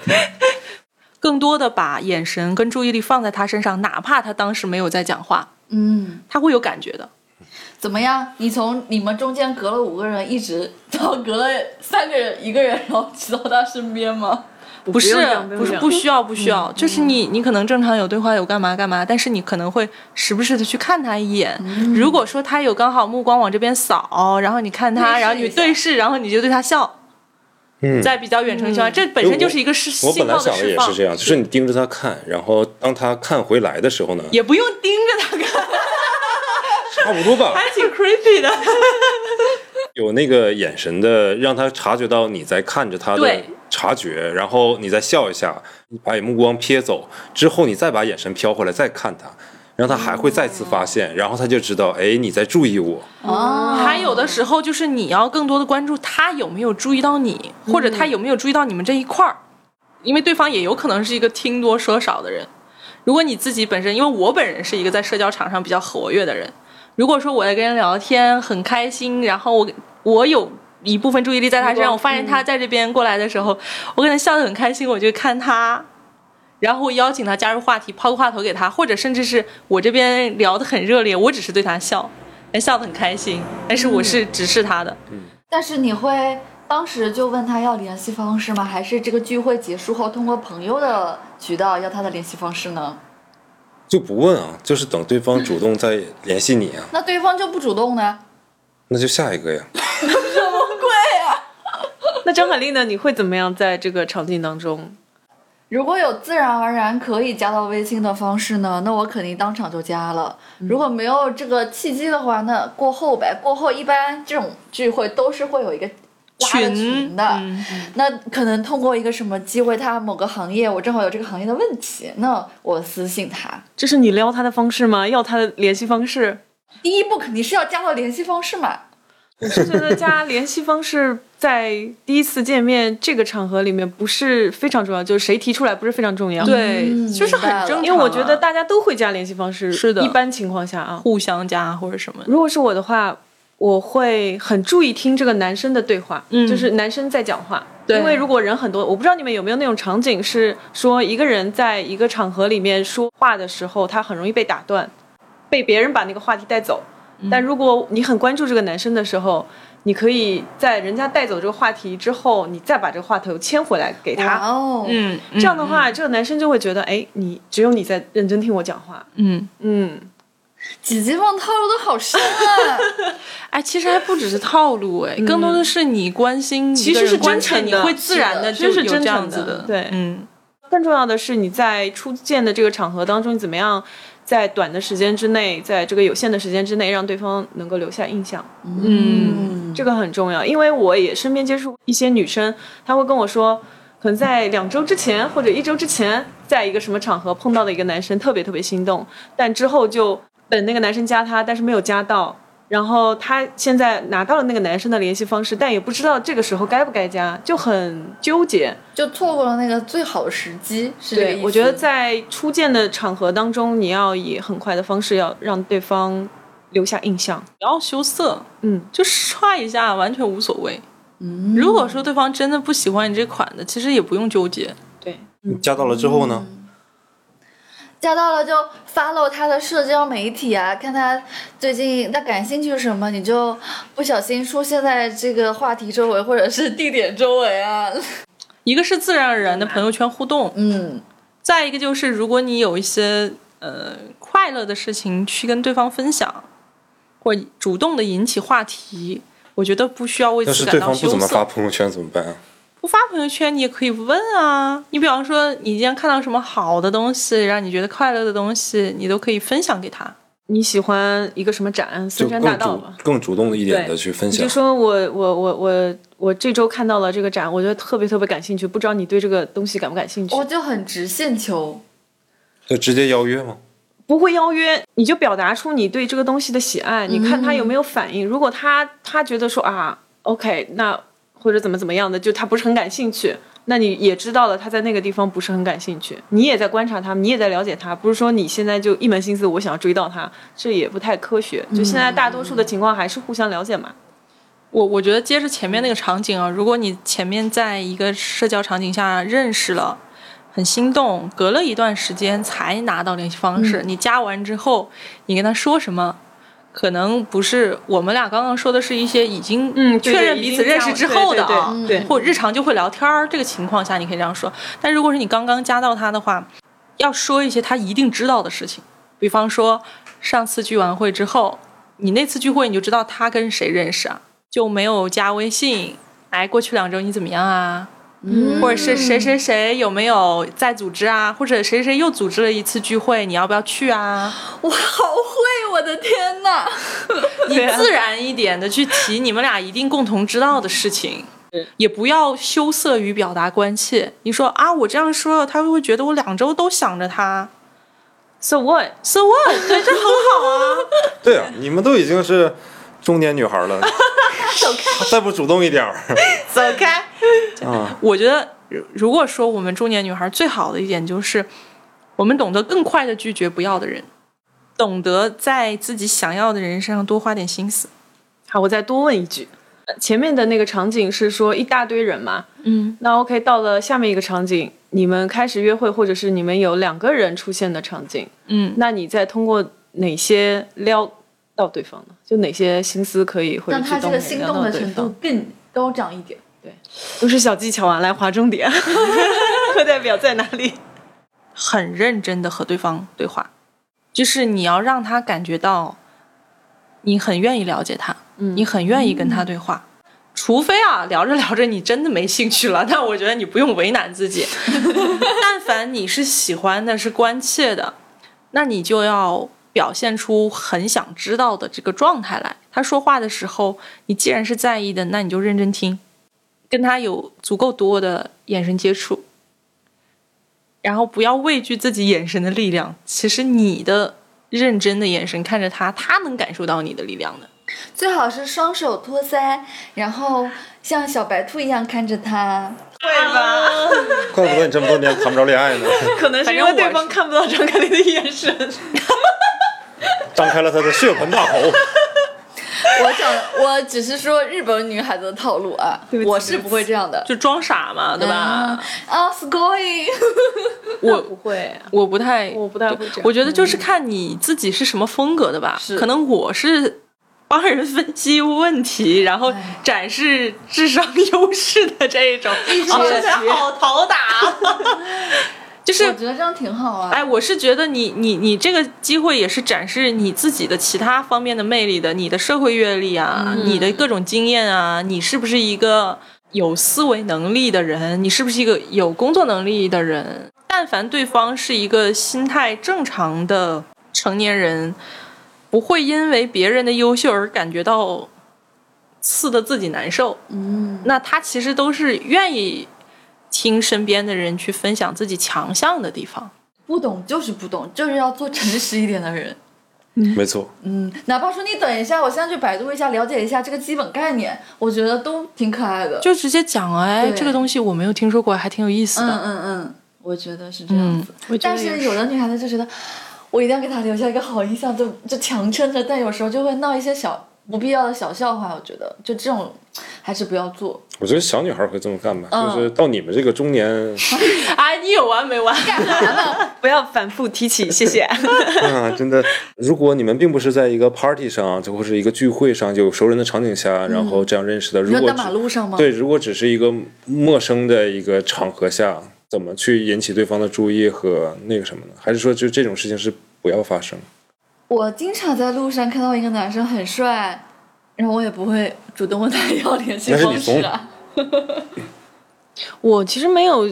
[SPEAKER 5] 更多的把眼神跟注意力放在他身上，哪怕他当时没有在讲话，
[SPEAKER 1] 嗯，
[SPEAKER 5] 他会有感觉的。
[SPEAKER 1] 怎么样？你从你们中间隔了五个人，一直到隔了三个人，一个人，然后骑到他身边吗？
[SPEAKER 2] 不
[SPEAKER 5] 不是
[SPEAKER 2] 用这样，
[SPEAKER 5] 不
[SPEAKER 2] 用
[SPEAKER 5] 是
[SPEAKER 2] 这样
[SPEAKER 5] 不需要不需要，就是你你可能正常有对话有干嘛干嘛，但是你可能会时不时的去看他一眼。如果说他有刚好目光往这边扫，然后你看
[SPEAKER 1] 对
[SPEAKER 5] 他，
[SPEAKER 1] 视
[SPEAKER 5] 然后你
[SPEAKER 1] 一下
[SPEAKER 5] 对视，然后你就对他笑，
[SPEAKER 3] 嗯，
[SPEAKER 5] 在比较远程情况下，这本身就是一个是
[SPEAKER 3] 我
[SPEAKER 5] 信
[SPEAKER 3] 本来
[SPEAKER 5] 号的
[SPEAKER 3] 想的
[SPEAKER 5] 释
[SPEAKER 3] 也
[SPEAKER 5] 放
[SPEAKER 3] 是，这样，就是你盯着他看，然后当他看回来的时候呢，
[SPEAKER 5] 也不用盯着他看，
[SPEAKER 3] 差不多吧，
[SPEAKER 5] 还挺 creepy 的。
[SPEAKER 3] 有那个眼神的，让他察觉到你在看着他的
[SPEAKER 5] 对
[SPEAKER 3] 察觉，然后你再笑一下，你把目光瞥走之后，你再把眼神飘回来再看他，然后他还会再次发现，然后他就知道，哎，你在注意我。
[SPEAKER 1] 啊，
[SPEAKER 5] 还有的时候就是你要更多的关注他有没有注意到你，或者他有没有注意到你们这一块儿，因为对方也有可能是一个听多说少的人。如果你自己本身，因为我本人是一个在社交场上比较活跃的人，如果说我在跟人聊天很开心，然后我我有一部分注意力在他身上，我发现他在这边过来的时候，我可能笑得很开心，我就看他。然后邀请他加入话题，抛个话头给他，或者甚至是我这边聊得很热烈，我只是对他笑，哎，笑得很开心，但是
[SPEAKER 2] 嗯
[SPEAKER 5] 我是直视他的，
[SPEAKER 1] 但是你会当时就问他要联系方式吗？还是这个聚会结束后通过朋友的渠道要他的联系方式呢？
[SPEAKER 3] 就不问啊，就是等对方主动再联系你啊，
[SPEAKER 1] 那对方就不主动呢？
[SPEAKER 3] 那就下一个呀。
[SPEAKER 2] 那张海丽呢？你会怎么样在这个场景当中？
[SPEAKER 1] 如果有自然而然可以加到微信的方式呢，那我肯定当场就加了。如果没有这个契机的话，那过后呗。过后一般这种聚会都是会有一个拉的群的，
[SPEAKER 5] 嗯
[SPEAKER 1] 那可能通过一个什么机会，他某个行业我正好有这个行业的问题，那我私信他。
[SPEAKER 2] 这是你撩他的方式吗？要他的联系方式？
[SPEAKER 1] 第一步肯定是要加到联系方式嘛。
[SPEAKER 2] 我是觉得加联系方式在第一次见面这个场合里面不是非常重要，就是谁提出来不是非常重要。，
[SPEAKER 5] 对，就是很
[SPEAKER 1] 明白了
[SPEAKER 5] 正常、
[SPEAKER 2] 因为我觉得大家都会加联系方式，
[SPEAKER 5] 是的
[SPEAKER 2] 一般情况下啊。
[SPEAKER 5] 互相加或者什么，
[SPEAKER 2] 如果是我的话，我会很注意听这个男生的对话，
[SPEAKER 5] 嗯
[SPEAKER 2] 就是男生在讲话。
[SPEAKER 5] 对
[SPEAKER 2] 因为如果人很多，我不知道你们有没有那种场景是说一个人在一个场合里面说话的时候，他很容易被打断，被别人把那个话题带走。但如果你很关注这个男生的时候，你可以在人家带走这个话题之后，你再把这个话头牵回来给
[SPEAKER 1] 哇
[SPEAKER 2] 他。
[SPEAKER 1] 哦，
[SPEAKER 5] 嗯，嗯
[SPEAKER 2] 这样的，话，这个男生就会觉得，哎，你只有你在认真听我讲话。
[SPEAKER 5] 嗯，
[SPEAKER 2] 嗯，
[SPEAKER 1] 姐姐们套路都好深啊！
[SPEAKER 5] 哎，其实还不只是套路，哎，更多的是你关心一
[SPEAKER 2] 嗯其
[SPEAKER 5] 个
[SPEAKER 2] 实
[SPEAKER 5] 人，
[SPEAKER 2] 是真
[SPEAKER 5] 关键
[SPEAKER 2] 诚
[SPEAKER 5] 你
[SPEAKER 2] 的
[SPEAKER 5] 会自然的
[SPEAKER 2] 是
[SPEAKER 5] 就
[SPEAKER 2] 的其实是
[SPEAKER 5] 有
[SPEAKER 2] 真
[SPEAKER 5] 这样
[SPEAKER 2] 诚
[SPEAKER 5] 子
[SPEAKER 2] 的
[SPEAKER 5] 的，
[SPEAKER 2] 对
[SPEAKER 5] 嗯，
[SPEAKER 2] 更重要的是，你在初见的这个场合当中，你怎么样在短的时间之内，在这个有限的时间之内，让对方能够留下印象，
[SPEAKER 1] 嗯，
[SPEAKER 2] 这个很重要。因为我也身边接触一些女生，她会跟我说，可能在两周之前或者一周之前，在一个什么场合碰到的一个男生，特别特别心动，但之后就等那个男生加她，但是没有加到。然后她现在拿到了那个男生的联系方式，但也不知道这个时候该不该加，就很纠结。
[SPEAKER 1] 就错过了那个最好的时机，是这个意
[SPEAKER 2] 对，
[SPEAKER 1] 思
[SPEAKER 2] 我觉得在初见的场合当中，你要以很快的方式要让对方留下印象。
[SPEAKER 5] 不要羞涩，
[SPEAKER 2] 嗯，
[SPEAKER 5] 就刷一下完全无所谓。
[SPEAKER 1] 嗯
[SPEAKER 5] 如果说对方真的不喜欢你这款的，其实也不用纠结，
[SPEAKER 2] 对，
[SPEAKER 3] 加到了之后呢，
[SPEAKER 1] 加到了就 follow 他的社交媒体啊，看他最近他感兴趣什么，你就不小心出现在这个话题周围或者是地点周围啊。
[SPEAKER 5] 一个是自然而然的朋友圈互动，
[SPEAKER 1] 嗯，
[SPEAKER 5] 再一个就是，如果你有一些呃快乐的事情去跟对方分享，或主动的引起话题，我觉得不需要为
[SPEAKER 3] 要
[SPEAKER 5] 此
[SPEAKER 3] 是
[SPEAKER 5] 感
[SPEAKER 3] 对
[SPEAKER 5] 到
[SPEAKER 3] 方不
[SPEAKER 5] 羞
[SPEAKER 3] 怎么
[SPEAKER 5] 涩
[SPEAKER 3] 发。朋友圈怎么办啊？
[SPEAKER 5] 不发朋友圈，你也可以问啊。你比方说，你今天看到什么好的东西，让你觉得快乐的东西，你都可以分享给他。
[SPEAKER 2] 你喜欢一个什么展？
[SPEAKER 3] 就
[SPEAKER 2] 森山大
[SPEAKER 3] 更
[SPEAKER 2] 道
[SPEAKER 3] 主
[SPEAKER 2] 吧。
[SPEAKER 3] 更主动一点的去分
[SPEAKER 2] 你
[SPEAKER 3] 享
[SPEAKER 2] 就。说我我我我我这周看到了这个展，我觉得特别特别感兴趣，不知道你对这个东西感不感兴趣？
[SPEAKER 1] 我就很直线球，
[SPEAKER 3] 就直接邀约吗？
[SPEAKER 2] 不会邀约，你就表达出你对这个东西的喜爱，你看他有没有反应。如果他他觉得说啊，OK，那或者怎么怎么样的，就他不是很感兴趣，那你也知道了他在那个地方不是很感兴趣，你也在观察他，你也在了解他，不是说你现在就一门心思我想要追到他，这也不太科学。就现在大多数的情况还是互相了解嘛。
[SPEAKER 5] 我我觉得接着前面那个场景啊，如果你前面在一个社交场景下认识了，很心动，隔了一段时间才拿到联系方
[SPEAKER 2] 嗯
[SPEAKER 5] 式，你加完之后，你跟他说什么，可能不是我们俩刚刚说的是一些已经
[SPEAKER 2] 嗯对对
[SPEAKER 5] 确认彼此认识之后的啊，
[SPEAKER 2] 已经加对对对对
[SPEAKER 5] 或日常就会聊天儿这个情况下，你可以这样说。但如果是你刚刚加到他的话，要说一些他一定知道的事情，比方说上次聚完会之后，你那次聚会你就知道他跟谁认识啊，就没有加微信。哎，过去两周你怎么样啊？
[SPEAKER 1] 嗯
[SPEAKER 5] 或者是谁谁谁有没有在组织啊？或者谁谁谁又组织了一次聚会，你要不要去啊？
[SPEAKER 1] (laughs) 我好会，我的天呐！
[SPEAKER 5] 你自然一点的去提你们俩一定共同知道的事情，也不要羞涩于表达关切。你说啊，我这样说了，他会不会觉得我两周都想着他
[SPEAKER 2] So what？
[SPEAKER 5] ？So what？对，这很好啊。
[SPEAKER 3] 对啊，你们都已经是中年女孩了，再不主动一点儿
[SPEAKER 5] 走开。
[SPEAKER 3] 啊！
[SPEAKER 5] 我觉得，如如果说我们中年女孩最好的一点就是，我们懂得更快的拒绝不要的人，懂得在自己想要的人身上多花点心思。
[SPEAKER 2] 好，我再多问一句，呃前面的那个场景是说一大堆人嘛，
[SPEAKER 5] 嗯，
[SPEAKER 2] 那 OK，到了下面一个场景，你们开始约会，或者是你们有两个人出现的场景，
[SPEAKER 5] 嗯，
[SPEAKER 2] 那你再通过哪些撩到对方呢？就哪些心思可以或者
[SPEAKER 1] 让他
[SPEAKER 2] 举
[SPEAKER 1] 这
[SPEAKER 2] 动
[SPEAKER 1] 个
[SPEAKER 2] 可以
[SPEAKER 1] 心
[SPEAKER 2] 撩
[SPEAKER 1] 动
[SPEAKER 2] 到
[SPEAKER 1] 的
[SPEAKER 2] 对
[SPEAKER 1] 程度
[SPEAKER 2] 方，
[SPEAKER 1] 更高涨一点。
[SPEAKER 2] 都是小技巧啊，来划重点，
[SPEAKER 1] (laughs)
[SPEAKER 2] 课 (laughs) 代表在哪里？
[SPEAKER 5] 很认真的和对方对话，就是你要让他感觉到你很愿意了解他，
[SPEAKER 2] 嗯
[SPEAKER 5] 你很愿意跟他对话。除非啊，聊着聊着你真的没兴趣了，那我觉得你不用为难自
[SPEAKER 2] (laughs)
[SPEAKER 5] 己。但凡你是喜欢的、是关切的，那你就要表现出很想知道的这个状态来。他说话的时候，你既然是在意的，那你就认真听，跟他有足够多的眼神接触，然后不要畏惧自己眼神的力量。其实你的认真的眼神看着他，他能感受到你的力量的。
[SPEAKER 1] 最好是双手托腮，然后像小白兔一样看着他。
[SPEAKER 2] 对吧？
[SPEAKER 3] 怪不得你这么多年谈不着恋
[SPEAKER 1] (laughs)
[SPEAKER 3] 爱呢，
[SPEAKER 2] 可能是因为
[SPEAKER 5] 反正我
[SPEAKER 2] 对方看不到张凯丽的眼神。
[SPEAKER 3] 张开了他的血盆大口。
[SPEAKER 1] 我想，我只是说日本女孩子的套路啊，
[SPEAKER 2] 不起
[SPEAKER 1] 我是不会这样的，
[SPEAKER 5] 就装傻嘛，对吧？
[SPEAKER 1] 啊，scoring、s c
[SPEAKER 2] (laughs)
[SPEAKER 1] o r i n g
[SPEAKER 5] 我
[SPEAKER 2] 不会，
[SPEAKER 1] 啊
[SPEAKER 5] 我不太，
[SPEAKER 2] 我不太会这样嗯
[SPEAKER 5] 我觉得就是看你自己是什么风格的吧。
[SPEAKER 1] 是
[SPEAKER 5] 可能我是帮人分析问题，然后
[SPEAKER 2] 哎
[SPEAKER 5] 展示智商优势的这一种。啊，这才好讨打。
[SPEAKER 2] 啊
[SPEAKER 5] 就是
[SPEAKER 1] 我觉得这样挺好啊。
[SPEAKER 5] 哎，我是觉得你你你这个机会也是展示你自己的其他方面的魅力的，你的社会阅历啊，你的各种经验啊，你是不是一个有思维能力的人？你是不是一个有工作能力的人？但凡对方是一个心态正常的成年人，不会因为别人的优秀而感觉到刺得自己难受。嗯，那他其实都是愿意听身边的人去分享自己强项的地方。
[SPEAKER 1] 不懂就是不懂，就是要做诚实一点的人。
[SPEAKER 3] 没错，
[SPEAKER 1] 嗯，哪怕说你等一下，我现在去百度一下，了解一下这个基本概念，我觉得都挺可爱的。
[SPEAKER 5] 就直接讲哎，
[SPEAKER 1] 对
[SPEAKER 5] 这个东西我没有听说过，还挺有意思
[SPEAKER 1] 嗯
[SPEAKER 5] 的。
[SPEAKER 1] 嗯嗯，我觉得是这样
[SPEAKER 2] 嗯
[SPEAKER 1] 子。但
[SPEAKER 2] 也
[SPEAKER 1] 是有的女孩子就觉得，我一定要给她留下一个好印象，就就强撑着，但有时候就会闹一些小不必要的小笑话。我觉得就这种还是不要做。
[SPEAKER 3] 我觉得小女孩会这么干吧，
[SPEAKER 1] 嗯
[SPEAKER 3] 就是到你们这个中年，
[SPEAKER 5] 哎，你有完没完？ (laughs)
[SPEAKER 2] 不要反复提起，谢谢。
[SPEAKER 3] 啊，真的，如果你们并不是在一个 party 上，就或是一个聚会上有熟人的场景下，然后这样认识的，如
[SPEAKER 1] 你说
[SPEAKER 3] 果
[SPEAKER 1] 嗯在马
[SPEAKER 3] 只
[SPEAKER 1] 路上吗？
[SPEAKER 3] 对，如果只是一个陌生的一个场合下，怎么去引起对方的注意和那个什么呢？还是说就这种事情是不要发生？
[SPEAKER 1] 我经常在路上看到一个男生很帅，然后我也不会主动问他要联系
[SPEAKER 3] 那是你
[SPEAKER 1] 方式啊。
[SPEAKER 2] 我其实没有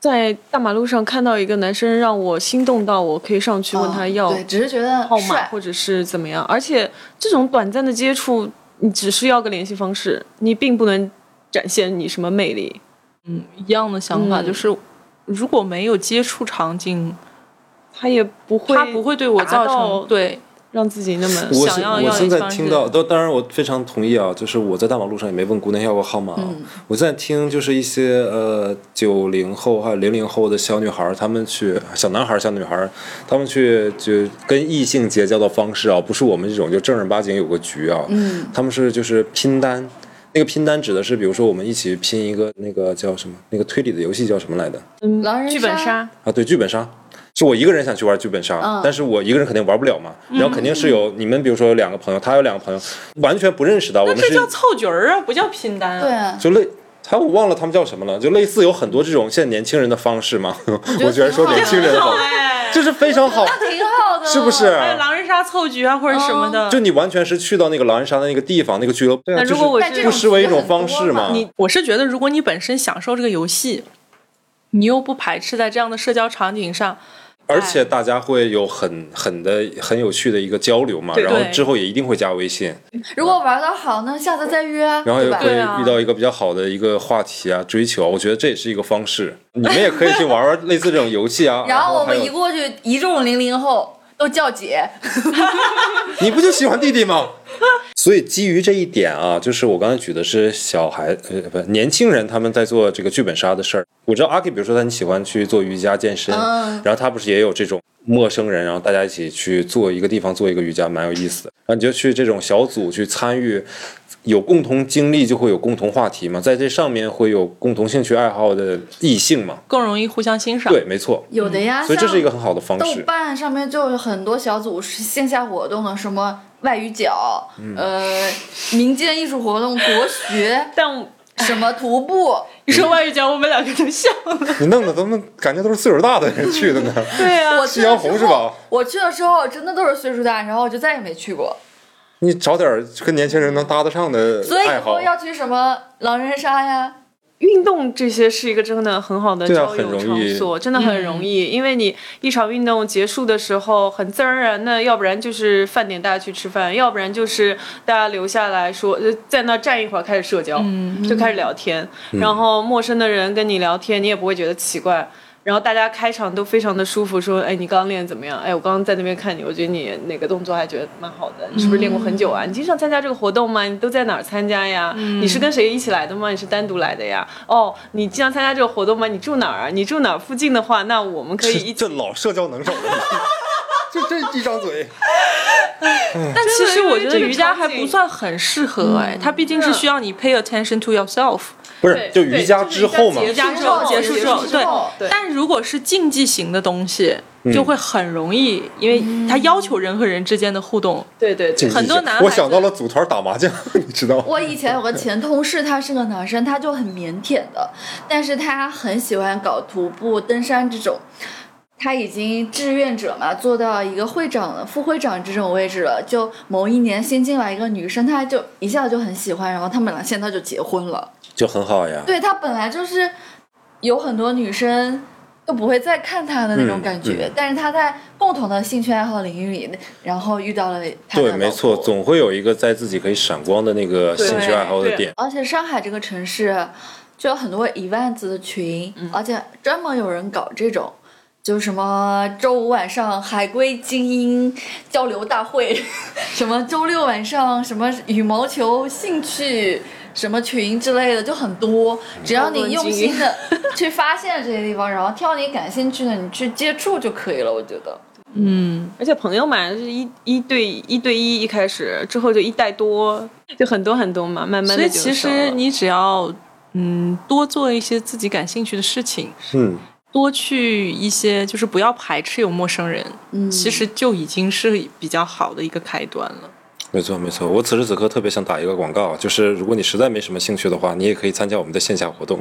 [SPEAKER 2] 在大马路上看到一个男生让我心动到我可以上去问他要
[SPEAKER 1] 哦对，只是觉得
[SPEAKER 2] 号码
[SPEAKER 1] 帅，
[SPEAKER 2] 或者是怎么样，而且这种短暂的接触，你只是要个联系方式，你并不能展现你什么魅力。
[SPEAKER 5] 一样的想法，
[SPEAKER 2] 嗯
[SPEAKER 5] 就是如果没有接触场景，
[SPEAKER 2] 他也不会，
[SPEAKER 5] 他不会对我造
[SPEAKER 2] 达到
[SPEAKER 5] 成对
[SPEAKER 2] 让自己那么
[SPEAKER 3] 我
[SPEAKER 5] 想
[SPEAKER 3] 是
[SPEAKER 5] 要
[SPEAKER 3] 我
[SPEAKER 5] 要
[SPEAKER 3] 现
[SPEAKER 5] 一
[SPEAKER 3] 在
[SPEAKER 5] 方
[SPEAKER 3] 听
[SPEAKER 5] 式
[SPEAKER 3] 到，都当然我非常同意啊，就是我在大马路上也没问姑娘要过号码、啊。
[SPEAKER 5] 嗯
[SPEAKER 3] 我在听就是一些呃九零后还有零零后的小女孩儿，她们去小男孩儿、小女孩儿，她们去就跟异性结交的方式啊，不是我们这种就正儿八经有个局啊，嗯，他们是就是拼单。那个拼单指的是，比如说我们一起拼一个那个叫什么，那个推理的游戏叫什么来的？
[SPEAKER 1] 狼人
[SPEAKER 2] 剧本杀，
[SPEAKER 3] 啊，对，剧本杀。是我一个人想去玩剧本杀，但是我一个人肯定玩不了嘛。然后肯定是有你们，比如说有两个朋友，他有两个朋友，完全不认识的。我们
[SPEAKER 5] 这
[SPEAKER 3] 是
[SPEAKER 5] 叫凑局儿啊，不叫拼单啊。
[SPEAKER 1] 对啊，
[SPEAKER 3] 就类，他我忘了他们叫什么了，就类似有很多这种现在年轻人的方式嘛。 (laughs) 我居然说年轻人的方式，
[SPEAKER 5] 哎，
[SPEAKER 3] 就是非常好，
[SPEAKER 1] 挺好的，
[SPEAKER 3] 是不是？
[SPEAKER 5] 还有狼人杀凑局啊，或者什么的。
[SPEAKER 1] 哦
[SPEAKER 3] 就你完全是去到那个狼人杀的那个地方，那个俱乐部，对啊，
[SPEAKER 2] 那
[SPEAKER 3] 就
[SPEAKER 2] 如果我
[SPEAKER 3] 是
[SPEAKER 1] 但这
[SPEAKER 2] 是
[SPEAKER 3] 不
[SPEAKER 1] 种
[SPEAKER 3] 失为一种
[SPEAKER 1] 很多
[SPEAKER 3] 方式嘛
[SPEAKER 1] 嘛。
[SPEAKER 3] 你
[SPEAKER 5] 我是觉得，如果你本身享受这个游戏，你又不排斥在这样的社交场景上，
[SPEAKER 3] 而且大家会有很很的很有趣的一个交流嘛，然后
[SPEAKER 5] 对
[SPEAKER 3] 之后也一定会加微信。
[SPEAKER 1] 如果玩的好呢，下次再约啊，
[SPEAKER 3] 然后
[SPEAKER 1] 对
[SPEAKER 3] 也
[SPEAKER 1] 吧
[SPEAKER 3] 会？
[SPEAKER 5] 对啊
[SPEAKER 3] 遇到一个比较好的一个话题啊，追求啊，我觉得这也是一个方式。你们也可以去玩玩类似这种游戏啊。
[SPEAKER 1] (laughs) 然后我
[SPEAKER 3] 还
[SPEAKER 1] 们
[SPEAKER 3] 有
[SPEAKER 1] 一过去，一众零零后都叫姐，
[SPEAKER 3] 你不就喜欢弟弟吗？ (laughs) 所以基于这一点啊，就是我刚才举的是小孩呃不年轻人他们在做这个剧本杀的事儿。我知道阿 K，比如说他很喜欢去做瑜伽健身，
[SPEAKER 1] 嗯
[SPEAKER 3] 然后他不是也有这种陌生人，然后大家一起去做一个地方做一个瑜伽，蛮有意思的。然后你就去这种小组去参与，有共同经历就会有共同话题嘛，在这上面会有共同兴趣爱好的异性嘛。
[SPEAKER 5] 更容易互相欣赏。
[SPEAKER 3] 对，没错。
[SPEAKER 1] 有的呀。
[SPEAKER 3] 所以这是一个很
[SPEAKER 1] 像
[SPEAKER 3] 好的方
[SPEAKER 1] 豆
[SPEAKER 3] 式。
[SPEAKER 1] 瓣上面就有很多小组是线下活动的，什么外语角，
[SPEAKER 3] 嗯
[SPEAKER 1] 呃，民间艺术活动、国
[SPEAKER 5] (laughs)
[SPEAKER 1] 学，
[SPEAKER 2] 但
[SPEAKER 1] (laughs) 什么徒步，
[SPEAKER 5] 你说外语角，我们两个都笑了。
[SPEAKER 3] 你弄得咱们感觉都是岁数大的人去的呢。
[SPEAKER 2] 对
[SPEAKER 5] 哎
[SPEAKER 2] 啊，
[SPEAKER 1] 我
[SPEAKER 3] 夕
[SPEAKER 1] 去
[SPEAKER 3] 阳
[SPEAKER 1] 的时
[SPEAKER 3] 红
[SPEAKER 1] 候
[SPEAKER 3] 是吧？
[SPEAKER 1] 我去的时候真的都是岁数大，然后我就再也没去过。
[SPEAKER 3] 你找点儿跟年轻人能搭得上的
[SPEAKER 1] 所以以
[SPEAKER 3] 爱好
[SPEAKER 5] 哎
[SPEAKER 1] 后，
[SPEAKER 3] (laughs)
[SPEAKER 1] 要去什么狼人杀呀？
[SPEAKER 2] 运动这些是一个真的很好的
[SPEAKER 3] 对
[SPEAKER 2] 交
[SPEAKER 3] 啊很容
[SPEAKER 2] 友场
[SPEAKER 3] 易
[SPEAKER 2] 所，真的很容易，因为你一场运动结束的时候，很自然而然的，要不然就是饭点大家去吃饭，要不然就是大家留下来说，呃在那站一会儿开始社交，就开始聊天，然后陌生的人跟你聊天，你也不会觉得奇怪。然后大家开场都非常的舒服，说，哎，你刚刚练得怎么样？哎，我刚刚在那边看你，我觉得你哪个动作还觉得蛮好的，你是不是练过很久啊？你经常参加这个活动吗？你都在哪儿参加呀？你是跟谁一起来的吗？你是单独来的呀？哦，你经常参加这个活动吗？你住哪儿啊？你住哪儿附近的话，那我们可以一起。
[SPEAKER 3] 这老社交能手了， (laughs) 就这一张嘴。
[SPEAKER 5] 但其实我觉得
[SPEAKER 2] 这个
[SPEAKER 5] 瑜伽还
[SPEAKER 2] 场景嗯
[SPEAKER 5] 不算很适合哎，它毕竟是需要你 pay attention to yourself。
[SPEAKER 3] 不是
[SPEAKER 2] 对，
[SPEAKER 3] 就瑜伽之后嘛
[SPEAKER 2] 对，
[SPEAKER 5] 瑜伽
[SPEAKER 1] 结
[SPEAKER 5] 之
[SPEAKER 1] 束
[SPEAKER 5] 后结
[SPEAKER 1] 之
[SPEAKER 5] 束之
[SPEAKER 1] 后
[SPEAKER 5] 后，
[SPEAKER 1] 结束之后
[SPEAKER 5] 对。但如果是竞技型的东西，就会很容易，因
[SPEAKER 2] 嗯
[SPEAKER 5] 为它要求人和人之间的互动。
[SPEAKER 2] 对对对，
[SPEAKER 5] 很多男孩子
[SPEAKER 3] 我想到了组团打麻将， (laughs) 你知道吗？
[SPEAKER 1] 我以前有个前同事，他是个男生，他就很腼腆的，但是他很喜欢搞徒步、登山这种。他已经志愿者嘛，做到一个会长了、副会长这种位置了。就某一年新进来一个女生，他就一下就很喜欢，然后他们俩现在就结婚了。
[SPEAKER 3] 就很好呀。
[SPEAKER 1] 对他本来就是有很多女生都不会再看他的那种感觉，
[SPEAKER 3] 嗯
[SPEAKER 1] 但是他在共同的兴趣爱好领域里，然后遇到了他的
[SPEAKER 3] 对，没错，
[SPEAKER 1] 老婆
[SPEAKER 3] 总会有一个在自己可以闪光的那个兴趣爱好的点。
[SPEAKER 1] 而且上海这个城市就有很多 events 的群，
[SPEAKER 5] 嗯
[SPEAKER 1] 而且专门有人搞这种。就什么周五晚上海归精英交流大会， (laughs) 什么周六晚上什么羽毛球兴趣什么群之类的，就很多。
[SPEAKER 5] 嗯
[SPEAKER 1] 只要你用心的去发现这些地方，然后挑你感兴趣的，你去接触就可以了。我觉得，
[SPEAKER 2] 而且朋友嘛，就是一一对一对一，一开始之后就一带多，就很多很多嘛，慢慢
[SPEAKER 5] 所
[SPEAKER 2] 的
[SPEAKER 5] 以
[SPEAKER 2] 就
[SPEAKER 5] 其
[SPEAKER 2] 少了
[SPEAKER 5] 实你只要嗯多做一些自己感兴趣的事情，
[SPEAKER 3] 嗯，
[SPEAKER 5] 多去一些，就是不要排斥有陌生人，
[SPEAKER 1] 嗯，
[SPEAKER 5] 其实就已经是比较好的一个开端了。
[SPEAKER 3] 没错没错。我此时此刻特别想打一个广告，就是如果你实在没什么兴趣的话，你也可以参加我们的线下活动。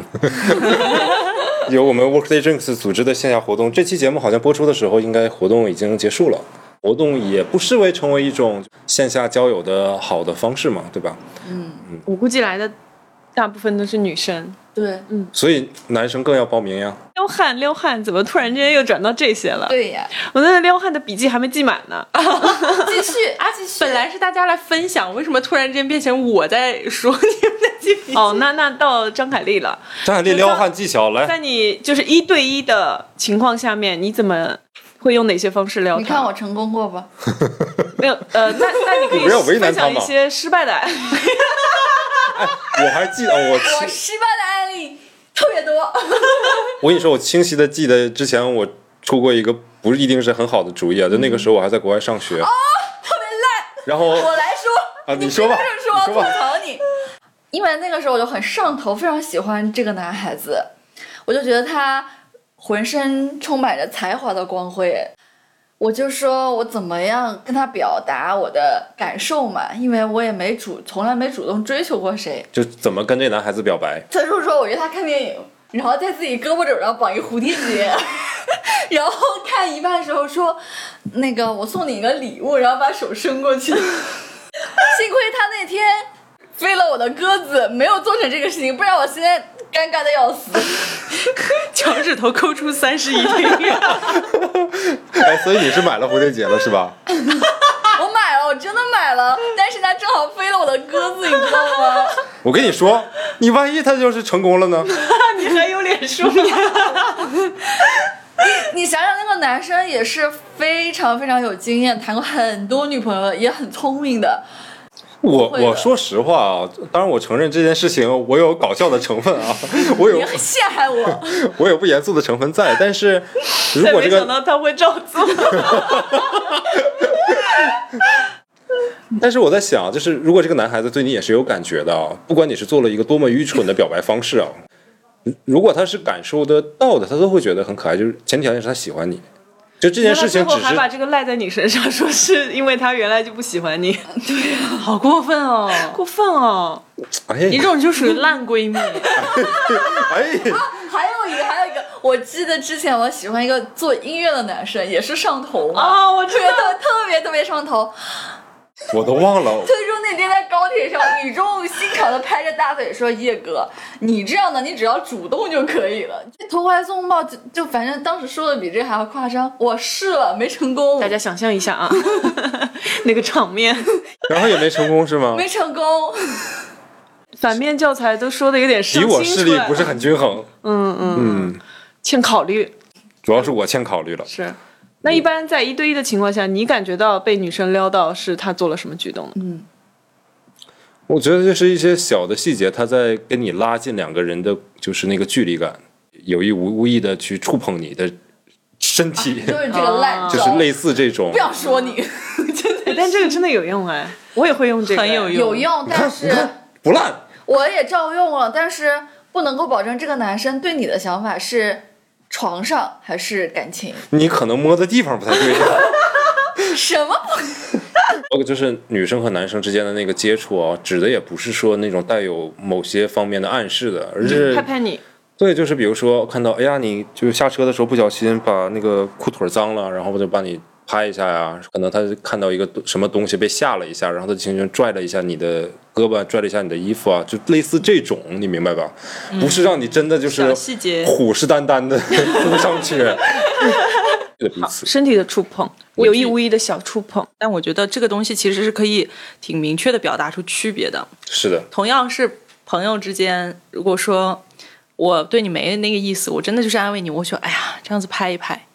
[SPEAKER 3] (laughs) 有我们 Workday Drinks 组织的线下活动，这期节目好像播出的时候，应该活动已经结束了。活动也不失为成为一种线下交友的好的方式嘛，对吧？
[SPEAKER 2] 我估计来的大部分都是女生。
[SPEAKER 1] 对
[SPEAKER 3] 所以男生更要报名呀。
[SPEAKER 2] 撩汉，撩汉，怎么突然之间又转到这些了？
[SPEAKER 1] 对
[SPEAKER 5] (laughs)
[SPEAKER 1] 呀，
[SPEAKER 2] 我那撩汉的笔记还没记满呢。
[SPEAKER 5] 啊
[SPEAKER 1] 继续啊，继续。
[SPEAKER 5] 本来是大家来分享，为什么突然之间变成我在说你 (laughs) 们在记笔
[SPEAKER 2] 哦，那那到张凯丽了，
[SPEAKER 3] 张海丽撩汉技巧来
[SPEAKER 2] 在，你就是一对一的情况下面，你怎么会用哪些方式撩他？
[SPEAKER 1] 你看我成功
[SPEAKER 5] (laughs)
[SPEAKER 1] 过吧？
[SPEAKER 2] 没有，呃，那那你可
[SPEAKER 3] 你不要为
[SPEAKER 2] 以
[SPEAKER 3] 难
[SPEAKER 2] 分
[SPEAKER 3] 他
[SPEAKER 2] 享一
[SPEAKER 3] 嘛
[SPEAKER 2] 些失败的案例。
[SPEAKER 3] 我还记得哦我
[SPEAKER 1] 我失败的案例特别多。
[SPEAKER 3] 我跟你说，我清晰的记得之前我出过一个不一定是很好的主意啊，就那个时候我还在国外上学，哦，特别烂。然后
[SPEAKER 1] 我来说
[SPEAKER 3] 啊你
[SPEAKER 1] 你
[SPEAKER 3] 说吧
[SPEAKER 1] 凭什
[SPEAKER 3] 你
[SPEAKER 1] 么说
[SPEAKER 3] 说
[SPEAKER 1] 我
[SPEAKER 3] 吧
[SPEAKER 1] 吐槽你？因为那个时候我就很上头，非常喜欢这个男孩子，我就觉得他浑身充满着才华的光辉。我就说我怎么样跟他表达我的感受嘛，因为我也没主，从来没主动追求过谁。
[SPEAKER 3] 就怎么跟这男孩子表白？
[SPEAKER 1] 他就说我约他看电影，然后在自己胳膊肘上绑一蝴蝶结， (laughs) 然后看一半的时候说，那个我送你一个礼物，然后把手伸过去。幸 (laughs) 亏他那天飞了我的鸽子，没有做成这个事情，不然我现在尴尬的要死。 (laughs)
[SPEAKER 5] 脚趾头抠出三室一厅，
[SPEAKER 3] (laughs) 哎，所以你是买了蝴蝶结了是吧？
[SPEAKER 1] 我买了，我真的买了，但是他正好飞了我的鸽子，你知道吗？ (laughs)
[SPEAKER 3] 我跟你说，你万一他就是成功了呢？
[SPEAKER 5] 你还有脸说？
[SPEAKER 1] 你想想，那个男生也是非常非常有经验，谈过很多女朋友，也很聪明的。
[SPEAKER 3] 我
[SPEAKER 1] 会的
[SPEAKER 3] 我说实话啊，当然我承认这件事情我有搞笑的成分啊， (laughs) 我有
[SPEAKER 1] 别陷害我，
[SPEAKER 3] 我有不严肃的成分在，但是
[SPEAKER 2] (laughs)
[SPEAKER 3] 如果这
[SPEAKER 2] 没想
[SPEAKER 3] 个，
[SPEAKER 2] 到他会照做。
[SPEAKER 3] 但是我在想，就是如果这个男孩子对你也是有感觉的啊，不管你是做了一个多么愚蠢的表白方式啊，如如果他是感受得到的，他都会觉得很可爱，就是前提条件是他喜欢你。就这件事情
[SPEAKER 2] 那他最
[SPEAKER 3] 只
[SPEAKER 2] 后还
[SPEAKER 3] 是
[SPEAKER 2] 把这个赖在你身上，说是因为他原来就不喜欢你，
[SPEAKER 5] 啊好过分哦！
[SPEAKER 2] 过分哦！
[SPEAKER 3] 哎
[SPEAKER 5] 你这种就属于烂闺蜜，
[SPEAKER 3] 哎，
[SPEAKER 2] (laughs)
[SPEAKER 1] (laughs) 还有一个，还有一个，我记得之前我喜欢一个做音乐的男生，也是上头嘛，
[SPEAKER 2] 啊我知
[SPEAKER 1] (laughs) 特别特特别特别上头。
[SPEAKER 3] 我都忘了，
[SPEAKER 1] 最终那天在高铁上，语重心长的拍着大腿说：“叶哥，你这样的，你只要主动就可以了。”这投怀送抱就就反正当时说的比这还要夸张。我试了，没成功，
[SPEAKER 2] 大家想象一下啊， (laughs) 那个场面，
[SPEAKER 3] (laughs) 然后也没成功是吗？
[SPEAKER 1] 没成功。 (laughs)
[SPEAKER 2] 反面教材都说的有点上
[SPEAKER 3] 敌
[SPEAKER 2] 心
[SPEAKER 3] 我势
[SPEAKER 2] 出
[SPEAKER 3] 力
[SPEAKER 1] 哎
[SPEAKER 2] 来
[SPEAKER 3] 不是很均衡，
[SPEAKER 2] 嗯嗯，
[SPEAKER 3] 嗯，
[SPEAKER 2] 欠考虑
[SPEAKER 3] 主要是我欠考虑了。
[SPEAKER 2] 是。那
[SPEAKER 3] 嗯
[SPEAKER 2] 一般在一对一的情况下，你感觉到被女生撩到是她做了什么举动呢？
[SPEAKER 3] 我觉得就是一些小的细节，它在跟你拉近两个人的，就是那个距离感，有意无意的去触碰你的身体，
[SPEAKER 1] 就是这个
[SPEAKER 3] (laughs)
[SPEAKER 1] 烂
[SPEAKER 3] 哦就
[SPEAKER 1] 招，
[SPEAKER 3] 是类似这种
[SPEAKER 1] 啊不。想说你
[SPEAKER 2] 哎但这个真的有用哎，我也会用这个，哎
[SPEAKER 5] 很有用。
[SPEAKER 1] 有用，但是
[SPEAKER 3] 不烂，
[SPEAKER 1] 我也照用了，但是不能够保证这个男生对你的想法是床上还是感情。
[SPEAKER 3] 你可能摸的地方不太对。 (laughs)
[SPEAKER 1] 什么不
[SPEAKER 3] 包括就是女生和男生之间的那个接触啊，指的也不是说那种带有某些方面的暗示的，而是
[SPEAKER 1] 嗯
[SPEAKER 2] 拍拍你，
[SPEAKER 3] 对，就是比如说看到，哎呀，你就下车的时候不小心把那个裤腿脏了，然后我就把你拍一下呀。可能他看到一个什么东西被吓了一下，然后他轻轻拽了一下你的胳膊，拽了一下你的衣服啊，就类似这种，你明白吧？不是让你真的就是
[SPEAKER 5] 小细节
[SPEAKER 3] 虎视眈眈的 (laughs) 扑上去，对彼此。
[SPEAKER 2] 身体的触碰，有意无意的小触碰，
[SPEAKER 5] 但我觉得这个东西其实是可以挺明确的表达出区别的。
[SPEAKER 3] 是的，
[SPEAKER 5] 同样是朋友之间，如果说我对你没那个意思，我真的就是安慰你，我说哎呀这样子拍一拍。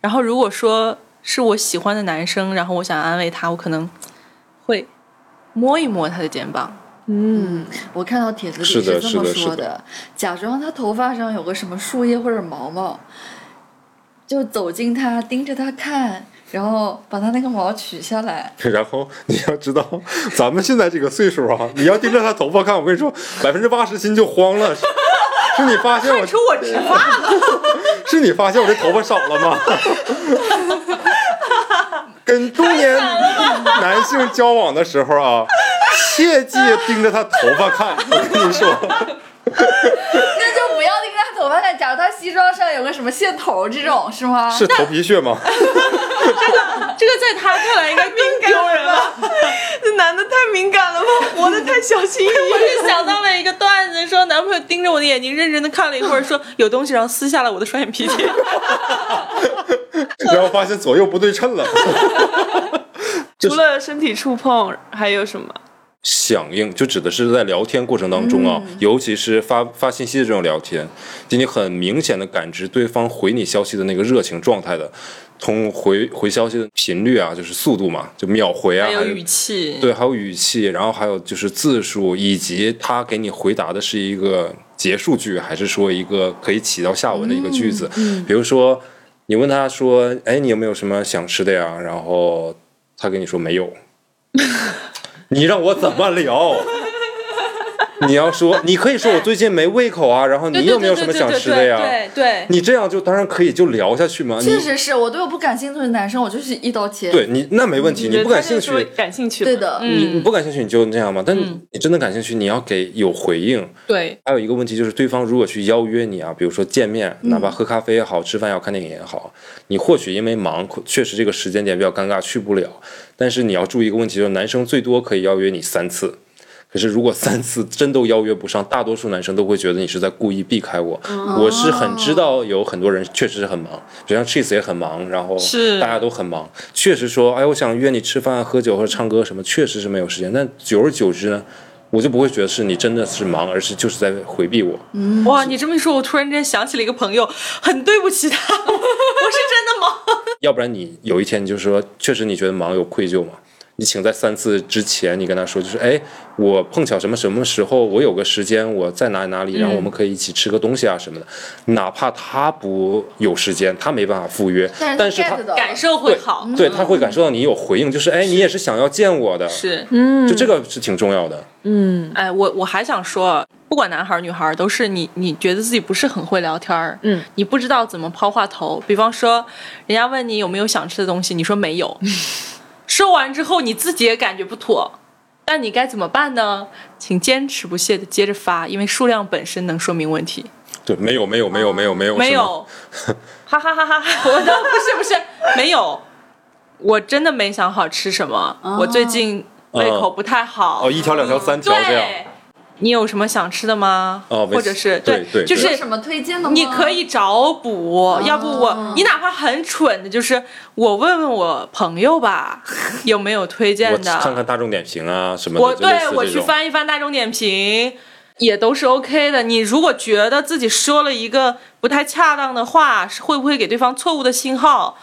[SPEAKER 5] 然后如果说是我喜欢的男生，然后我想安慰他，我可能会摸一摸他的肩膀。
[SPEAKER 2] 嗯，
[SPEAKER 1] 我看到帖子里
[SPEAKER 3] 是的
[SPEAKER 1] 这么
[SPEAKER 3] 是的
[SPEAKER 1] 说
[SPEAKER 3] 是的
[SPEAKER 1] 假装他头发上有个什么树叶或者毛毛，就走近他，盯着他看，然后把他那个毛取下来。
[SPEAKER 3] (laughs) 然后你要知道，咱们现在这个岁数啊，你要盯着他头发看，我跟你说，百分之八十心就慌了。是 (laughs) 是你发现我出我直发了？ (laughs) 是你发现我这头发少了吗？ (laughs) 跟中年男性交往的时候啊，切记盯着他头发看。我跟你说，
[SPEAKER 1] 那就不要盯着他头发看，假如他西装上有个什么线头这种是吗？
[SPEAKER 3] 是头皮屑吗？ (laughs)
[SPEAKER 4] 这个在他看来应该更丢人了。
[SPEAKER 2] 这男的太敏感了吧，活得太小心翼
[SPEAKER 4] 我
[SPEAKER 2] 翼。
[SPEAKER 4] 就想到了一个段子，说男朋友盯着我的眼睛认真的看了一会儿，说 (laughs) 有东西，然后撕下了我的双眼皮贴。
[SPEAKER 3] 然后发现左右不对称了。
[SPEAKER 2] 除了身体触碰，还有什么？
[SPEAKER 3] 响应就指的是在聊天过程当中啊，
[SPEAKER 5] 嗯
[SPEAKER 3] 尤其是发发信息的这种聊天，就你很明显的感知对方回你消息的那个热情状态的，从回回消息的频率啊，就是速度嘛，就秒回啊，
[SPEAKER 5] 还有
[SPEAKER 3] 还是
[SPEAKER 5] 语气，
[SPEAKER 3] 对，还有语气，然后还有就是字数，以及他给你回答的是一个结束句，还是说一个可以起到下文的一个句子。
[SPEAKER 4] 嗯
[SPEAKER 3] 比如说，你问他说：“哎，你有没有什么想吃的呀？”然后他跟你说没有， (laughs) 你让我怎么聊？你要说，你可以说我最近没胃口啊，然后
[SPEAKER 4] 对
[SPEAKER 3] 你
[SPEAKER 4] 对
[SPEAKER 3] 有没
[SPEAKER 4] 对
[SPEAKER 3] 有什
[SPEAKER 4] 对
[SPEAKER 3] 么
[SPEAKER 4] 对
[SPEAKER 3] 想
[SPEAKER 4] 对
[SPEAKER 3] 吃的呀？
[SPEAKER 4] 对对，
[SPEAKER 3] 你这样就当然可以就聊下去嘛。你
[SPEAKER 1] 确实是我对我不感兴趣的男生，我就是一刀切。
[SPEAKER 3] 对你那没问
[SPEAKER 4] 嗯
[SPEAKER 3] 题，你不感兴趣，
[SPEAKER 2] 他就说感兴趣了
[SPEAKER 1] 对，的，
[SPEAKER 3] 你
[SPEAKER 5] 嗯
[SPEAKER 3] 你不感兴趣你就那样嘛，但你真的感兴趣，你要给有回应。
[SPEAKER 5] 对，
[SPEAKER 3] 还有一个问题就是，对方如果去邀约你啊，比如说见面，哪怕喝咖啡也好，吃饭也好，看电影也好，你或许因为忙，确实这个时间点比较尴尬，去不了。但是你要注意一个问题，就是男生最多可以邀约你三次。可是，如果三次真都邀约不上，大多数男生都会觉得你是在故意避开我。我是很知道有很多人确实是很忙，比如像 Cheese 也很忙，然后
[SPEAKER 5] 是
[SPEAKER 3] 大家都很忙，确实说，哎，我想约你吃饭、喝酒或者唱歌什么，确实是没有时间。但久而久之呢，我就不会觉得是你真的是忙，而是就是在回避我。
[SPEAKER 5] 哇，你这么一说，我突然间想起了一个朋友，很对不起他，我是真的忙。
[SPEAKER 3] 要不然你有一天你就说，确实你觉得忙有愧疚嘛？你请在三次之前，你跟他说，就是哎，我碰巧什么什么时候我有个时间，我在哪里哪里，然后我们可以一起吃个东西啊什么的。哪怕他不有时间，他没办法赴约，但
[SPEAKER 1] 但
[SPEAKER 3] 是他
[SPEAKER 1] get 到
[SPEAKER 5] 感受会好，
[SPEAKER 3] 对他会感受到你有回应，就是哎，你也是想要见我的，
[SPEAKER 5] 是，
[SPEAKER 3] 就这个是挺重要的。
[SPEAKER 5] 哎，我我还想说，不管男孩儿女孩儿，都是你你觉得自己不是很会聊天儿，
[SPEAKER 2] 嗯，
[SPEAKER 5] 你不知道怎么抛话头。比方说，人家问你有没有想吃的东西，你说没 (laughs) 有，说完之后你自己也感觉不妥，但你该怎么办呢？请坚持不懈的接着发，因为数量本身能说明问题。
[SPEAKER 3] 对，没有没有没有没有没有
[SPEAKER 5] 哦没
[SPEAKER 3] 是吗
[SPEAKER 5] 有， (laughs) 哈哈哈哈！我的不是不是没有，我真的没想好吃什么，我最近胃口不太好。
[SPEAKER 3] 嗯哦，一条两条三条这样。
[SPEAKER 5] 对，你有什么想吃的吗？
[SPEAKER 3] 哦没
[SPEAKER 5] 或者是
[SPEAKER 3] 对对
[SPEAKER 5] 就
[SPEAKER 1] 有
[SPEAKER 5] 是
[SPEAKER 1] 什么推荐的吗？
[SPEAKER 5] 你可以找补，要不我你哪怕很蠢的，就是我问问我朋友吧，有没有推
[SPEAKER 3] 我
[SPEAKER 5] 荐的？
[SPEAKER 3] 看看大众点评啊什么的，
[SPEAKER 5] 我
[SPEAKER 3] 就类似
[SPEAKER 5] 对我
[SPEAKER 3] 这
[SPEAKER 5] 去
[SPEAKER 3] 种
[SPEAKER 5] 翻一翻大众点评，也都是 OK 的。你如果觉得自己说了一个不太恰当的话，是会不会给对方错误的信号？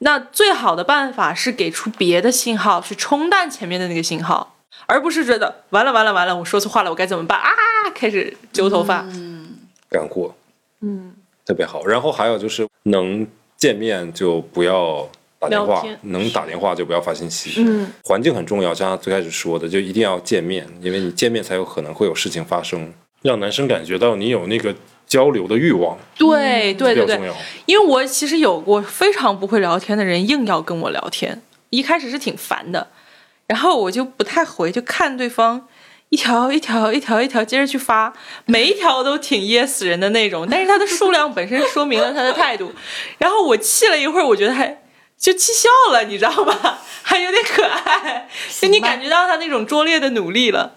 [SPEAKER 5] 那最好的办法是给出别的信号，去冲淡前面的那个信号，而不是觉得完了完了完了，我说错话了，我该怎么办啊？开始揪头发。
[SPEAKER 3] 干货，嗯，特别好。然后还有就是能见面就不要打电
[SPEAKER 5] 聊
[SPEAKER 3] 话
[SPEAKER 5] 天，
[SPEAKER 3] 能打电话就不要发信息。嗯，环境很重要，像他最开始说的，就一定要见面，因为你见面才有可能会有事情发生，让男生感觉到你有那个交流的欲望，
[SPEAKER 5] 对对
[SPEAKER 3] 比较
[SPEAKER 5] 对对
[SPEAKER 3] 重，要。
[SPEAKER 5] 因为我其实有过非常不会聊天的人硬要跟我聊天，一开始是挺烦的，然后我就不太回，就看对方一条一条一条一条接着去发，每一条都挺噎死人的那种，但是它的数量本身说明了他的态度。然后我气了一会儿，我觉得还就气笑了，你知道吧？还有点可爱，就你感觉到他那种拙劣的努力了。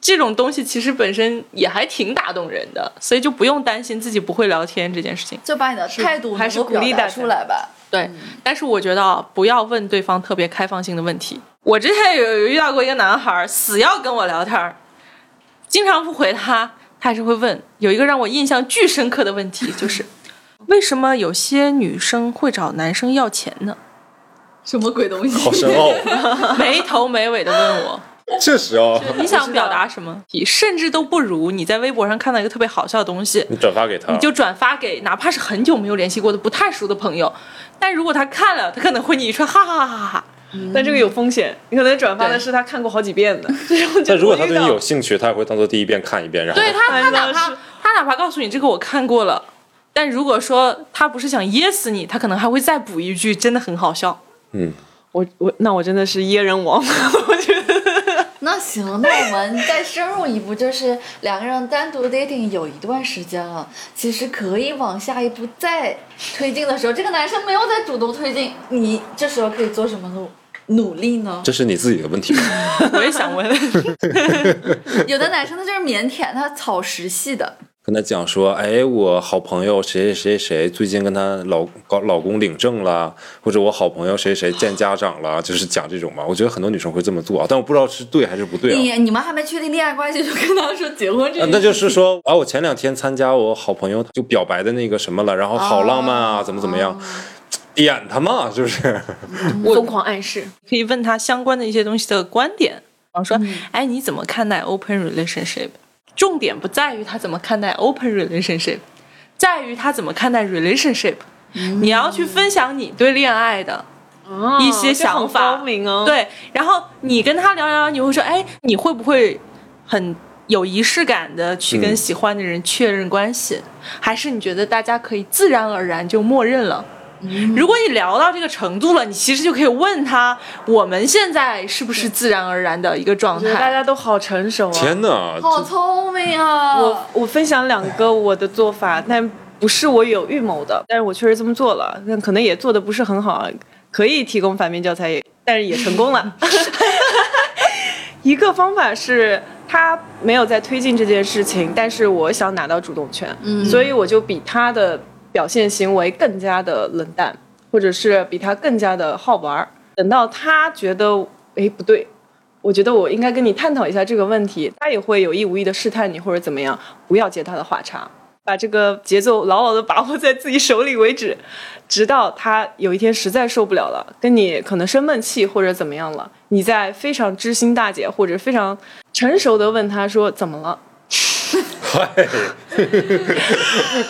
[SPEAKER 5] 这种东西其实本身也还挺打动人的，所以就不用担心自己不会聊天这件事情。
[SPEAKER 1] 就把你的态度
[SPEAKER 5] 还是
[SPEAKER 1] 能够
[SPEAKER 5] 鼓励
[SPEAKER 1] 表达
[SPEAKER 5] 大家
[SPEAKER 1] 出来吧。
[SPEAKER 5] 对，但是我觉得啊不要问对方特别开放性的问题。我之前有有遇到过一个男孩儿，死要跟我聊天儿，经常不回他，他还是会问。有一个让我印象巨深刻的问题就是，为什么有些女生会找男生要钱呢？
[SPEAKER 1] 什么鬼东西？
[SPEAKER 3] 好深
[SPEAKER 5] (laughs)
[SPEAKER 3] 奥，
[SPEAKER 5] 没头没尾的问我，
[SPEAKER 3] 确实哦。
[SPEAKER 5] 你想表达什么？甚至都不如你在微博上看到一个特别好笑的东西，
[SPEAKER 3] 你转发给他，
[SPEAKER 5] 你就转发给哪怕是很久没有联系过的不太熟的朋友，但如果他看了，他可能会你说哈哈哈哈哈。
[SPEAKER 3] 嗯
[SPEAKER 2] 但这个有风险，你可能转发的
[SPEAKER 5] 对
[SPEAKER 2] 是他看过好几遍的。这种就
[SPEAKER 3] 但如果
[SPEAKER 2] 我
[SPEAKER 3] 他
[SPEAKER 2] 遇
[SPEAKER 3] 对你
[SPEAKER 2] 到
[SPEAKER 3] 有兴趣，他也会当做第一遍看一遍，然后
[SPEAKER 5] 对他，他
[SPEAKER 2] 哎那
[SPEAKER 5] 哪怕
[SPEAKER 2] 是
[SPEAKER 5] 他哪怕告诉你这个我看过了，但如果说他不是想噎死你，他可能还会再补一句，真的很好笑。
[SPEAKER 2] 我我那我真的是噎人王，我觉得
[SPEAKER 1] 那那行，那我们再深入一步，就是两个人单独 dating 有一段时间了，其实可以往下一步再推进的时候，这个男生没有再主动推进，你这时候可以做什么努努力呢？
[SPEAKER 3] 这是你自己的问题。
[SPEAKER 5] 我也想
[SPEAKER 2] (laughs)
[SPEAKER 5] 问，
[SPEAKER 1] 有的男生他就是腼腆，他草食系的，
[SPEAKER 3] 跟他讲说，哎，我好朋友谁谁谁谁最近跟她老老老公领证了，或者我好朋友谁谁见家长了，就是讲这种嘛。我觉得很多女生会这么做啊，但我不知道是对还是不对啊。
[SPEAKER 1] 你你们还没确定恋爱关系就跟他说结婚这
[SPEAKER 3] 啊
[SPEAKER 1] 个，
[SPEAKER 3] 那就是说，啊，我前两天参加我好朋友就表白的那个什么了，然后好浪漫
[SPEAKER 2] 哦
[SPEAKER 3] 啊，怎么怎么样，点他嘛，是不是？
[SPEAKER 2] 疯狂暗示。
[SPEAKER 5] 可以问他相关的一些东西的观点，比方说，
[SPEAKER 2] 嗯
[SPEAKER 5] 哎，你怎么看待 open relationship？重点不在于他怎么看待 open relationship，在于他怎么看待 relationship。你
[SPEAKER 2] 嗯
[SPEAKER 5] 要去分享你对恋爱的一些哦想
[SPEAKER 2] 哦这
[SPEAKER 5] 法，
[SPEAKER 2] 很高明哦
[SPEAKER 5] 对，然后你跟他聊聊，你会说，哎，你会不会很有仪式感的去跟
[SPEAKER 3] 嗯
[SPEAKER 5] 喜欢的人确认关系？还是你觉得大家可以自然而然就默认了？
[SPEAKER 2] 嗯
[SPEAKER 5] 如果你聊到这个程度了，你其实就可以问他，我们现在是不是自然而然的一个状
[SPEAKER 2] 我觉得大
[SPEAKER 5] 态？
[SPEAKER 2] 家都好成熟啊！
[SPEAKER 3] 天哪，
[SPEAKER 1] 好聪明啊！
[SPEAKER 2] 我我分享两个我的做法，但不是我有预谋的，但是我确实这么做了，但可能也做的不是很好，可以提供反面教材，但是也成功了。 (laughs) 一个方法是他没有在推进这件事情，但是我想拿到主动权，嗯、所以我就比他的表现行为更加的冷淡，或者是比他更加的好玩儿。等到他觉得，哎，不对，我觉得我应该跟你探讨一下这个问题，他也会有意无意的试探你或者怎么样，不要接他的话茬，把这个节奏牢牢的把握在自己手里为止，直到他有一天实在受不了了，跟你可能生闷气或者怎么样了，你再非常知心大姐或者非常成熟的问他说怎么了，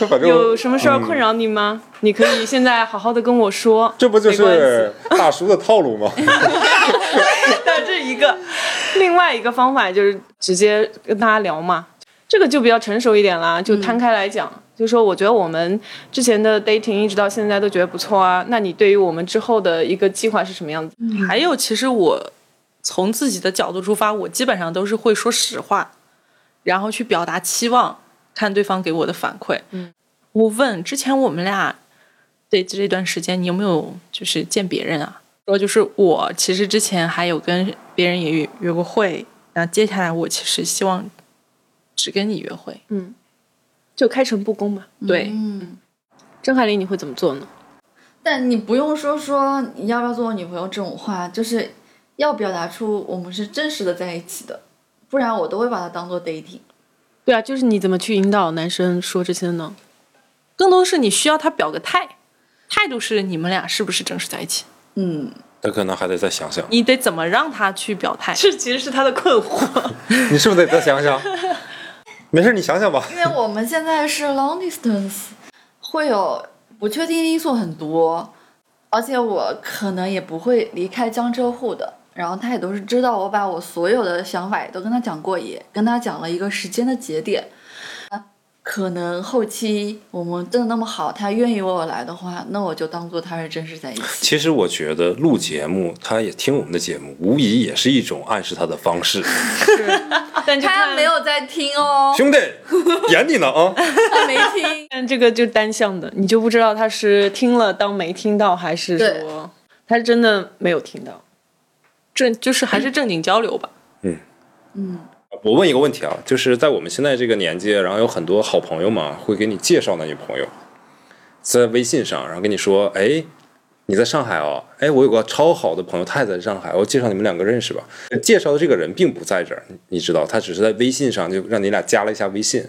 [SPEAKER 3] 反正
[SPEAKER 2] 有
[SPEAKER 3] 我
[SPEAKER 2] 什么事儿困扰你吗？你可以现在好好的跟我说，
[SPEAKER 3] 这不就
[SPEAKER 2] 没关系
[SPEAKER 3] 是大叔的套路吗？
[SPEAKER 2] 那这一个，另外一个方法就是直接跟大家聊嘛，这个就比较成熟一点啦，就摊开来讲，就说我觉得我们之前的 dating 一直到现在都觉得不错啊，那你对于我们之后的一个计划是什么样子？
[SPEAKER 5] 还有，其实我从自己的角度出发，我基本上都是会说实话，然后去表达期望，看对方给我的反馈。嗯，我问之前我们俩对这段时间你有没有就是见别人啊？说就是我其实之前还有跟别人也约约过会，然后接下来我其实希望只跟你约会。
[SPEAKER 2] 就开诚布公嘛。
[SPEAKER 5] 对，
[SPEAKER 1] 嗯
[SPEAKER 2] 郑海林，你会怎么做呢？
[SPEAKER 1] 但你不用说说你要不要做我女朋友这种话，就是要表达出我们是真实的在一起的，不然我都会把它当做 dating。
[SPEAKER 2] 对啊，就是你怎么去引导男生说这些呢？
[SPEAKER 5] 更多是你需要他表个态，态度是你们俩是不是正式在一起？
[SPEAKER 1] 嗯，
[SPEAKER 3] 他可能还得再想想，
[SPEAKER 5] 你得怎么让他去表态？
[SPEAKER 2] 这其实是他的困惑。
[SPEAKER 3] 你是不是得再
[SPEAKER 2] (laughs)
[SPEAKER 3] 想想？没事，你想想吧。
[SPEAKER 1] 因为我们现在是 long distance，会有不确定因素很多，而且我可能也不会离开江浙沪的。然后他也都是知道我把我所有的想法也都跟他讲过，也跟他讲了一个时间的节点。可能后期我们真的那么好，他愿意为我来的话，那我就当做他是真实在一起。
[SPEAKER 3] 其实我觉得录节目，他也听我们的节目，无疑也是一种暗示他的方式。
[SPEAKER 2] 但就
[SPEAKER 1] (laughs) 他
[SPEAKER 2] 看
[SPEAKER 1] 没，有在听哦，
[SPEAKER 3] 兄弟，演你呢啊！
[SPEAKER 1] 他没听
[SPEAKER 2] (laughs) 。但这个就单向的，你就不知道他是听了当没听到，还是
[SPEAKER 1] 对
[SPEAKER 2] 说他是真的没有听到。
[SPEAKER 5] 正就是还是正经交流吧。
[SPEAKER 3] 我问一个问题啊，就是在我们现在这个年纪，然后有很多好朋友嘛，会给你介绍男女朋友，在微信上，然后跟你说，哎，你在上海哦，哎，我有个超好的朋友，他也在上海，我介绍你们两个认识吧。介绍的这个人并不在这儿，你知道，他只是在微信上就让你俩加了一下微信。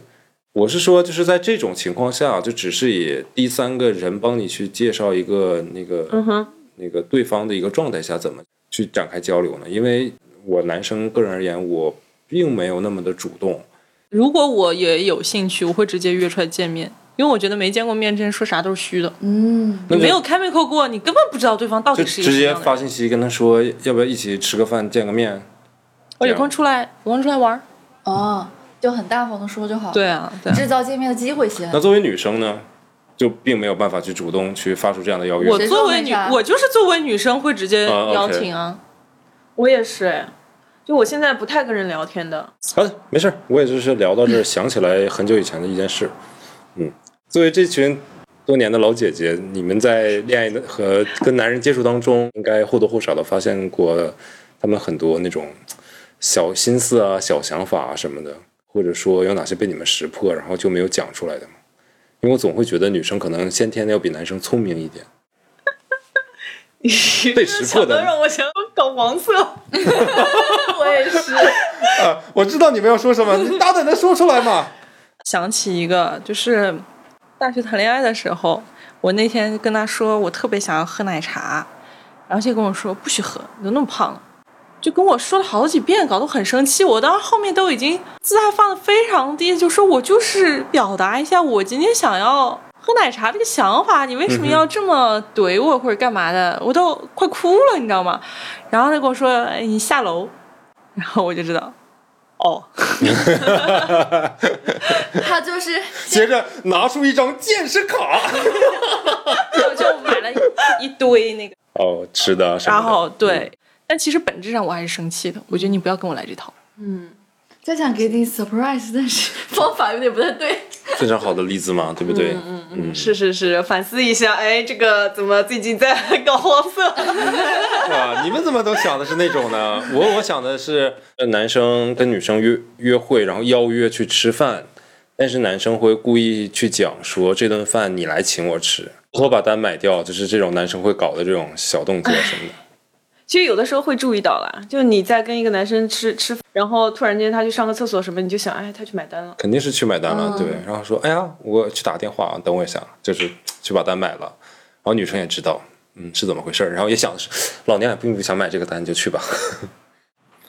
[SPEAKER 3] 我是说，就是在这种情况下，就只是以第三个人帮你去介绍一个那个，嗯
[SPEAKER 2] 哼，
[SPEAKER 3] 那个对方的一个状态下，怎么去展开交流呢？因为我男生个人而言，我并没有那么的主动。
[SPEAKER 5] 如果我也有兴趣，我会直接约出来见面，因为我觉得没见过面之前说啥都是虚的。
[SPEAKER 1] 嗯，
[SPEAKER 3] 那
[SPEAKER 5] 你
[SPEAKER 3] 就
[SPEAKER 5] 没有 chemical 过，你根本不知道对方到
[SPEAKER 3] 就
[SPEAKER 5] 底是一个
[SPEAKER 3] 直
[SPEAKER 5] 什么
[SPEAKER 3] 接
[SPEAKER 5] 样的
[SPEAKER 3] 发
[SPEAKER 5] 人。
[SPEAKER 3] 信息跟他说，要不要一起吃个饭、见个面？
[SPEAKER 5] 我哦有空出来，有空出来玩儿。
[SPEAKER 1] 哦，就很大方的说就好。
[SPEAKER 5] 对啊，对啊
[SPEAKER 1] 制造见面的机会先
[SPEAKER 3] 那。作为女生呢，就并没有办法去主动去发出这样的邀约。
[SPEAKER 5] 我
[SPEAKER 1] 谁说
[SPEAKER 5] 作为
[SPEAKER 1] 没
[SPEAKER 5] 女
[SPEAKER 1] 啥，
[SPEAKER 5] 我就是作为女生会直接
[SPEAKER 3] 啊，OK
[SPEAKER 5] 邀请啊。
[SPEAKER 2] 我也是，哎就我现在不太跟人聊天的，
[SPEAKER 3] 好的，没事儿，我也就是聊到这儿，想起来很久以前的一件事。嗯，作为这群多年的老姐姐，你们在恋爱的和跟男人接触当中，应该或多或少的发现过他们很多那种小心思啊、小想法啊什么的，或者说有哪些被你们识破，然后就没有讲出来的吗？因为我总会觉得女生可能先天的要比男生聪明一点。 (laughs) 被识破
[SPEAKER 2] 想
[SPEAKER 3] 的
[SPEAKER 2] 到让我想要搞黄色。
[SPEAKER 1] 我也是，
[SPEAKER 3] 啊，我知道你们要说什么，你大胆的说出来嘛。
[SPEAKER 5] 想起一个，就是大学谈恋爱的时候，我那天跟他说我特别想要喝奶茶，然后他就跟我说不许喝，你都那么胖了，就跟我说了好几遍，搞得我很生气。我当时后面都已经姿态放得非常低，就说我就是表达一下我今天想要喝奶茶这个想法，你为什么要这么怼我或者干嘛的？我都快哭了，你知道吗？然后他跟我说、哎、你下楼，然后我就知道，哦。
[SPEAKER 1] 他就是
[SPEAKER 3] 接着拿出一张健身卡。
[SPEAKER 5] 我 (laughs) 就买了一堆那个，
[SPEAKER 3] 哦，吃的什么的。嗯
[SPEAKER 5] 然后对，但其实本质上我还是生气的。我觉得你不要跟我来这套，
[SPEAKER 1] 在想给你 surprise，但是方法有点不太 (laughs) 对。
[SPEAKER 3] 非常好的例子嘛，对不对？嗯嗯
[SPEAKER 2] 是是是，反思一下，哎，这个怎么最近在 (laughs) 搞黄色？
[SPEAKER 3] 哇，你们怎么都想的是那种呢？我我想的是，呃男生跟女生约约会，然后邀约去吃饭，但是男生会故意去讲说这顿饭你来请我吃，偷偷把单买掉，就是这种男生会搞的这种小动作什么的。
[SPEAKER 2] 其实有的时候会注意到啦，就你在跟一个男生吃吃，然后突然间他去上个厕所什么，你就想，哎，他去买单了。
[SPEAKER 3] 肯定是去买单了，对。
[SPEAKER 2] 嗯
[SPEAKER 3] 然后说，哎呀，我去打电话，等我一下，就是去把单买了。然后女生也知道，嗯，是怎么回事儿，然后也想的是，老娘也并不想买这个单，就去吧。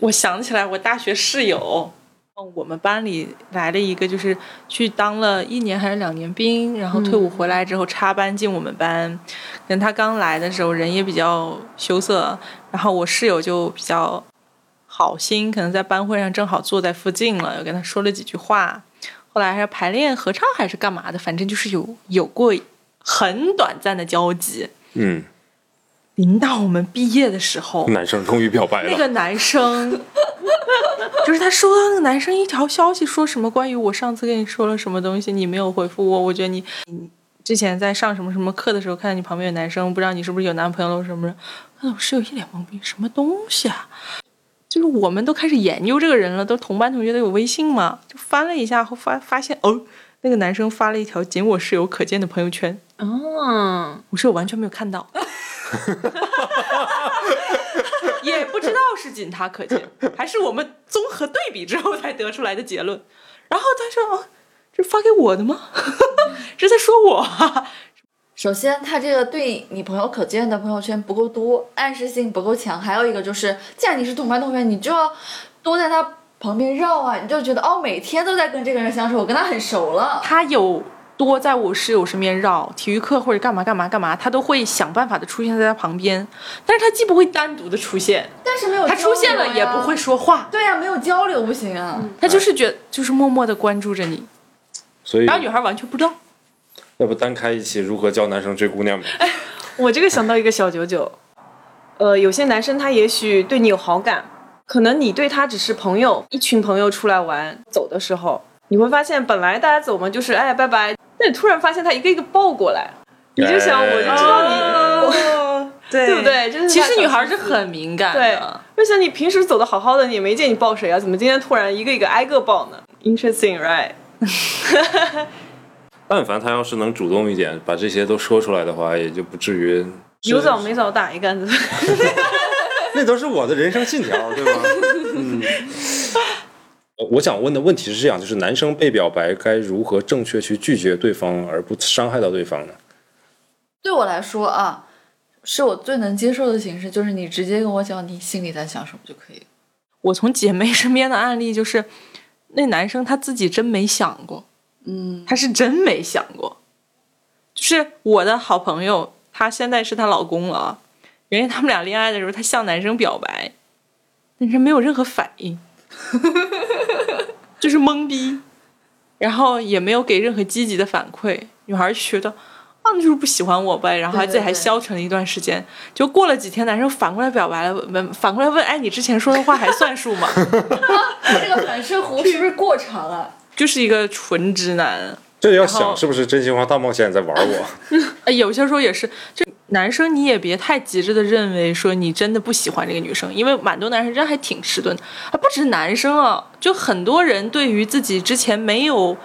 [SPEAKER 5] 我想起来，我大学室友，嗯，我们班里来了一个，就是去当了一年还是两年兵，然后退伍回来之后插班进我们班。等他刚来的时候，人也比较羞涩，然后我室友就比较好心，可能在班会上正好坐在附近了，又跟他说了几句话。后来还是排练合唱还是干嘛的，反正就是有有过很短暂的交集。
[SPEAKER 3] 嗯，
[SPEAKER 5] 临到我们毕业的时候，
[SPEAKER 3] 男生终于表白了。
[SPEAKER 5] 那个男生， (laughs) 就是他收到那个男生一条消息，说什么关于我上次跟你说了什么东西，你没有回复我，我觉得你你之前在上什么什么课的时候，看见你旁边有男生，不知道你是不是有男朋友了什么的。 (laughs) 看我室友一脸懵逼，什么东西啊？就是我们都开始研究这个人了，都同班同学都有微信嘛，就翻了一下后发发现哦，那个男生发了一条仅我室友可见的朋友圈，
[SPEAKER 2] 嗯，
[SPEAKER 5] 我室友完全没有看
[SPEAKER 2] (laughs)
[SPEAKER 5] 到，也不知道是仅他可见，还是我们综合对比之后才得出来的结论。然后他说：“哦，这发给我的吗？ (laughs) 这在说我啊
[SPEAKER 1] 首先，他这个对你朋友可见的朋友圈不够多，暗示性不够强。还有一个就是，既然你是同班同学，你就要多在他旁边绕啊，你就觉得哦，每天都在跟这个人相处，我跟他很熟了。
[SPEAKER 5] 他有多在我室友身边绕，体育课或者干嘛干嘛干嘛，他都会想办法的出现在他旁边，但是他既不会单独的出现，
[SPEAKER 1] 但是没有
[SPEAKER 5] 他出现
[SPEAKER 1] 交
[SPEAKER 5] 了
[SPEAKER 1] 流
[SPEAKER 5] 也
[SPEAKER 1] 呀
[SPEAKER 5] 不会。说话，
[SPEAKER 1] 对呀、啊没有交流不行啊。
[SPEAKER 5] 他就是觉就是默默的关注着你，
[SPEAKER 3] 所以
[SPEAKER 5] 然后女孩完全不知道。
[SPEAKER 3] 要不单开一期如何教男生追姑娘吧？
[SPEAKER 2] 哎我这个想到一个小九九，呃，有些男生他也许对你有好感，可能你对他只是朋友，一群朋友出来玩，走的时候你会发现，本来大家走嘛就是哎拜拜，但你突然发现他一个一个抱过来，你就想
[SPEAKER 3] 哎
[SPEAKER 2] 我就知道你，我哦对对不对？就是
[SPEAKER 5] 其实女孩
[SPEAKER 2] 是。
[SPEAKER 5] 是很敏感
[SPEAKER 2] 对
[SPEAKER 5] 的，，
[SPEAKER 2] 而且你平时走的好好的，你也没见你抱谁啊，怎么今天突然一个一个挨个抱呢？Interesting, right？
[SPEAKER 3] 但凡他要是能主动一点，把这些都说出来的话，也就不至于。
[SPEAKER 2] 有早没早打一竿子。 (laughs)
[SPEAKER 3] (laughs) 那都是我的人生信条，
[SPEAKER 5] (laughs)
[SPEAKER 3] 对吧？嗯。呃我想问的问题是这样：就是男生被表白该如何正确去拒绝对方，而不伤害到对方呢？
[SPEAKER 1] 对我来说啊，是我最能接受的形式，就是你直接跟我讲你心里在想什么就可以了。
[SPEAKER 5] 我从姐妹身边的案例就是，那男生他自己真没想过，
[SPEAKER 1] 嗯，
[SPEAKER 5] 他是真没想过。就是我的好朋友，她现在是她老公了啊。原先他们俩恋爱的时候，她向男生表白，男生没有任何反
[SPEAKER 1] (laughs)
[SPEAKER 5] 应，就是懵逼，然后也没有给任何积极的反馈。女孩觉得，啊，那就是不喜欢我呗。然后还
[SPEAKER 1] 对对
[SPEAKER 5] 自己还
[SPEAKER 1] 对
[SPEAKER 5] 消沉了一段时间，就过了几天，男生反过来表白了，问反过来问，哎，你之前说的话还算数吗？(laughs)
[SPEAKER 1] (laughs) 这个反射弧是不是过长了？
[SPEAKER 5] 就是一个纯直男。
[SPEAKER 3] 这要
[SPEAKER 5] 然
[SPEAKER 3] 想
[SPEAKER 5] 后
[SPEAKER 3] 是不是真心话大冒险在玩
[SPEAKER 5] (laughs)
[SPEAKER 3] 我？
[SPEAKER 5] 哎，有些时候也是，就男生你也别太急着的认为说你真的不喜欢这个女生，因为蛮多男生真还挺迟钝的，还不止男生啊，就很多人对于自己之前没有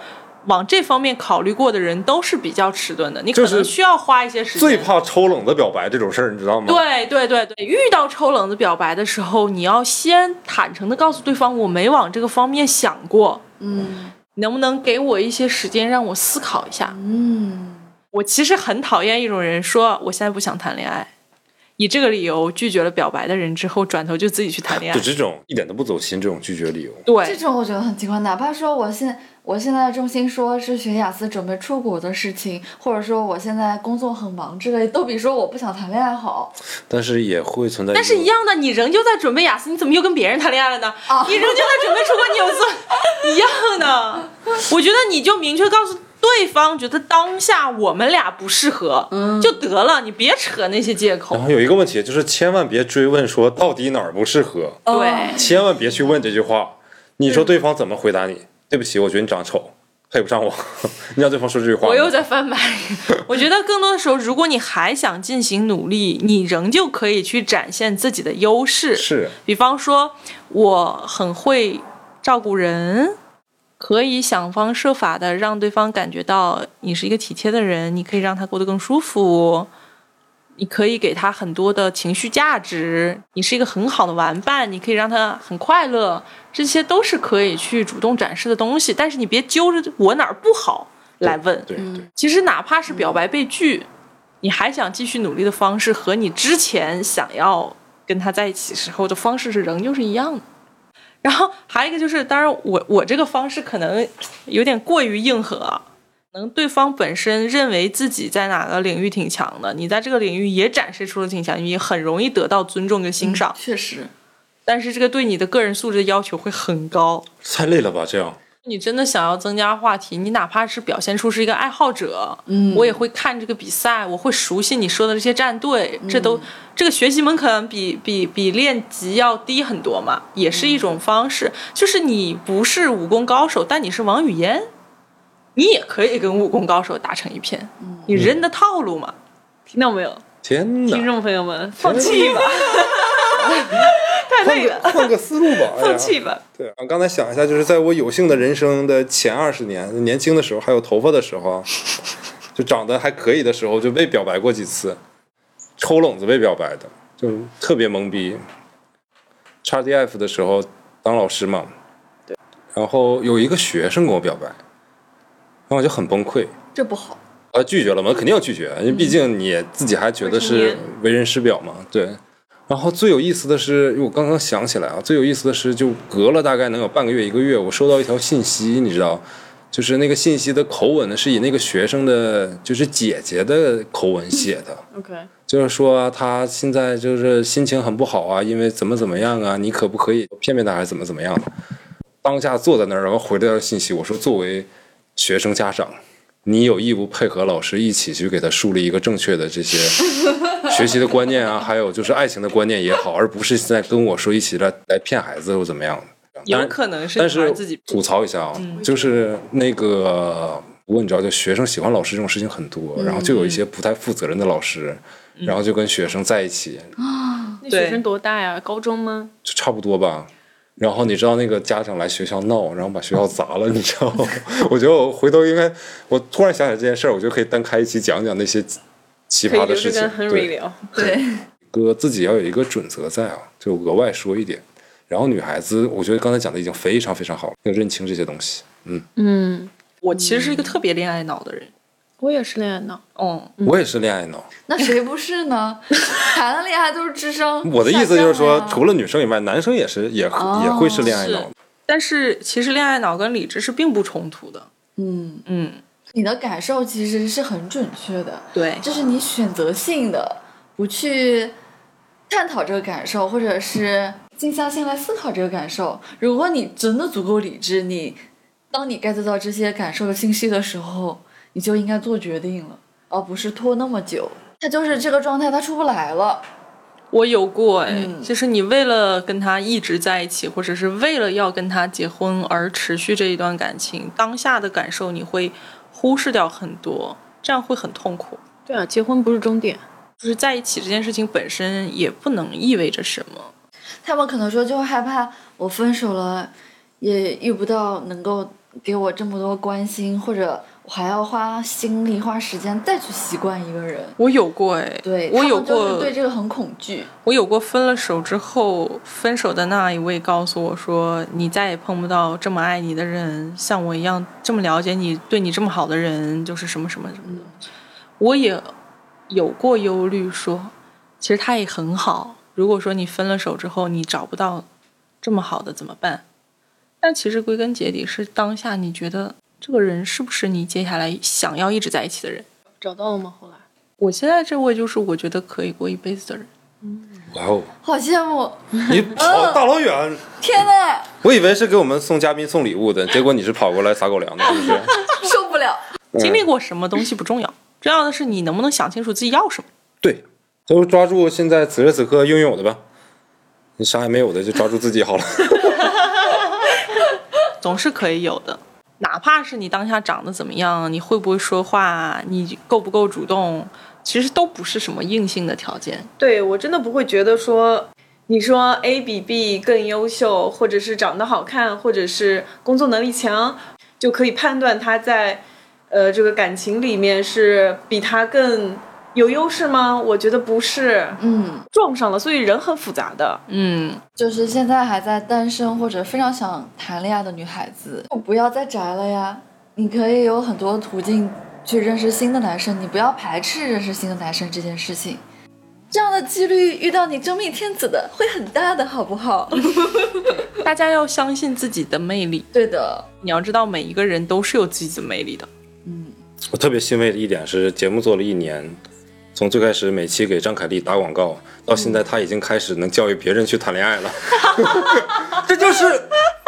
[SPEAKER 5] 往这方面考虑过的人都是比较迟钝的，你可
[SPEAKER 3] 就是
[SPEAKER 5] 能需要花一些时间。
[SPEAKER 3] 最怕抽冷子表白这种事儿，你知道吗？
[SPEAKER 5] 对对对对，遇到抽冷子表白的时候，你要先坦诚的告诉对方，我没往这个方面想过，
[SPEAKER 1] 嗯
[SPEAKER 5] 能不能给我一些时间让我思考一下？
[SPEAKER 1] 嗯，
[SPEAKER 5] 我其实很讨厌一种人说我现在不想谈恋爱，以这个理由拒绝了表白的人之后，转头就自己去谈恋
[SPEAKER 3] 就
[SPEAKER 5] 爱。
[SPEAKER 3] 这种一点都不走心，这种拒绝理由，
[SPEAKER 1] 这
[SPEAKER 5] 对
[SPEAKER 1] 种我觉得很奇怪。哪怕说我现我现在的重心说是学雅思准备出国的事情，或者说我现在工作很忙之类，都比说我不想谈恋爱好。
[SPEAKER 3] 但是也会存在。
[SPEAKER 5] 但是一，样的，你仍旧在准备雅思，你怎么又跟别人谈恋爱了呢？你仍旧在准备出国，你有做 (laughs) 一样的。我觉得你就明确告诉对方，觉得当下我们俩不适合，就得了，你别扯那些借口
[SPEAKER 3] 然。后有一个问题就是，千万别追问说到底哪儿不适合，
[SPEAKER 5] 对，
[SPEAKER 3] 千万别去问这句话。你
[SPEAKER 5] 嗯
[SPEAKER 3] 说对方怎么回答你？对不起，我觉得你长得丑，配不上我。 (laughs) 你让对方说这句话吗，
[SPEAKER 5] 我又在翻白眼。 (laughs) 我觉得更多的时候，如果你还想进行努力，你仍旧可以去展现自己的优势。
[SPEAKER 3] 是
[SPEAKER 5] 比方说，我很会照顾人，可以想方设法的让对方感觉到你是一个体贴的人，你可以让他过得更舒服，你可以给他很多的情绪价值，你是一个很好的玩伴，你可以让他很快乐，这些都是可以去主动展示的东西。但是你别揪着我哪儿不好来问，
[SPEAKER 3] 对对，嗯
[SPEAKER 5] 其实哪怕是表白被拒，你还想继续努力的方式和你之前想要跟他在一起时候的方式是仍旧是一样的。然后还有一个就是，当然我我这个方式可能有点过于硬核啊，可能对方本身认为自己在哪个领域挺强的，你在这个领域也展示出了挺强，你很容易得到尊重跟欣
[SPEAKER 3] 啊
[SPEAKER 5] 赏，
[SPEAKER 3] 嗯
[SPEAKER 1] 确实，
[SPEAKER 5] 但是这个对你的个人素质的要求会很高。
[SPEAKER 3] 太累了吧？这样
[SPEAKER 5] 你真的想要增加话题，你哪怕是表现出是一个爱好者，
[SPEAKER 1] 嗯
[SPEAKER 5] 我也会看这个比赛，我会熟悉你说的这些战队，这都这个学习门槛比比比练级要低很多嘛，也是一种方式。就是你不是武功高手，但你是王语嫣，你也可以跟武功高手打成一片，你
[SPEAKER 3] 嗯
[SPEAKER 5] 人的套路嘛。
[SPEAKER 2] 听到没有，
[SPEAKER 3] 天哪
[SPEAKER 2] 听！众朋友们，放弃
[SPEAKER 3] (laughs)
[SPEAKER 2] 吧，
[SPEAKER 3] 换个换个思路吧，哎呀
[SPEAKER 2] 放弃吧。
[SPEAKER 3] 对，我刚才想一下，就是在我有幸的人生的前二十年，年轻的时候还有头发的时候啊， (laughs) 就长得还可以的时候，就被表白过几次，抽冷子被表白的，就特别懵逼。x D F 的时候当老师嘛，对，然后有一个学生跟我表白，然后我就很崩溃，
[SPEAKER 1] 这不好。
[SPEAKER 3] 呃，拒绝了嘛，肯定要拒绝，因为毕竟你自己还觉得是为人师表嘛，对。然后最有意思的是，我刚刚想起来啊，最有意思的是，就隔了大概能有半个月一个月，我收到一条信息，你知道，就是那个信息的口吻呢，是以那个学生的，就是姐姐的口吻写的，
[SPEAKER 2] OK，
[SPEAKER 3] 就是说他现在就是心情很不好啊，因为怎么怎么样啊，你可不可以骗骗他，还是怎么怎么样的？当下坐在那儿，然后回了条信息，我说作为学生家长，你有义务配合老师一起去给他树立一个正确的这些 (laughs) 学习的观念啊，还有就是爱情的观念也好，而不是现在跟我说一起来来骗孩子或怎么样的。当
[SPEAKER 5] 有
[SPEAKER 3] 然
[SPEAKER 5] 可能是
[SPEAKER 3] 但
[SPEAKER 5] 女孩
[SPEAKER 3] 是
[SPEAKER 5] 自己
[SPEAKER 3] 吐槽一下啊，就是那个，不过你知道，就学生喜欢老师这种事情很多，然后就有一些不太负责任的老师，然后就跟学生在一起，
[SPEAKER 2] 那学生多大呀？高中吗？
[SPEAKER 3] 就差不多吧。然后你知道那个家长来学校闹，然后把学校砸了，你知道吗？ (laughs) 我觉得我回头应该，我突然想起来这件事儿，我就可以单开一期讲讲那些奇
[SPEAKER 2] 可以
[SPEAKER 3] 葩
[SPEAKER 2] 留
[SPEAKER 3] 的事
[SPEAKER 2] 着
[SPEAKER 3] 情
[SPEAKER 2] 跟。Henry
[SPEAKER 3] 对，
[SPEAKER 2] 聊。
[SPEAKER 1] 对，
[SPEAKER 3] 哥自己要有一个准则在啊，就额外说一点。然后女孩子，我觉得刚才讲的已经非常非常好了，要认清这些东西。
[SPEAKER 2] 嗯，
[SPEAKER 5] 我其实是一个特别恋爱脑的人，
[SPEAKER 2] 我也是恋爱脑。
[SPEAKER 5] 嗯，
[SPEAKER 3] 我也是恋爱脑，
[SPEAKER 1] 那谁不是呢？ (laughs) 谈了恋爱都是智商下降了呀。
[SPEAKER 3] 我的意思就是说，除了女生以外，男生也是也、也会是恋爱脑
[SPEAKER 5] 是。但是其实恋爱脑跟理智是并不冲突的，
[SPEAKER 1] 嗯，
[SPEAKER 5] 嗯，
[SPEAKER 1] 你的感受其实是很准确的。
[SPEAKER 5] 对
[SPEAKER 1] 就是你选择性的不去探讨这个感受，或者是静下心来思考这个感受。如果你真的足够理智，你当你 get 到这些感受的信息的时候，你就应该做决定了。而不是拖那么久。他就是这个状态，他出不来了。
[SPEAKER 5] 我有过哎，
[SPEAKER 1] 嗯
[SPEAKER 5] 就是你为了跟他一直在一起，或者是为了要跟他结婚而持续这一段感情，当下的感受你会忽视掉很多，这样会很痛苦。
[SPEAKER 2] 对啊，结婚不是终点。
[SPEAKER 5] 就是在一起这件事情本身也不能意味着什么。
[SPEAKER 1] 他们可能说就害怕我分手了，也遇不到能够给我这么多关心，或者我还要花心力、花时间再去习惯一个人。
[SPEAKER 5] 我有过哎，
[SPEAKER 1] 对，
[SPEAKER 5] 我
[SPEAKER 1] 他们
[SPEAKER 5] 有
[SPEAKER 1] 就
[SPEAKER 5] 过
[SPEAKER 1] 是，对这个很恐惧。
[SPEAKER 5] 我有过分了手之后，分手的那一位告诉我说：“你再也碰不到这么爱你的人，像我一样这么了解你、对你这么好的人，就是什么什么什么的。”我也有过忧虑说，其实他也很好。如果说你分了手之后你找不到这么好的怎么办？但其实归根结底是当下你觉得这个人是不是你接下来想要一直在一起的人？
[SPEAKER 2] 找到了吗？后来
[SPEAKER 5] 我现在这位就是我觉得可以过一辈子的人。
[SPEAKER 3] 哇哦，
[SPEAKER 1] 好羡慕！
[SPEAKER 3] 你跑大老远，
[SPEAKER 1] 天呐，
[SPEAKER 3] 我以为是给我们送嘉宾送礼物的，结果你是跑过来撒狗粮的，是不是？嗯
[SPEAKER 1] 受不了！
[SPEAKER 5] 经历过什么东西不
[SPEAKER 1] (laughs)
[SPEAKER 5] 重要，重要的是你能不能想清楚自己要什么。
[SPEAKER 3] 对，都抓住现在此时此刻拥有的吧。你啥也没有的，就抓住自己好了。
[SPEAKER 5] 总是可以有的。哪怕是你当下长得怎么样，你会不会说话，你够不够主动，其实都不是什么硬性的条件。
[SPEAKER 2] 对我真的不会觉得说，你说 A 比 B 更优秀，或者是长得好看，或者是工作能力强，就可以判断他在呃这个感情里面是比他更有优势吗？我觉得不是，
[SPEAKER 1] 嗯，
[SPEAKER 2] 撞上了，所以人很复杂的。
[SPEAKER 5] 嗯，
[SPEAKER 1] 就是现在还在单身或者非常想谈恋爱的女孩子，就不要再宅了呀！你可以有很多途径去认识新的男生，你不要排斥认识新的男生这件事情。这样的几率遇到你真命天子的会很大的，好不好？ (laughs)
[SPEAKER 5] 大家要相信自己的魅力。
[SPEAKER 1] 对的，
[SPEAKER 5] 你要知道，每一个人都是有自己的魅力的。
[SPEAKER 3] 我特别欣慰的一点是，节目做了一年，从最开始每期给张凯丽打广告，到现在他已经开始能教育别人去谈恋爱了。这就是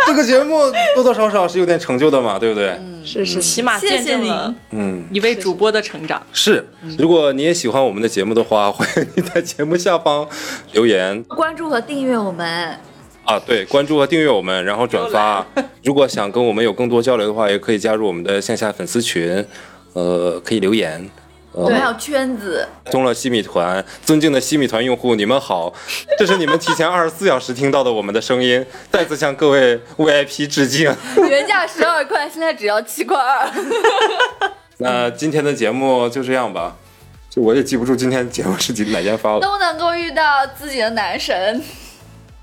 [SPEAKER 3] 这个节目多多少少是有点成就的嘛，对不对？
[SPEAKER 2] 是是
[SPEAKER 5] 起码
[SPEAKER 1] 嗯谢谢
[SPEAKER 5] 见证了
[SPEAKER 3] 嗯，
[SPEAKER 5] 一位主播的成长。
[SPEAKER 3] 是。如果你也喜欢我们的节目的话，欢迎你在节目下方留言
[SPEAKER 1] 关注和订阅我们，
[SPEAKER 3] 啊，对，关注和订阅我们，然后转发。如果想跟我们有更多交流的话，也可以加入我们的线下粉丝群，呃，可以留言。呃
[SPEAKER 1] 我们还有圈子，
[SPEAKER 3] 中了西米团，尊敬的西米团用户，你们好，这是你们提前二十四小时听到的我们的声音，再次向各位 VIP 致敬。
[SPEAKER 1] 原价十二块，现在只要七块二。 (laughs)
[SPEAKER 3] 那今天的节目就这样吧，就我也记不住今天节目是几哪天发的。
[SPEAKER 1] 都能够遇到自己的男神，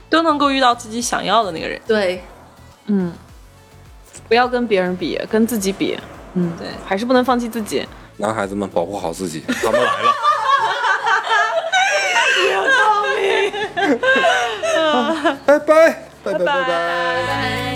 [SPEAKER 5] 都能够遇到自己想要的那个人。
[SPEAKER 1] 对，
[SPEAKER 2] 不要跟别人比，跟自己比，
[SPEAKER 5] 对，
[SPEAKER 2] 还是不能放弃自己。
[SPEAKER 3] 男孩子们保护好自己，他们来了。啊拜拜拜拜拜拜。
[SPEAKER 1] 拜拜。